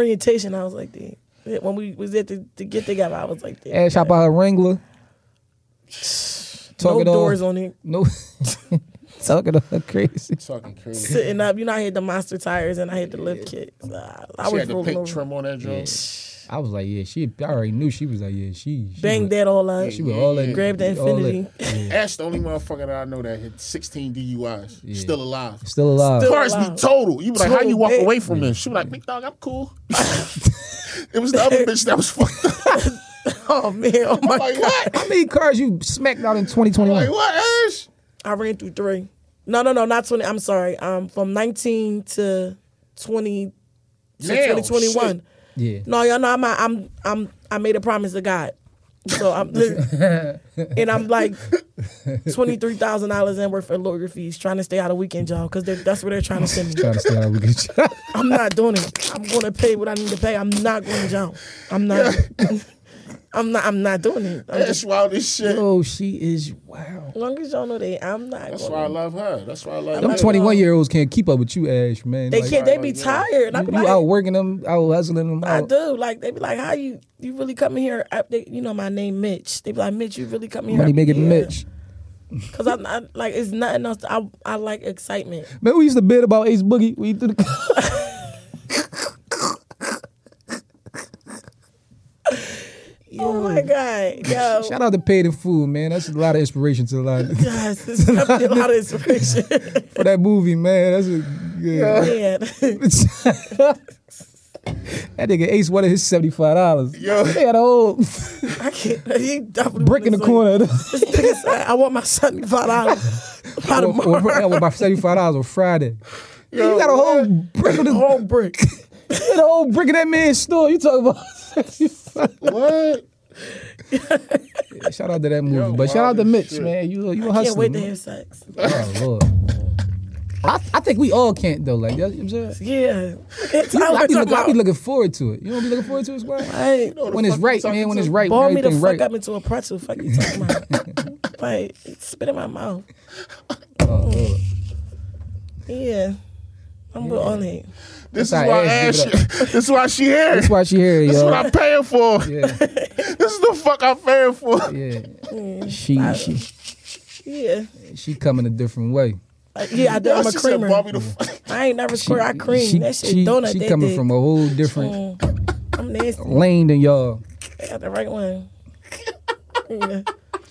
Speaker 4: Orientation, I was like that. Yeah, When we was at the, the get together, I was like that.
Speaker 3: Ash out by her Wrangler.
Speaker 4: no
Speaker 3: Talking to her-
Speaker 4: doors on it.
Speaker 3: No. Talking to her crazy.
Speaker 2: Talking crazy.
Speaker 4: Sitting up, you know, I had the monster tires and I had the lift kit. So I, I
Speaker 2: She
Speaker 4: was
Speaker 2: had the
Speaker 4: rolling
Speaker 2: pink
Speaker 4: over.
Speaker 2: trim on that joint.
Speaker 3: I was like, yeah, she. I already knew she was like, yeah, she. she
Speaker 4: Bang
Speaker 3: was-
Speaker 4: that all up.
Speaker 3: She was all that.
Speaker 4: Grab the
Speaker 3: all that-
Speaker 4: Infinity.
Speaker 2: Ash, the only motherfucker that I know that hit 16 DUIs, still alive.
Speaker 3: Still alive.
Speaker 4: Still-
Speaker 2: Cars be
Speaker 4: alive.
Speaker 2: total. You be like, how
Speaker 4: Total
Speaker 2: you walk
Speaker 4: bitch.
Speaker 2: away from this? She be like, big dog, I'm cool. it was the other bitch that was fucked up.
Speaker 4: Oh man, oh my
Speaker 2: I'm like, what?
Speaker 3: How many cars you smacked out in
Speaker 2: I'm
Speaker 3: 2021?
Speaker 2: like, what, Ash?
Speaker 4: I ran through three. No, no, no, not twenty. I'm sorry. Um, from nineteen to twenty to
Speaker 2: Damn,
Speaker 4: twenty twenty one.
Speaker 2: shit.
Speaker 3: yeah.
Speaker 4: No, y'all know I'm I'm I'm I made a promise to God. So I'm and I'm like twenty three thousand dollars in worth of lawyer fees trying to stay out of weekend job because that's where they're trying to send me.
Speaker 3: Trying to stay out of a good job.
Speaker 4: I'm not doing it. I'm gonna pay what I need to pay. I'm not going to jump. I'm not. I'm not. I'm not doing it. I'm just,
Speaker 2: Ash wild as shit.
Speaker 3: Oh, she is wow.
Speaker 4: as long as y'all know that, I'm not.
Speaker 2: That's
Speaker 4: gonna-
Speaker 2: why I love her. That's why I love
Speaker 3: Them
Speaker 2: her.
Speaker 3: 21 year olds can't keep up with you, Ash, man.
Speaker 4: uh, They
Speaker 3: Like,
Speaker 4: can't. They be
Speaker 2: Yeah.
Speaker 4: tired. I'm
Speaker 3: You,
Speaker 4: like,
Speaker 3: you out working them, out hustling them
Speaker 4: I
Speaker 3: out.
Speaker 4: do. Like they be like, "How you? You really coming here?" I, they, you know my name, Mitch. They be like, "Mitch, you really coming here?"
Speaker 3: Money making Mitch.
Speaker 4: Because I'm not, like, it's nothing else. I I like excitement.
Speaker 3: Man, we used to bid about Ace Boogie. We used to-
Speaker 4: Oh my god, yo,
Speaker 3: Shout out to Paid in Food, man. That's a lot of inspiration to a lot of,
Speaker 4: guys, this is definitely a lot of inspiration.
Speaker 3: for that movie, man. That's a good.
Speaker 4: Man,
Speaker 3: that nigga Ace wanted his seventy five dollars.
Speaker 2: Yo.
Speaker 3: They had a whole
Speaker 4: I can't. He definitely
Speaker 3: brick in the
Speaker 4: wanna
Speaker 3: corner.
Speaker 4: say- This nigga said, I want my seventy five dollars by
Speaker 3: Or- or-
Speaker 4: tomorrow.
Speaker 3: That was about seventy five dollars on Friday.
Speaker 2: Yo,
Speaker 3: you got a whole brick of the
Speaker 4: Whole brick.
Speaker 3: had a whole brick of that man's store. You talking about seventy five?
Speaker 2: What?
Speaker 3: Shout out to that movie, but shout
Speaker 2: wild
Speaker 3: out to
Speaker 2: as
Speaker 3: Mitch,
Speaker 2: shit.
Speaker 3: man. You you a
Speaker 4: Can't
Speaker 3: hustler.
Speaker 4: wait to
Speaker 3: man.
Speaker 4: have sex.
Speaker 3: Oh lord. I, I think we all can't though. Like you know what I'm saying.
Speaker 4: Yeah, it's
Speaker 3: I
Speaker 4: I
Speaker 3: be, looking, I be
Speaker 4: about.
Speaker 3: looking forward to it. You don't be looking forward to it, squad.
Speaker 4: Hey,
Speaker 3: When it's right, man. When it's right,
Speaker 4: Ball
Speaker 3: when
Speaker 4: me the
Speaker 3: everything
Speaker 4: fuck
Speaker 3: right.
Speaker 4: up into a pretzel. Fuck you talking about? like spit in my mouth.
Speaker 3: Oh.
Speaker 4: yeah, I'm good on it.
Speaker 2: This is
Speaker 3: That's
Speaker 2: why
Speaker 3: how Ash
Speaker 2: Ash.
Speaker 3: give it
Speaker 2: This is why she here.
Speaker 3: That's
Speaker 2: This
Speaker 3: why she here,
Speaker 2: is what
Speaker 3: yo.
Speaker 2: I'm paying for.
Speaker 3: Yeah,
Speaker 2: This is the fuck I'm paying for.
Speaker 3: yeah. She she
Speaker 4: Yeah,
Speaker 3: she coming a different way.
Speaker 4: like, Uh, yeah. I do.
Speaker 2: Yo,
Speaker 4: I'm a
Speaker 2: she said,
Speaker 4: creamer.
Speaker 2: Bobby the fuck.
Speaker 4: I ain't never square. I cream. that shit
Speaker 3: she,
Speaker 4: donut.
Speaker 3: she
Speaker 4: that
Speaker 3: coming
Speaker 4: dick.
Speaker 3: from a whole different
Speaker 4: I'm nasty.
Speaker 3: lane than y'all.
Speaker 4: I got the right one. Yeah.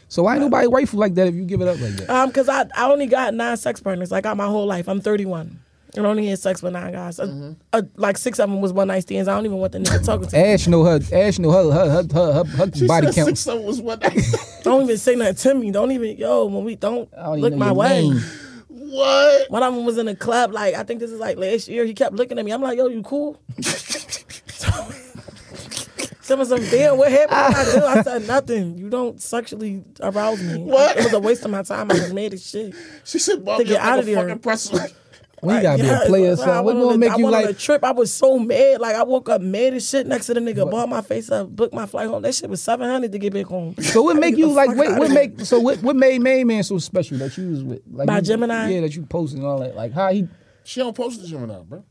Speaker 3: So why ain't nobody wife like that if you give it up like that?
Speaker 4: Um, cause I I only got nine sex partners. I got my whole life. I'm 31. And only had sex with nine guys. Uh,
Speaker 3: Mm-hmm.
Speaker 4: uh, like six of them was one night stands. I don't even want the nigga talking to. me.
Speaker 3: Ash know her. Ash know her. Her her her, her, her
Speaker 2: She
Speaker 3: body
Speaker 2: said
Speaker 3: count.
Speaker 2: six of them was one night.
Speaker 4: Don't even say nothing to me. Don't even yo. When we don't,
Speaker 3: I don't even
Speaker 4: look
Speaker 3: know
Speaker 4: my
Speaker 3: your
Speaker 4: way.
Speaker 3: name.
Speaker 2: what?
Speaker 4: One of them was in a club. Like I think this is like last year. He kept looking at me. I'm like, yo, you cool? Some of some damn. What happened? I, do. I said nothing. You don't sexually arouse me.
Speaker 2: What?
Speaker 4: It was a waste of my time. I was mad as shit.
Speaker 2: She said Bobby
Speaker 4: To get
Speaker 2: the
Speaker 4: out of
Speaker 2: fucking
Speaker 4: there.
Speaker 2: pretzel.
Speaker 3: We gotta be
Speaker 4: Yeah,
Speaker 3: a player,
Speaker 4: it's like, I
Speaker 3: son. We're
Speaker 4: went on
Speaker 3: gonna
Speaker 4: a-
Speaker 3: make
Speaker 4: I
Speaker 3: you
Speaker 4: went on a
Speaker 3: like.
Speaker 4: trip. I was so mad. Like I woke up mad as shit next to the nigga. Balled my face up. Booked my flight home. That shit was seven hundred to get back home.
Speaker 3: So what make you
Speaker 4: the
Speaker 3: like?
Speaker 4: fuck
Speaker 3: What,
Speaker 4: outta
Speaker 3: what
Speaker 4: here.
Speaker 3: make so what what made Main Man so special that you was with? Like
Speaker 4: By
Speaker 3: you-
Speaker 4: Gemini?
Speaker 3: Yeah, that you posted and all that. Like how he.
Speaker 2: She don't post the Gemini, bro.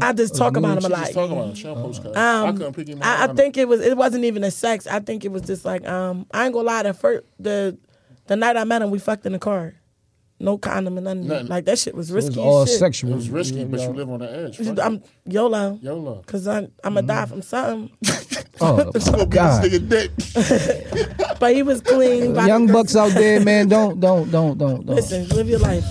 Speaker 4: I just talk about him a
Speaker 2: She
Speaker 4: lot.
Speaker 2: just talking about him. She don't post cuz. I couldn't pick him
Speaker 4: Uh-huh. Um, I, I think it was it wasn't even a sex. I think it was just like um I ain't gonna lie. The first the the night I met him, we fucked in the car. no condom and nothing.
Speaker 2: Nothing.
Speaker 4: Like that shit was
Speaker 3: It was
Speaker 4: risky. as
Speaker 3: all
Speaker 4: shit.
Speaker 2: It
Speaker 3: sexual.
Speaker 2: was risky, but you live on the edge. Fuck it.
Speaker 4: I'm YOLO.
Speaker 2: YOLO.
Speaker 4: Cause I I'm gonna die
Speaker 3: Mm-hmm.
Speaker 4: from something.
Speaker 3: Oh, my
Speaker 2: This
Speaker 3: God.
Speaker 2: nigga dick.
Speaker 4: But he was clean. by the
Speaker 3: Young
Speaker 4: third-
Speaker 3: bucks out there, man, don't, don't, don't, don't, don't.
Speaker 4: Listen, live your life.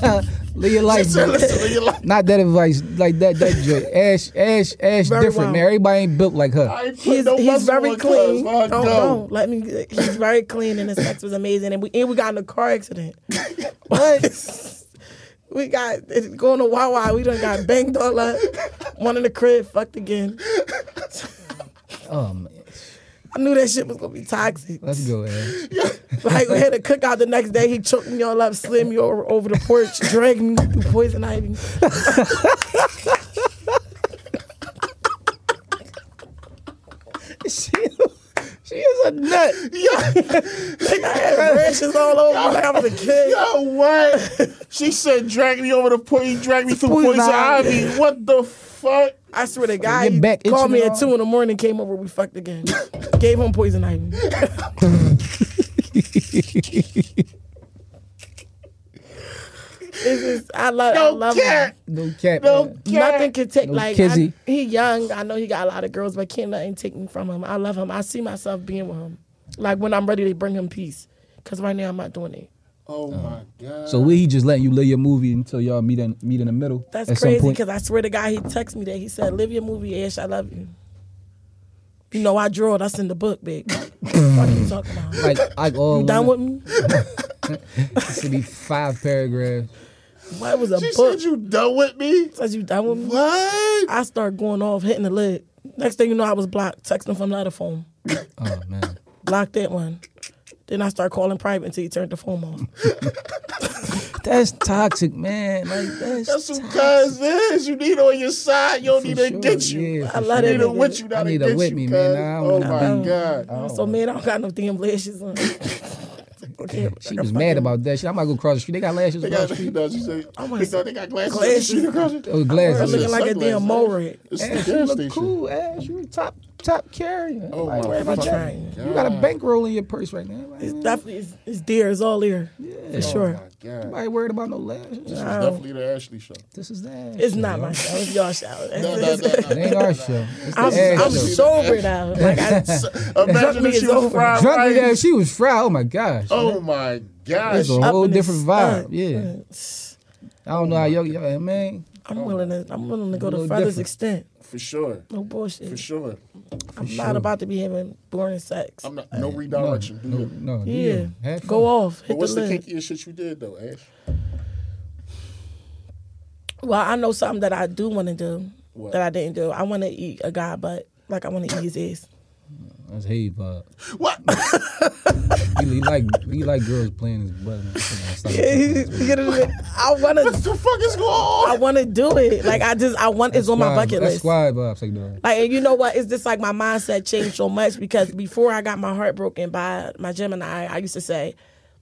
Speaker 3: Live your life,
Speaker 2: Tell
Speaker 3: bro.
Speaker 2: us to your life.
Speaker 3: Not that advice, like that, that joint. Ash, Ash, Ash,
Speaker 4: Very
Speaker 3: different,
Speaker 4: wild.
Speaker 3: man. Everybody ain't built like her.
Speaker 2: I ain't putting
Speaker 4: He's,
Speaker 2: no
Speaker 4: he's
Speaker 2: muscle
Speaker 4: very
Speaker 2: on,
Speaker 4: clean.
Speaker 2: cuz, fuck
Speaker 4: Don't,
Speaker 2: no.
Speaker 4: don't let me. He's very clean, and his sex was amazing. And we and we got in a car accident. What? we got it- going to Wawa. We done got banged all up. One in the crib, fucked again.
Speaker 3: Oh, man.
Speaker 4: I knew that shit was gonna be toxic.
Speaker 3: Let's go, Ash.
Speaker 4: Like we had a cookout the next day. He choked me all up, slammed me over, over the porch, dragged me through poison ivy.
Speaker 3: she, she is a nut.
Speaker 4: Like I had rashes all over. me Like I was a kid.
Speaker 2: Yo, what? she said, drag me over the point. You drag me through
Speaker 4: Poison
Speaker 2: poison
Speaker 4: ivy.
Speaker 2: ivy. What the fuck?
Speaker 4: I swear to God, he
Speaker 3: Your back
Speaker 4: called
Speaker 3: itching
Speaker 4: me
Speaker 3: and
Speaker 4: at
Speaker 3: all.
Speaker 4: two in the morning, came over, we fucked again. Gave him poison ivy. This is I love I
Speaker 2: No
Speaker 4: love
Speaker 2: cat.
Speaker 4: him.
Speaker 3: No cap,
Speaker 2: No
Speaker 3: man.
Speaker 2: cat.
Speaker 4: Nothing can take
Speaker 3: No
Speaker 4: like I,
Speaker 3: kizzy.
Speaker 4: he young. I know he got a lot of girls, but can't nothing take me from him. I love him. I see myself being with him. Like when I'm ready, they bring him peace. Cause right now I'm not doing it.
Speaker 2: Oh my god.
Speaker 3: So we he just letting you live your movie until y'all meet in meet in the middle.
Speaker 4: That's
Speaker 3: at
Speaker 4: crazy.
Speaker 3: Some point.
Speaker 4: Cause I swear to God, he texted me that he said, "Live your movie, Ash. I love you." You know I draw it. That's in the book, big. what are you talking about?
Speaker 3: Like I all
Speaker 4: You done with me?
Speaker 3: this to be five paragraphs.
Speaker 4: Why it was a
Speaker 2: she
Speaker 4: book?
Speaker 2: said you done with me.
Speaker 4: Says you done with me?
Speaker 2: What?
Speaker 4: I start going off, hitting the lid. Next thing you know, I was blocked, texting from the other phone.
Speaker 3: Oh man.
Speaker 4: Blocked that one. Then I start calling private until he turned the phone off.
Speaker 3: That's toxic, man. Like that's,
Speaker 2: That's who
Speaker 3: toxic
Speaker 2: cuz is. You need on your side. You don't
Speaker 3: for
Speaker 2: need to
Speaker 3: sure.
Speaker 2: get you.
Speaker 3: Yeah, for
Speaker 4: I love
Speaker 2: I
Speaker 3: sure.
Speaker 2: need
Speaker 4: that
Speaker 2: a
Speaker 4: nigga.
Speaker 2: with you,
Speaker 3: I
Speaker 2: not
Speaker 3: need a
Speaker 2: against
Speaker 3: with
Speaker 2: you,
Speaker 3: me,
Speaker 2: cuz.
Speaker 3: man. Nah, I don't
Speaker 2: oh
Speaker 3: know.
Speaker 2: my god.
Speaker 4: So man, I don't got no damn lashes on. okay,
Speaker 3: She was mad about that shit. I might go across the street. They got lashes
Speaker 2: They
Speaker 3: across
Speaker 2: got,
Speaker 3: the
Speaker 2: you
Speaker 3: street.
Speaker 2: know, she said,
Speaker 4: I
Speaker 2: I
Speaker 4: want
Speaker 2: want
Speaker 4: some
Speaker 2: they got glasses.
Speaker 4: glasses.
Speaker 2: She got glasses.
Speaker 3: Oh,
Speaker 4: Her
Speaker 3: glasses.
Speaker 4: looking like a damn
Speaker 2: Sunglasses.
Speaker 4: mole rat.
Speaker 2: It's the
Speaker 3: Ash, you
Speaker 2: gas
Speaker 3: look
Speaker 2: station.
Speaker 3: cool, Ash. You top top carrier.
Speaker 2: Oh
Speaker 3: like,
Speaker 2: my
Speaker 3: worry about
Speaker 2: fucking
Speaker 3: that.
Speaker 4: God.
Speaker 3: You got a bankroll in your purse right now. Like,
Speaker 4: It's definitely it's, it's deer. It's all ear. For
Speaker 2: Oh
Speaker 4: sure.
Speaker 2: my god.
Speaker 3: nobody worried about no lashes.
Speaker 2: This was
Speaker 4: Wow.
Speaker 2: definitely the Ashley show.
Speaker 3: This is that.
Speaker 4: It's not my show. It's y'all show.
Speaker 2: No, no, no,
Speaker 3: It ain't our show. It's the
Speaker 4: I'm,
Speaker 3: Ash
Speaker 4: I'm
Speaker 3: show.
Speaker 4: sober now. Like I,
Speaker 2: no. Imagine
Speaker 4: me
Speaker 2: if she
Speaker 4: is
Speaker 2: was
Speaker 4: over.
Speaker 2: fried
Speaker 3: Drunk me down.
Speaker 2: rice.
Speaker 3: She was fried. Oh my gosh.
Speaker 2: Oh my gosh.
Speaker 3: It's a
Speaker 4: up
Speaker 3: whole
Speaker 4: in the
Speaker 3: different vibe.
Speaker 4: stunt.
Speaker 3: Yeah. I don't know how y'all, y'all man.
Speaker 4: I'm willing to. I'm willing to go to
Speaker 3: little
Speaker 4: furthest
Speaker 3: different.
Speaker 4: extent.
Speaker 2: For sure.
Speaker 4: No bullshit.
Speaker 2: For sure.
Speaker 4: I'm not about to be having boring sex.
Speaker 2: I'm not no redirection. do
Speaker 3: No,
Speaker 2: you?
Speaker 3: no. do
Speaker 4: yeah,
Speaker 3: you? Have fun.
Speaker 4: go off. Hit
Speaker 2: But what's
Speaker 4: the
Speaker 2: the
Speaker 4: lid.
Speaker 2: kinkiest shit you did though, Ash?
Speaker 4: Well, I know something that I do want to do
Speaker 2: What?
Speaker 4: that I didn't do. I want to eat a guy butt. Like I want to eat his ass.
Speaker 3: That's hate vibe.
Speaker 2: What?
Speaker 3: He like he like girls playing his butt. and stuff.
Speaker 4: I want
Speaker 2: What
Speaker 4: to.
Speaker 2: the fuck is going
Speaker 4: I
Speaker 2: on?
Speaker 4: want to do it. Like I just. I want. It's on my
Speaker 3: Squad-
Speaker 4: bucket
Speaker 3: that's
Speaker 4: list.
Speaker 3: Squad vibes, like dog.
Speaker 4: Like and you know what? It's just like my mindset changed so much because before I got my heart broken by my Gemini, I used to say,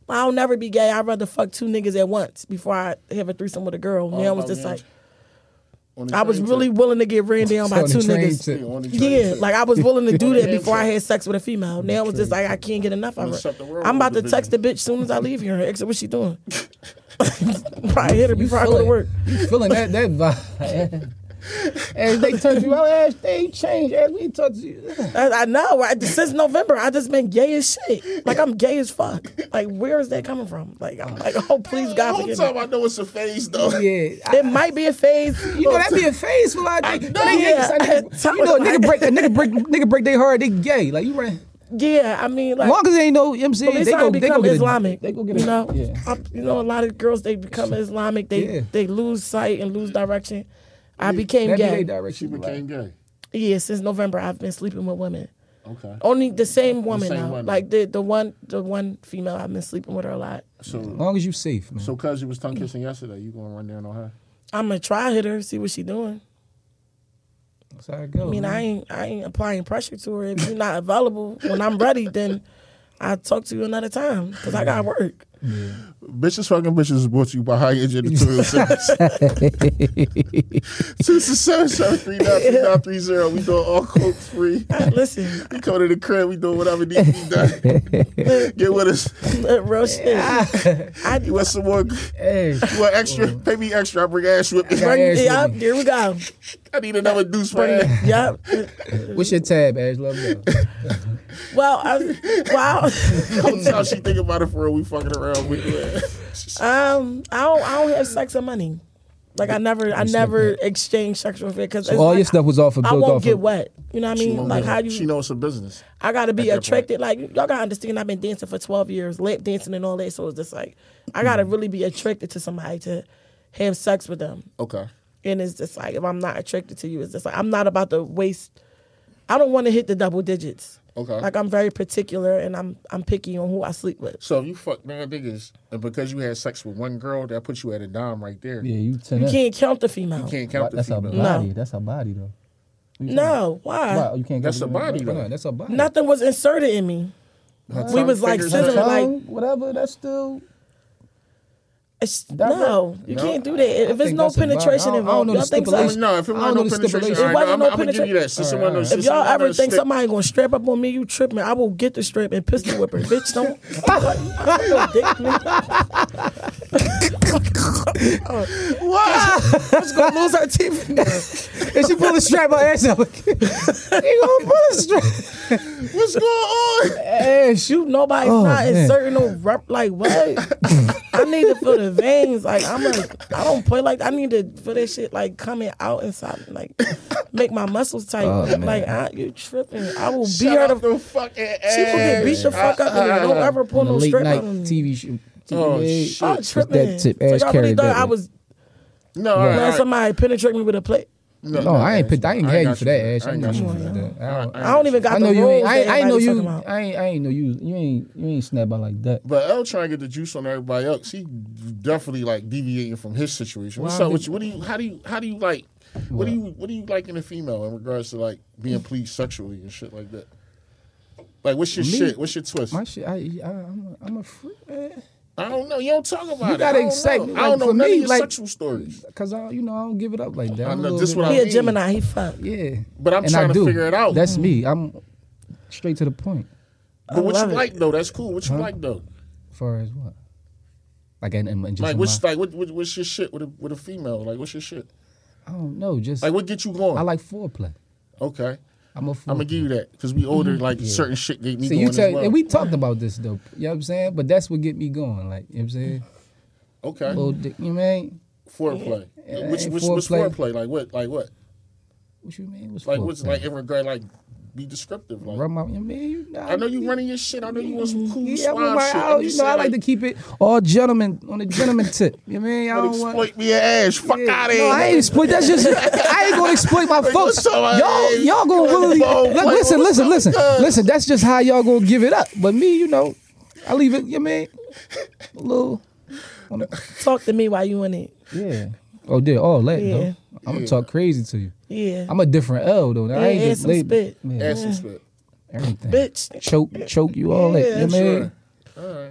Speaker 4: well, "I'll never be gay. I'd rather fuck two niggas at once before I have a threesome with a girl." now it's just like
Speaker 2: On the
Speaker 4: I was
Speaker 2: train
Speaker 4: really
Speaker 2: trip.
Speaker 4: willing to get ran down by
Speaker 3: On the
Speaker 4: two
Speaker 3: train
Speaker 4: niggas.
Speaker 3: tip.
Speaker 2: Yeah, on the train
Speaker 4: Yeah,
Speaker 2: trip.
Speaker 4: like I was willing to do that
Speaker 2: Yeah,
Speaker 4: before I
Speaker 2: true.
Speaker 4: had sex with a female. Now it's just like I can't get enough of
Speaker 2: Let's
Speaker 4: her.
Speaker 2: shut the world
Speaker 4: I'm about to
Speaker 2: division.
Speaker 4: text the bitch soon as I leave here. Exit, what she doing? Probably hit her before I go to
Speaker 3: feeling-
Speaker 4: work.
Speaker 3: You feeling that that vibe? As they turned you out, as they change, as we talk to you.
Speaker 4: I, I know. I, since November, I just been gay as shit. Like I'm gay as fuck. Like where is that coming from? Like I'm like, oh please
Speaker 2: The
Speaker 4: God
Speaker 2: whole
Speaker 4: forgive
Speaker 2: time
Speaker 4: me.
Speaker 2: I know it's a phase though.
Speaker 3: Yeah, I,
Speaker 4: It might be a phase.
Speaker 3: you know that be a phase for a lot of niggas. Niggas-
Speaker 4: yeah.
Speaker 3: niggas- You know, a nigga break a nigga break nigga break they hard. They gay, like you right.
Speaker 4: Yeah, I mean like.
Speaker 3: As long as they ain't no, you know what I'm saying?
Speaker 4: But it's
Speaker 3: they
Speaker 4: time
Speaker 3: go, they
Speaker 4: to
Speaker 3: go
Speaker 4: become
Speaker 3: get a-
Speaker 4: Islamic.
Speaker 3: they go get a,
Speaker 4: you know,
Speaker 3: yeah.
Speaker 4: I- you know, a lot of girls they become Islamic. They
Speaker 3: Yeah.
Speaker 4: they lose sight and lose direction. I became
Speaker 3: That be they
Speaker 4: gay.
Speaker 2: She
Speaker 3: direction.
Speaker 2: became gay.
Speaker 4: Yeah, since November I've been sleeping with women.
Speaker 2: Okay.
Speaker 4: Only the same woman
Speaker 2: same
Speaker 4: now.
Speaker 2: woman.
Speaker 4: Like the the one the one female I've been sleeping with her a lot.
Speaker 3: As
Speaker 2: So
Speaker 3: long as you safe, man.
Speaker 2: so cuz you was tongue kissing yesterday, you gonna run down on her?
Speaker 4: I'm gonna try hit her, see what she doing.
Speaker 3: That's how it goes.
Speaker 4: I mean,
Speaker 3: man.
Speaker 4: I ain't I ain't applying pressure to her. If you're not available when I'm ready, then I talk to you another time because I got work.
Speaker 2: Bitches fucking bitches is brought to you by High oh Edge Editorial Service. Since the seven seven three nine three nine three zero, we doing all quotes free.
Speaker 4: Listen,
Speaker 2: We come to the crib, we doing whatever needs to be done. Get with us.
Speaker 4: real shit. I,
Speaker 2: You want some more? You
Speaker 3: Hey,
Speaker 2: want extra?
Speaker 4: Mm.
Speaker 2: Pay me extra. I bring ass with me.
Speaker 3: Right.
Speaker 4: bring,
Speaker 3: Ash with
Speaker 4: yep,
Speaker 3: me.
Speaker 4: here we go.
Speaker 2: I need another deuce for
Speaker 4: Bring
Speaker 2: that.
Speaker 4: the, yep.
Speaker 3: what's your tab, Ash? Love you.
Speaker 4: Well, I, wow.
Speaker 2: That's how she think about it for real. We fucking around with it.
Speaker 4: Um, I don't, I don't have sex or money. Like I never, I never exchange sexual favor because
Speaker 3: All your stuff was off of
Speaker 4: I
Speaker 3: built
Speaker 4: won't
Speaker 3: off
Speaker 4: get
Speaker 3: of.
Speaker 4: wet. You know what I
Speaker 2: She,
Speaker 4: mean?
Speaker 2: won't
Speaker 4: Like
Speaker 2: do it.
Speaker 4: how
Speaker 2: she
Speaker 4: you,
Speaker 2: knows her business.
Speaker 4: I gotta be
Speaker 2: that point.
Speaker 4: attracted. Like y'all gotta understand. I've been dancing for twelve years, lap dancing and all that. So it's just like I gotta really be attracted to somebody to have sex with them.
Speaker 2: Okay.
Speaker 4: And it's just like if I'm not attracted to you, it's just like I'm not about to waste. I don't want to hit the double digits.
Speaker 2: Okay.
Speaker 4: Like I'm very particular and I'm I'm picky on who I sleep with.
Speaker 2: So if you fuck nine niggas, and because you had sex with one girl, that puts you at a dime right there.
Speaker 5: Yeah, you ten.
Speaker 4: You
Speaker 5: up.
Speaker 4: can't count the female.
Speaker 2: You can't count the
Speaker 5: That's a
Speaker 2: female.
Speaker 5: body.
Speaker 4: No.
Speaker 5: That's a body though.
Speaker 4: No,
Speaker 5: Why? You can't.
Speaker 2: That's
Speaker 5: go
Speaker 2: a
Speaker 5: to
Speaker 2: body
Speaker 5: the-
Speaker 2: though.
Speaker 3: No, that's a body.
Speaker 4: Nothing was inserted in me.
Speaker 2: Her
Speaker 4: We
Speaker 2: tongue
Speaker 4: was like
Speaker 2: fingers
Speaker 5: Tongue,
Speaker 4: sizzling,
Speaker 2: and-
Speaker 4: like
Speaker 5: whatever. That's still.
Speaker 4: It's,
Speaker 5: That
Speaker 4: no, you
Speaker 2: No.
Speaker 4: can't do that. If it's
Speaker 3: think
Speaker 4: no
Speaker 3: that's a body. I
Speaker 4: penetration
Speaker 3: don't- I don't
Speaker 4: involved,
Speaker 3: know
Speaker 4: y'all
Speaker 3: the
Speaker 4: think
Speaker 2: I
Speaker 4: so?
Speaker 2: mean, no, if it
Speaker 3: I
Speaker 2: wasn't
Speaker 3: don't
Speaker 2: no
Speaker 3: know the
Speaker 2: penetration,
Speaker 3: stipulation.
Speaker 2: all right,
Speaker 4: It wasn't
Speaker 2: I'm,
Speaker 4: no
Speaker 2: I'm gonna give you that. Since it wasn't no-
Speaker 3: Alright,
Speaker 4: If
Speaker 2: since it
Speaker 4: y'all
Speaker 2: wasn't no
Speaker 4: ever think
Speaker 2: strip-
Speaker 4: somebody gonna strap up on me, you tripping. I will get the strap and pistol whip her. Bitch, don't. I'm no dick, nigga.
Speaker 2: What?
Speaker 4: I'm just gonna lose her teeth.
Speaker 3: And she pulled the strap, my ass out. She gonna pull the strap.
Speaker 2: What's going on?
Speaker 3: Hey, shoot.
Speaker 4: Shoot, nobody's
Speaker 3: Oh,
Speaker 4: not
Speaker 3: man.
Speaker 4: inserting no rep. Like what? I need to feel the veins. Like I'm like I don't play like I need to feel that shit like coming out inside. Like make my muscles tight.
Speaker 3: Oh,
Speaker 4: like I, you tripping? I will be
Speaker 2: Shut
Speaker 4: her
Speaker 2: up
Speaker 4: to
Speaker 2: the fucking ass.
Speaker 4: She will get beat the fuck up and don't ever pull
Speaker 3: On a
Speaker 4: no
Speaker 3: late
Speaker 4: strip
Speaker 3: night
Speaker 4: on me.
Speaker 3: TV show.
Speaker 2: Oh,
Speaker 3: TV.
Speaker 2: shit.
Speaker 4: I'm
Speaker 3: that
Speaker 4: tripping.
Speaker 3: tip,
Speaker 4: so
Speaker 3: Ash
Speaker 4: y'all really
Speaker 3: carried
Speaker 4: thought
Speaker 3: that
Speaker 4: I
Speaker 3: one.
Speaker 4: was
Speaker 2: No, all right, all
Speaker 4: glad
Speaker 2: right.
Speaker 4: somebody penetrated me with a plate.
Speaker 3: No, Oh, I ain't. picked- I ain't had you
Speaker 2: got
Speaker 3: for that, eh, Ash. I ain't
Speaker 2: got
Speaker 3: got you
Speaker 2: you.
Speaker 3: for that. I don't-
Speaker 4: I don't even got
Speaker 3: I know
Speaker 4: the
Speaker 3: you
Speaker 4: rules.
Speaker 3: ain't. I,
Speaker 4: that
Speaker 3: I ain't know
Speaker 4: everybody's
Speaker 3: you.
Speaker 4: talking about.
Speaker 3: I ain't. I ain't know you.
Speaker 5: You ain't. You ain't snap out like that.
Speaker 2: But L trying to get the juice on everybody else. He definitely like deviating from his situation. What's
Speaker 3: Well, I
Speaker 2: up with you? What do you? How do you? How do you like? What do you? What do you like in a female in regards to like
Speaker 3: Mm.
Speaker 2: being pleased sexually and shit like that? Like what's your shit? What's your twist?
Speaker 3: My shit. I. I I'm, a, I'm a freak.
Speaker 2: I don't know. You don't talk about it.
Speaker 3: gotta
Speaker 2: I don't
Speaker 3: excite
Speaker 2: know.
Speaker 3: me.
Speaker 2: I don't
Speaker 3: Like,
Speaker 2: know
Speaker 3: for
Speaker 2: none
Speaker 3: me,
Speaker 2: of your
Speaker 3: like-
Speaker 2: sexual stories.
Speaker 3: Cause I. You know. I don't give it up like that.
Speaker 2: I
Speaker 3: I'm
Speaker 2: know,
Speaker 3: a little
Speaker 2: this
Speaker 3: bit
Speaker 2: what I-
Speaker 4: He a
Speaker 2: mean.
Speaker 4: Gemini. He fuck.
Speaker 3: Yeah.
Speaker 2: But I'm
Speaker 3: and
Speaker 2: trying
Speaker 3: I
Speaker 2: to
Speaker 3: do.
Speaker 2: figure it out.
Speaker 3: That's me. I'm straight to the point.
Speaker 2: But what you
Speaker 4: love it.
Speaker 2: like though? That's cool. What you like though?
Speaker 3: As far as what? Like in, in just
Speaker 2: Like
Speaker 3: in
Speaker 2: what's
Speaker 3: my,
Speaker 2: like what, what what's your shit with a with a female? Like what's your shit?
Speaker 3: I don't know. Just
Speaker 2: Like what get you going?
Speaker 3: I like foreplay.
Speaker 2: okay.
Speaker 3: I'm a foreplay.
Speaker 2: I'm gonna give you that because we older. Like certain shit get me
Speaker 3: Mm-hmm. So
Speaker 2: going
Speaker 3: you tell
Speaker 2: as well.
Speaker 3: and we talked about this though. You know what I'm saying? But that's what get me going. Like you know what I'm saying?
Speaker 2: okay.
Speaker 3: Little dick, you know what I mean?
Speaker 2: foreplay.
Speaker 3: Yeah,
Speaker 2: Which
Speaker 3: ain't
Speaker 2: which what's
Speaker 3: foreplay.
Speaker 2: foreplay? Like what? Like what?
Speaker 3: What you mean? What's
Speaker 2: Like
Speaker 3: foreplay?
Speaker 2: what's like in regard like be descriptive. Like
Speaker 3: Run my, you mean you know,
Speaker 2: I know you running your shit. I know you want some cool
Speaker 3: Yeah, I'm
Speaker 2: suave
Speaker 3: my,
Speaker 2: shit.
Speaker 3: I,
Speaker 2: I'm
Speaker 3: you
Speaker 2: just
Speaker 3: know, I
Speaker 2: saying,
Speaker 3: like to keep it all gentleman on the gentleman tip. You know what I mean? I
Speaker 2: don't
Speaker 3: don't
Speaker 2: exploit
Speaker 3: want.
Speaker 2: me your ass. Fuck
Speaker 3: Yeah.
Speaker 2: out of
Speaker 3: No,
Speaker 2: here.
Speaker 3: I ain't exploit. That's just I ain't gonna exploit my folks.
Speaker 2: what's up, man?
Speaker 3: Y'all, y'all gonna really
Speaker 2: Whoa,
Speaker 3: look,
Speaker 2: wait,
Speaker 3: listen,
Speaker 2: what's
Speaker 3: listen,
Speaker 2: up,
Speaker 3: listen,
Speaker 2: cuz?
Speaker 3: listen. That's just how y'all gonna give it up. But me, you know, I leave it. You know what I mean? A little.
Speaker 4: Talk to me while you in it.
Speaker 5: Yeah.
Speaker 3: Oh dear, all that
Speaker 4: Yeah.
Speaker 3: though. I'm gonna talk crazy to you.
Speaker 4: Yeah.
Speaker 3: I'm a different L though. I
Speaker 4: yeah,
Speaker 3: ain't
Speaker 4: and
Speaker 3: just
Speaker 4: some
Speaker 3: laid,
Speaker 4: spit.
Speaker 2: Ass some spit.
Speaker 3: everything.
Speaker 4: Bitch.
Speaker 3: Choke, choke you all that. You know what I
Speaker 2: sure.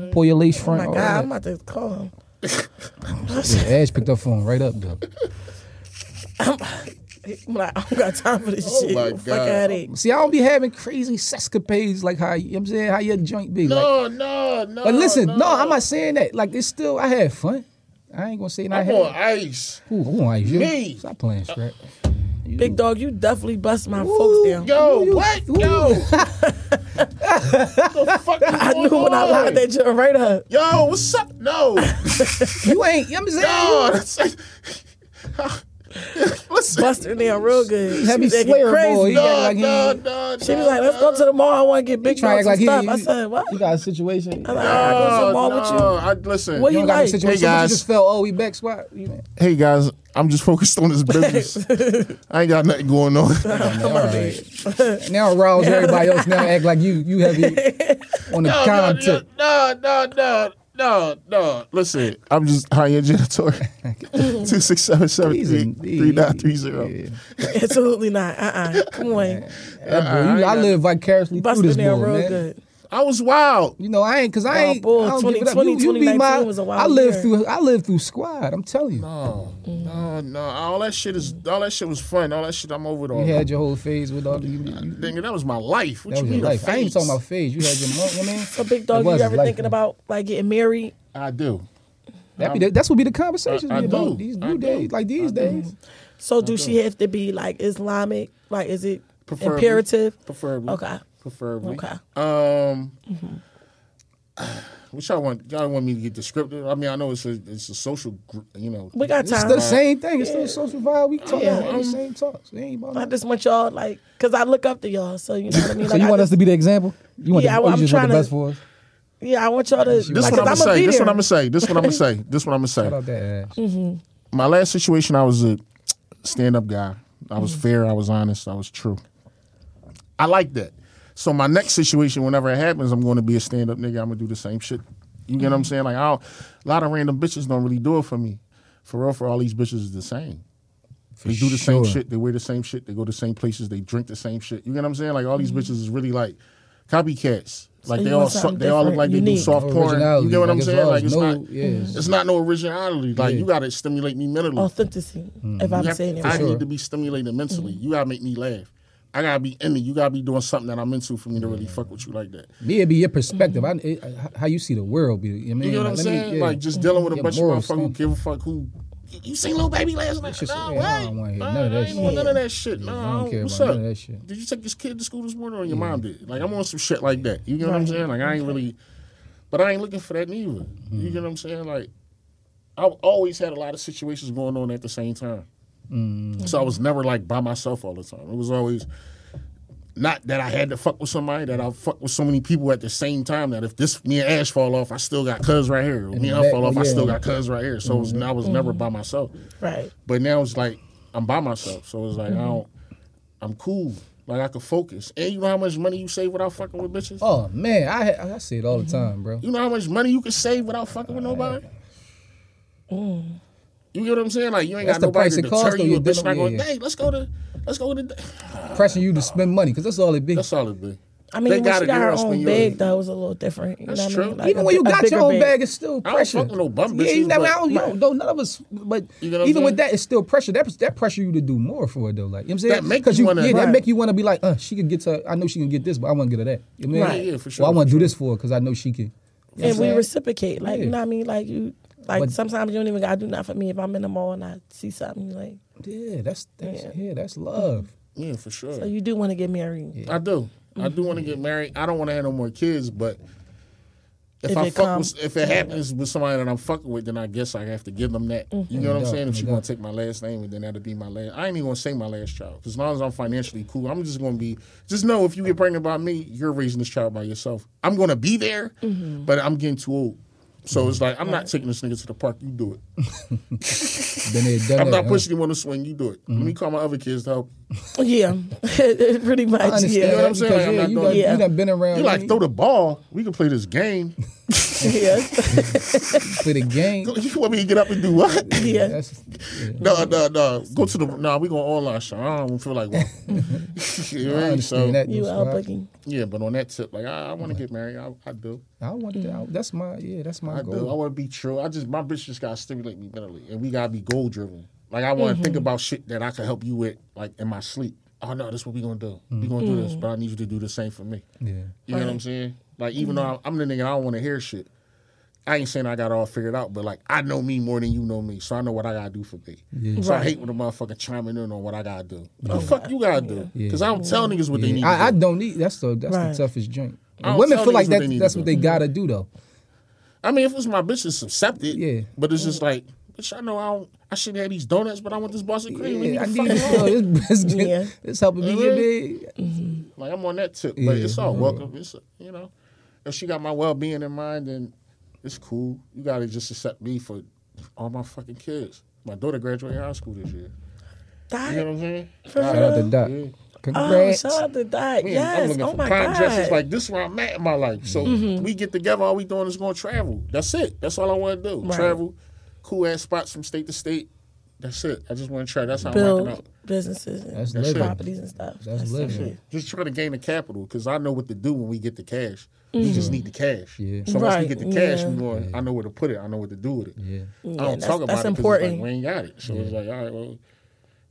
Speaker 3: mean? Pull your lace
Speaker 4: Oh
Speaker 3: front.
Speaker 4: my
Speaker 3: all
Speaker 4: God.
Speaker 3: that.
Speaker 4: I'm about to call him.
Speaker 3: Yeah, Ash picked up phone right up though.
Speaker 4: I'm like, I don't got time for this shit.
Speaker 2: Oh my
Speaker 4: Fuck
Speaker 2: God.
Speaker 4: out it.
Speaker 3: See, I don't be having crazy sescapades like how you know what I'm saying how your joint be. Like,
Speaker 2: No, no, Oh, no.
Speaker 3: but listen, no. I'm not saying that. Like it's still I had fun. I ain't gonna say not
Speaker 2: I'm
Speaker 3: had.
Speaker 2: on ice.
Speaker 3: Ooh, who are you?
Speaker 2: Me.
Speaker 3: Stop playing, Shrek.
Speaker 4: Big dog, you definitely bust my folks down.
Speaker 2: Yo, what? Yo. what the fuck is
Speaker 4: I knew
Speaker 2: going
Speaker 4: when I
Speaker 2: on?
Speaker 4: lied that you're right up.
Speaker 2: Yo, what's up? No.
Speaker 3: You ain't. You know what I'm saying.
Speaker 2: No. that's- Listen.
Speaker 4: Buster down real good. She
Speaker 3: Heavy
Speaker 4: was acting
Speaker 3: slayer
Speaker 4: crazy.
Speaker 3: boy. He act
Speaker 2: No,
Speaker 3: like hmm. he-
Speaker 2: no, no.
Speaker 4: She was like, let's go to the mall. I want to get big
Speaker 3: try to
Speaker 4: dogs
Speaker 3: act
Speaker 4: some
Speaker 3: like he-
Speaker 4: stuff. I
Speaker 3: he-
Speaker 4: said, what?
Speaker 5: You got a situation.
Speaker 4: I'm like, I go to
Speaker 2: No,
Speaker 4: the mall with you.
Speaker 2: Oh, no. I, listen.
Speaker 4: What
Speaker 3: You
Speaker 4: he
Speaker 3: don't got no
Speaker 4: like?
Speaker 3: situation.
Speaker 2: Hey,
Speaker 3: You
Speaker 2: guys.
Speaker 3: just fell. Oh, we back squat. You ain't-
Speaker 2: hey guys, I'm just focused on this business. I ain't got nothing going on.
Speaker 3: all right. now rouse everybody else. Now act like you you heavy on the
Speaker 2: no,
Speaker 3: content.
Speaker 2: no, no, no, no, no, no. Listen, I'm just high end janitor. Two six seven seven
Speaker 3: He's
Speaker 2: three
Speaker 3: in-
Speaker 2: three nine three zero.
Speaker 3: Yeah.
Speaker 4: Absolutely not. Uh uh Come on.
Speaker 2: Uh-uh,
Speaker 3: That boy, you- I live vicariously through
Speaker 4: Busting
Speaker 3: this boy,
Speaker 4: down real
Speaker 3: man.
Speaker 4: good.
Speaker 2: I I was wild.
Speaker 3: You know, I ain't because I
Speaker 4: Oh,
Speaker 3: ain't.
Speaker 4: boy,
Speaker 3: I don't
Speaker 4: 20
Speaker 3: give it up. You, you be
Speaker 4: 2019
Speaker 3: my.
Speaker 4: was a wild
Speaker 3: I lived
Speaker 4: year.
Speaker 3: through. I lived through squad. I'm telling you,
Speaker 2: No, no, no. All that shit is all that shit was fun. All that shit I'm over it all.
Speaker 3: you had your whole phase with all the. You, you,
Speaker 2: Nigga, that was my life. What
Speaker 3: that
Speaker 2: you
Speaker 3: was
Speaker 2: mean
Speaker 3: your
Speaker 2: a
Speaker 3: life. I ain't
Speaker 2: phase?
Speaker 3: talking about phase. You had your. mo- You know what I mean?
Speaker 4: So big
Speaker 3: It
Speaker 4: dog, you
Speaker 3: was
Speaker 4: ever
Speaker 3: life,
Speaker 4: thinking
Speaker 3: man.
Speaker 4: about like getting married?
Speaker 2: I do.
Speaker 3: That be the, that's what be the conversations
Speaker 2: I- I
Speaker 3: be about
Speaker 2: do.
Speaker 3: these
Speaker 2: I
Speaker 3: new
Speaker 2: do.
Speaker 3: days, like these days.
Speaker 4: So do she have to be like Islamic? Like is it
Speaker 2: Preferably.
Speaker 4: imperative?
Speaker 2: Preferably.
Speaker 4: Okay.
Speaker 2: Preferably.
Speaker 4: Okay.
Speaker 2: Um.
Speaker 4: Mm-hmm.
Speaker 2: Which y'all want? Y'all want me to get descriptive? I mean, I know it's a it's a social, gr- you know.
Speaker 4: We got
Speaker 3: It's
Speaker 4: time.
Speaker 3: the same thing. It's still social vibe. We talking
Speaker 4: Yeah.
Speaker 3: about the same talks. It ain't about
Speaker 4: I
Speaker 3: nothing.
Speaker 4: just want y'all like, cause I look up to y'all. So you know what I mean.
Speaker 5: So you want us to be the example? You want the,
Speaker 4: Yeah, I-
Speaker 5: or you
Speaker 4: I'm
Speaker 5: just want the
Speaker 4: tryna-
Speaker 5: best for us?
Speaker 4: Yeah, I want y'all to.
Speaker 2: This what
Speaker 4: like,
Speaker 2: I'm gonna
Speaker 4: cause I'ma
Speaker 2: say.
Speaker 4: be
Speaker 2: This what
Speaker 4: there.
Speaker 2: I'm gonna say. This what I'm gonna say. This what I'm gonna
Speaker 3: Shout
Speaker 2: say.
Speaker 3: out that ass.
Speaker 4: Mm-hmm.
Speaker 2: My last situation, I was a stand up guy. I
Speaker 4: Mm-hmm.
Speaker 2: was fair. I was honest. I was true. I like that. So my next situation, whenever it happens, I'm going to be a stand up nigga. I'm gonna do the same shit. You get what I'm
Speaker 4: Mm-hmm.
Speaker 2: saying? Like, I don't, a lot of random bitches don't really do it for me. For real, for all these bitches is the same. they do the same
Speaker 3: sure.
Speaker 2: shit. They wear the same shit. They go to the same places. They drink the same shit. You get what I'm saying? Like all these bitches is really like copycats. Like
Speaker 4: Mm-hmm. you
Speaker 2: they
Speaker 4: want
Speaker 2: all suck,
Speaker 4: something
Speaker 2: they all look
Speaker 4: different,
Speaker 2: like they do
Speaker 4: unique.
Speaker 2: soft porn. You
Speaker 3: Originality,
Speaker 2: get what I'm
Speaker 3: like, as
Speaker 2: saying?
Speaker 3: well
Speaker 2: Like
Speaker 3: as
Speaker 2: it's
Speaker 3: no-
Speaker 2: not
Speaker 3: yeah, it's-
Speaker 2: it's not no originality. Like you gotta stimulate me mentally.
Speaker 4: Authenticity. If Oh, I'm
Speaker 3: Mm-hmm.
Speaker 2: You have-
Speaker 4: saying it, Mm-hmm.
Speaker 2: I
Speaker 4: right.
Speaker 2: need to be stimulated mentally. You gotta make me laugh. I gotta be in it. You gotta be doing something that I'm into for me to really fuck with you like that.
Speaker 3: Yeah, it be your perspective. I, it, I- how you see the world. Be you know
Speaker 2: You know what I'm
Speaker 3: Like, let me-
Speaker 2: saying?
Speaker 3: yeah.
Speaker 2: Like just dealing with a
Speaker 3: Yeah,
Speaker 2: bunch of
Speaker 3: moral
Speaker 2: motherfuckers who
Speaker 3: standpoint.
Speaker 2: give a fuck who. You- You seen Lil Baby last night?
Speaker 3: just-
Speaker 2: no,
Speaker 3: yeah, I
Speaker 2: way.
Speaker 3: don't wanna hear
Speaker 2: No,
Speaker 3: none of that
Speaker 2: I ain't want
Speaker 3: shit.
Speaker 2: none of that shit. No,
Speaker 3: I
Speaker 2: I
Speaker 3: don't
Speaker 2: don't-
Speaker 3: care
Speaker 2: what's
Speaker 3: about
Speaker 2: up?
Speaker 3: none of that shit.
Speaker 2: Did you take this kid to school this morning or your mom did? Like I'm on some shit like that. You know what I'm saying? Like I ain't really, but I ain't looking for that neither. You know what I'm saying? Like I've always had a lot of situations going on at the same time. So I was never like by myself all the time. It was always not that I had to fuck with somebody, that I fuck with so many people at the same time that if this me and Ash fall off, I still got cuz right here. me and I
Speaker 3: back-
Speaker 2: fall off, I
Speaker 3: yeah. Mm-hmm.
Speaker 2: still got cuz right here. So it was, I was never by myself.
Speaker 4: right.
Speaker 2: But now it's like I'm by myself. So it's like
Speaker 3: Mm-hmm.
Speaker 2: I don't I'm cool. Like I can focus. And you know how much money you save without fucking with bitches?
Speaker 3: Oh man, I ha- I say it all the
Speaker 4: Mm-hmm.
Speaker 3: time, bro.
Speaker 2: You know how much money you can save without fucking with nobody? You get what I'm saying? Like you ain't
Speaker 3: Mm. That's
Speaker 2: got
Speaker 3: the
Speaker 2: nobody
Speaker 3: price
Speaker 2: to
Speaker 3: it costs
Speaker 2: deter
Speaker 3: when
Speaker 2: you. A
Speaker 3: you're
Speaker 2: bitch not
Speaker 3: dealing-
Speaker 2: going,
Speaker 3: yeah, yeah.
Speaker 2: hey, let's go to let's go to the
Speaker 3: Pressing you to spend money because that's all it be.
Speaker 2: That's all it be.
Speaker 4: I mean,
Speaker 2: They
Speaker 4: when
Speaker 2: got
Speaker 4: she
Speaker 2: it,
Speaker 4: got
Speaker 2: you
Speaker 4: her
Speaker 2: gotta spend
Speaker 4: own
Speaker 2: yours.
Speaker 4: bag, though, it was a little different. You
Speaker 2: That's
Speaker 4: know what
Speaker 2: true.
Speaker 4: I mean?
Speaker 2: Even
Speaker 3: Even
Speaker 4: a-
Speaker 3: when you
Speaker 4: a
Speaker 3: got
Speaker 4: bigger
Speaker 3: your own bag, it's still
Speaker 2: I don't
Speaker 3: pressure.
Speaker 2: fuck with no bum
Speaker 3: yeah, you
Speaker 2: bitches,
Speaker 3: never.
Speaker 2: but-
Speaker 3: I don't, you don't, don't- none of us. But
Speaker 2: You get what I'm
Speaker 3: even
Speaker 2: saying?
Speaker 3: with that, it's still pressure. That that pressure you to do more for it though. Like you know what I'm saying,
Speaker 2: That make
Speaker 3: 'Cause
Speaker 2: you wanna-
Speaker 3: yeah,
Speaker 2: Right.
Speaker 3: that make you want to be like, uh, she can get to. I know she can get this, but I want to get her that. You know what I mean?
Speaker 2: Right. Yeah, yeah, for
Speaker 3: Well,
Speaker 2: sure,
Speaker 3: I want
Speaker 2: for
Speaker 3: to do
Speaker 2: sure.
Speaker 3: this for her because I know she can. You know what
Speaker 4: and we
Speaker 3: I'm saying?
Speaker 4: reciprocate. Like you
Speaker 3: Yeah.
Speaker 4: know what I mean? Like you, like
Speaker 3: But-
Speaker 4: sometimes you don't even gotta do nothing for me. If I'm in the mall and I see something, you like,
Speaker 3: Yeah, that's that's
Speaker 4: Yeah.
Speaker 3: yeah, that's love.
Speaker 2: Yeah, for sure.
Speaker 4: so oh, you Mm-hmm. do want to get married.
Speaker 2: I do. I do want to get married. I don't want to have no more kids, but if,
Speaker 4: If
Speaker 2: I
Speaker 4: it
Speaker 2: fuck
Speaker 4: comes-
Speaker 2: with, if it happens with somebody that I'm fucking with, then I guess I have to give them that.
Speaker 4: Mm-hmm.
Speaker 2: You know what I'm
Speaker 3: Yeah,
Speaker 2: saying? If she
Speaker 3: yeah.
Speaker 2: want to take my last name, and then that'll be my last. I ain't even gonna say my last child because as long as I'm financially cool, I'm just gonna be. Just know if you get pregnant by me, you're raising this child by yourself. I'm gonna be there,
Speaker 4: Mm-hmm.
Speaker 2: but I'm getting too old. So it's like I'm not taking this nigga to the park. You do it.
Speaker 3: Then they done
Speaker 2: I'm
Speaker 3: that,
Speaker 2: not
Speaker 3: huh?
Speaker 2: pushing you on the swing. You do it. Let me call my other kids to help.
Speaker 4: Yeah, pretty
Speaker 3: I
Speaker 4: much.
Speaker 2: know
Speaker 3: understand.
Speaker 4: Yeah,
Speaker 2: what I'm saying?
Speaker 3: because,
Speaker 2: Like, I'm
Speaker 3: yeah,
Speaker 2: not
Speaker 3: you,
Speaker 2: doing
Speaker 3: done,
Speaker 4: that.
Speaker 3: you done been around.
Speaker 2: You like throw the ball. We can play this game.
Speaker 4: yeah,
Speaker 3: play the game.
Speaker 2: you want me to get up and do what?
Speaker 4: yeah.
Speaker 3: That's, yeah.
Speaker 2: No, no, no. Go to the. No, nah, we going online shop. I don't feel like one. you know what I mean? So
Speaker 3: understand that.
Speaker 4: You
Speaker 3: though,
Speaker 4: out
Speaker 3: so I-
Speaker 4: booking.
Speaker 2: yeah, but on that tip, like I, I want to get married. I, I do.
Speaker 3: I want to. I, that's my yeah. That's my
Speaker 2: I
Speaker 3: goal.
Speaker 2: do. I want to be true. I just my bitch just gotta stimulate me mentally, and we gotta be goal driven. Like I want to think about shit that I can help you with, like in my sleep. Oh no, this what we gonna do. We gonna do this, but I need you to do the same for me.
Speaker 3: yeah.
Speaker 2: You know what I'm saying? Like even though I'm, I'm the nigga, I don't want to hear shit. I ain't saying I got it all figured out, but like I know me more than you know me, so I know what I gotta do for me. So I
Speaker 4: Right.
Speaker 2: hate when a motherfucker chiming in on what I gotta do. What the fuck you gotta do?
Speaker 3: Yeah.
Speaker 2: Because I don't tell niggas what they need.
Speaker 3: Yeah, I, I
Speaker 2: to do.
Speaker 3: don't need. That's the that's
Speaker 4: Right.
Speaker 3: the toughest joint.
Speaker 2: I don't
Speaker 3: And women
Speaker 2: tell
Speaker 3: feel
Speaker 2: niggas
Speaker 3: like
Speaker 2: what they
Speaker 3: that.
Speaker 2: need
Speaker 3: that's
Speaker 2: to
Speaker 3: what
Speaker 2: do.
Speaker 3: they gotta do though.
Speaker 2: I, mean, if it's my bitch, it's accepted.
Speaker 3: Yeah.
Speaker 2: But it's just like, bitch, I know I don't. I shouldn't have these donuts, but I want this Boston cream.
Speaker 3: Yeah, I
Speaker 2: Leave me
Speaker 3: need
Speaker 2: the
Speaker 3: to
Speaker 2: fuck alone.
Speaker 3: feel this. It's, get-
Speaker 4: Yeah. Mm-hmm.
Speaker 3: it's helping me
Speaker 2: Yeah.
Speaker 3: get big.
Speaker 2: Like I'm on that tip, but
Speaker 3: Yeah.
Speaker 2: it's all welcome. It's you know, if she got my well being in mind, then it's cool. You gotta just accept me for all my fucking kids. My daughter graduated high school this year. You know what I'm saying?
Speaker 4: For
Speaker 3: Shout out to
Speaker 4: real?
Speaker 3: Doc.
Speaker 2: Yeah.
Speaker 4: Mm-hmm. Oh,
Speaker 3: Congrats.
Speaker 4: shout out to Dot.
Speaker 2: Man, I'm
Speaker 4: Yes.
Speaker 2: looking
Speaker 4: Oh
Speaker 2: for
Speaker 4: my
Speaker 2: prime
Speaker 4: God.
Speaker 2: dresses. Like this is where I'm at in my life. So
Speaker 3: Mm-hmm.
Speaker 2: we get together, all we doing is going to travel. That's it. That's all I want to do.
Speaker 4: Right.
Speaker 2: Travel, cool ass spots from state to state. That's it. I just want to try. That's how I'm rocking
Speaker 4: build
Speaker 2: out.
Speaker 4: businesses and
Speaker 3: That's
Speaker 2: living.
Speaker 4: properties and stuff.
Speaker 3: That's
Speaker 4: the
Speaker 3: living.
Speaker 4: shit.
Speaker 2: Just trying to gain the capital because I know what to do when we get the cash. We just need the cash.
Speaker 3: Yeah.
Speaker 2: So once we
Speaker 4: Mm-hmm. Right,
Speaker 2: get the cash,
Speaker 4: yeah.
Speaker 2: we going. I know where to put it. I know what to do with it. I
Speaker 4: Yeah,
Speaker 2: don't
Speaker 4: that's-
Speaker 2: talk about
Speaker 4: that's
Speaker 2: it 'cause it's
Speaker 4: important.
Speaker 2: like we ain't got it. So it's like, all right, well,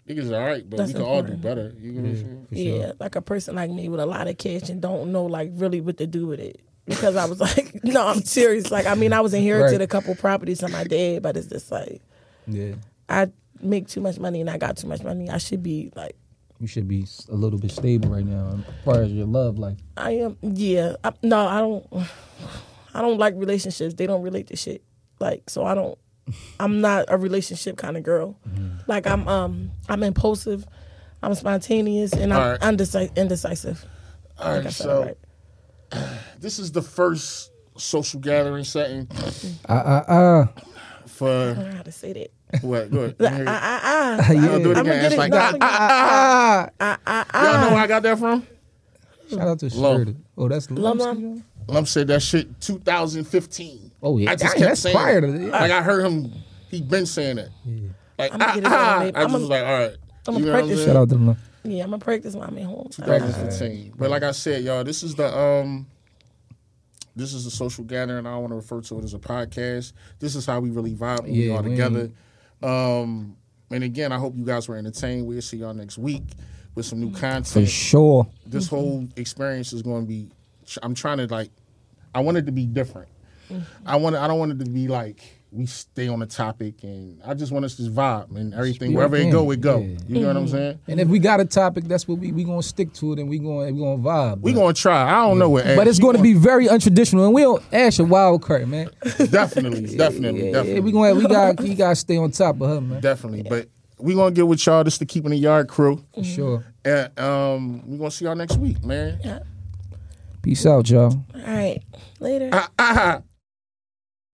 Speaker 2: niggas all right, but
Speaker 4: That's
Speaker 2: we can all do
Speaker 4: important.
Speaker 2: better. You know what I'm saying?
Speaker 4: Yeah, like a person like me with a lot of cash and don't know like really what to do with it. Because I was like, no, I'm serious. Like, I mean, I was inherited
Speaker 3: Right.
Speaker 4: a couple properties from my dad, but it's just like
Speaker 3: Yeah.
Speaker 4: I make too much money and I got too much money. I should be like,
Speaker 5: You should be s- a little bit stable right now as far as your love life.
Speaker 4: I am. Yeah, I, no, I don't. I don't like relationships. They don't relate to shit. Like, so I don't. I'm not a relationship kind of girl.
Speaker 2: Mm-hmm.
Speaker 4: Like, I'm um, I'm impulsive, I'm spontaneous, and I'm
Speaker 2: Alright.
Speaker 4: undeci- indecisive.
Speaker 2: All right,
Speaker 4: Like I said,
Speaker 2: so
Speaker 4: right.
Speaker 2: this is the first social gathering setting
Speaker 3: Ah ah ah.
Speaker 4: I don't
Speaker 2: for
Speaker 4: know how to say that.
Speaker 2: what? Good.
Speaker 4: Ah, ah,
Speaker 2: I'll do it
Speaker 4: I'ma
Speaker 2: again.
Speaker 4: get
Speaker 2: It's
Speaker 4: it.
Speaker 2: like,
Speaker 4: No,
Speaker 2: ah,
Speaker 4: I'ma get it.
Speaker 2: ah,
Speaker 3: Ah.
Speaker 2: ah. y'all know where I got that from?
Speaker 3: Shout out to
Speaker 2: Lum.
Speaker 3: Shirley. Oh, that's
Speaker 4: Lum,
Speaker 3: Lum.
Speaker 4: Lum.
Speaker 2: Lum said that shit 2015.
Speaker 3: Oh, yeah.
Speaker 2: I just
Speaker 3: Dang,
Speaker 2: kept
Speaker 3: that's
Speaker 2: saying
Speaker 3: prior
Speaker 2: it.
Speaker 3: to the-
Speaker 2: Like I heard him. He been saying that. Like
Speaker 4: I'ma
Speaker 2: ah,
Speaker 4: get it
Speaker 2: ah.
Speaker 4: done,
Speaker 2: I
Speaker 4: babe.
Speaker 2: just
Speaker 4: I'ma-
Speaker 2: was like, all right.
Speaker 4: I'ma
Speaker 2: You know what I'm
Speaker 4: practice
Speaker 2: saying?
Speaker 3: Shout out to Lum.
Speaker 4: Yeah, I'm gonna practice when I'm at home.
Speaker 2: 2015. But like I said, y'all, this is the um this is a social gathering. I don't want to refer to it as a podcast. This is how we really vibe when we
Speaker 3: Yeah,
Speaker 2: all
Speaker 3: we
Speaker 2: together. Um and again, I hope you guys were entertained. We'll see y'all next week with some new
Speaker 3: For
Speaker 2: content.
Speaker 3: sure.
Speaker 2: This whole experience is going to be I'm trying to like I want it to be different.
Speaker 3: Mm-hmm.
Speaker 2: I want I don't want it to be like we stay on the topic and I just want us to vibe and everything
Speaker 3: be
Speaker 2: wherever it go it
Speaker 3: organic,
Speaker 2: go.
Speaker 3: yeah. Mm-hmm.
Speaker 2: You know what I'm saying?
Speaker 3: And if we got a topic, that's what we we gonna stick to it, and we gonna we gonna vibe.
Speaker 2: We gonna try. I don't know what.
Speaker 3: But
Speaker 2: Ash,
Speaker 3: it's
Speaker 2: she
Speaker 3: going to
Speaker 2: want-
Speaker 3: be very untraditional, and we'll Ash a wild card, man.
Speaker 2: definitely, definitely,
Speaker 3: Yeah,
Speaker 2: definitely,
Speaker 3: yeah, we gonna have, we got we got to stay on top of her, man.
Speaker 2: definitely. But we gonna get with y'all. This the keeping the yard crew,
Speaker 3: For sure.
Speaker 2: and um, we gonna see y'all next week, man.
Speaker 4: Yeah.
Speaker 3: Peace out, y'all.
Speaker 4: All right. Later.
Speaker 2: Ah, ah, ah.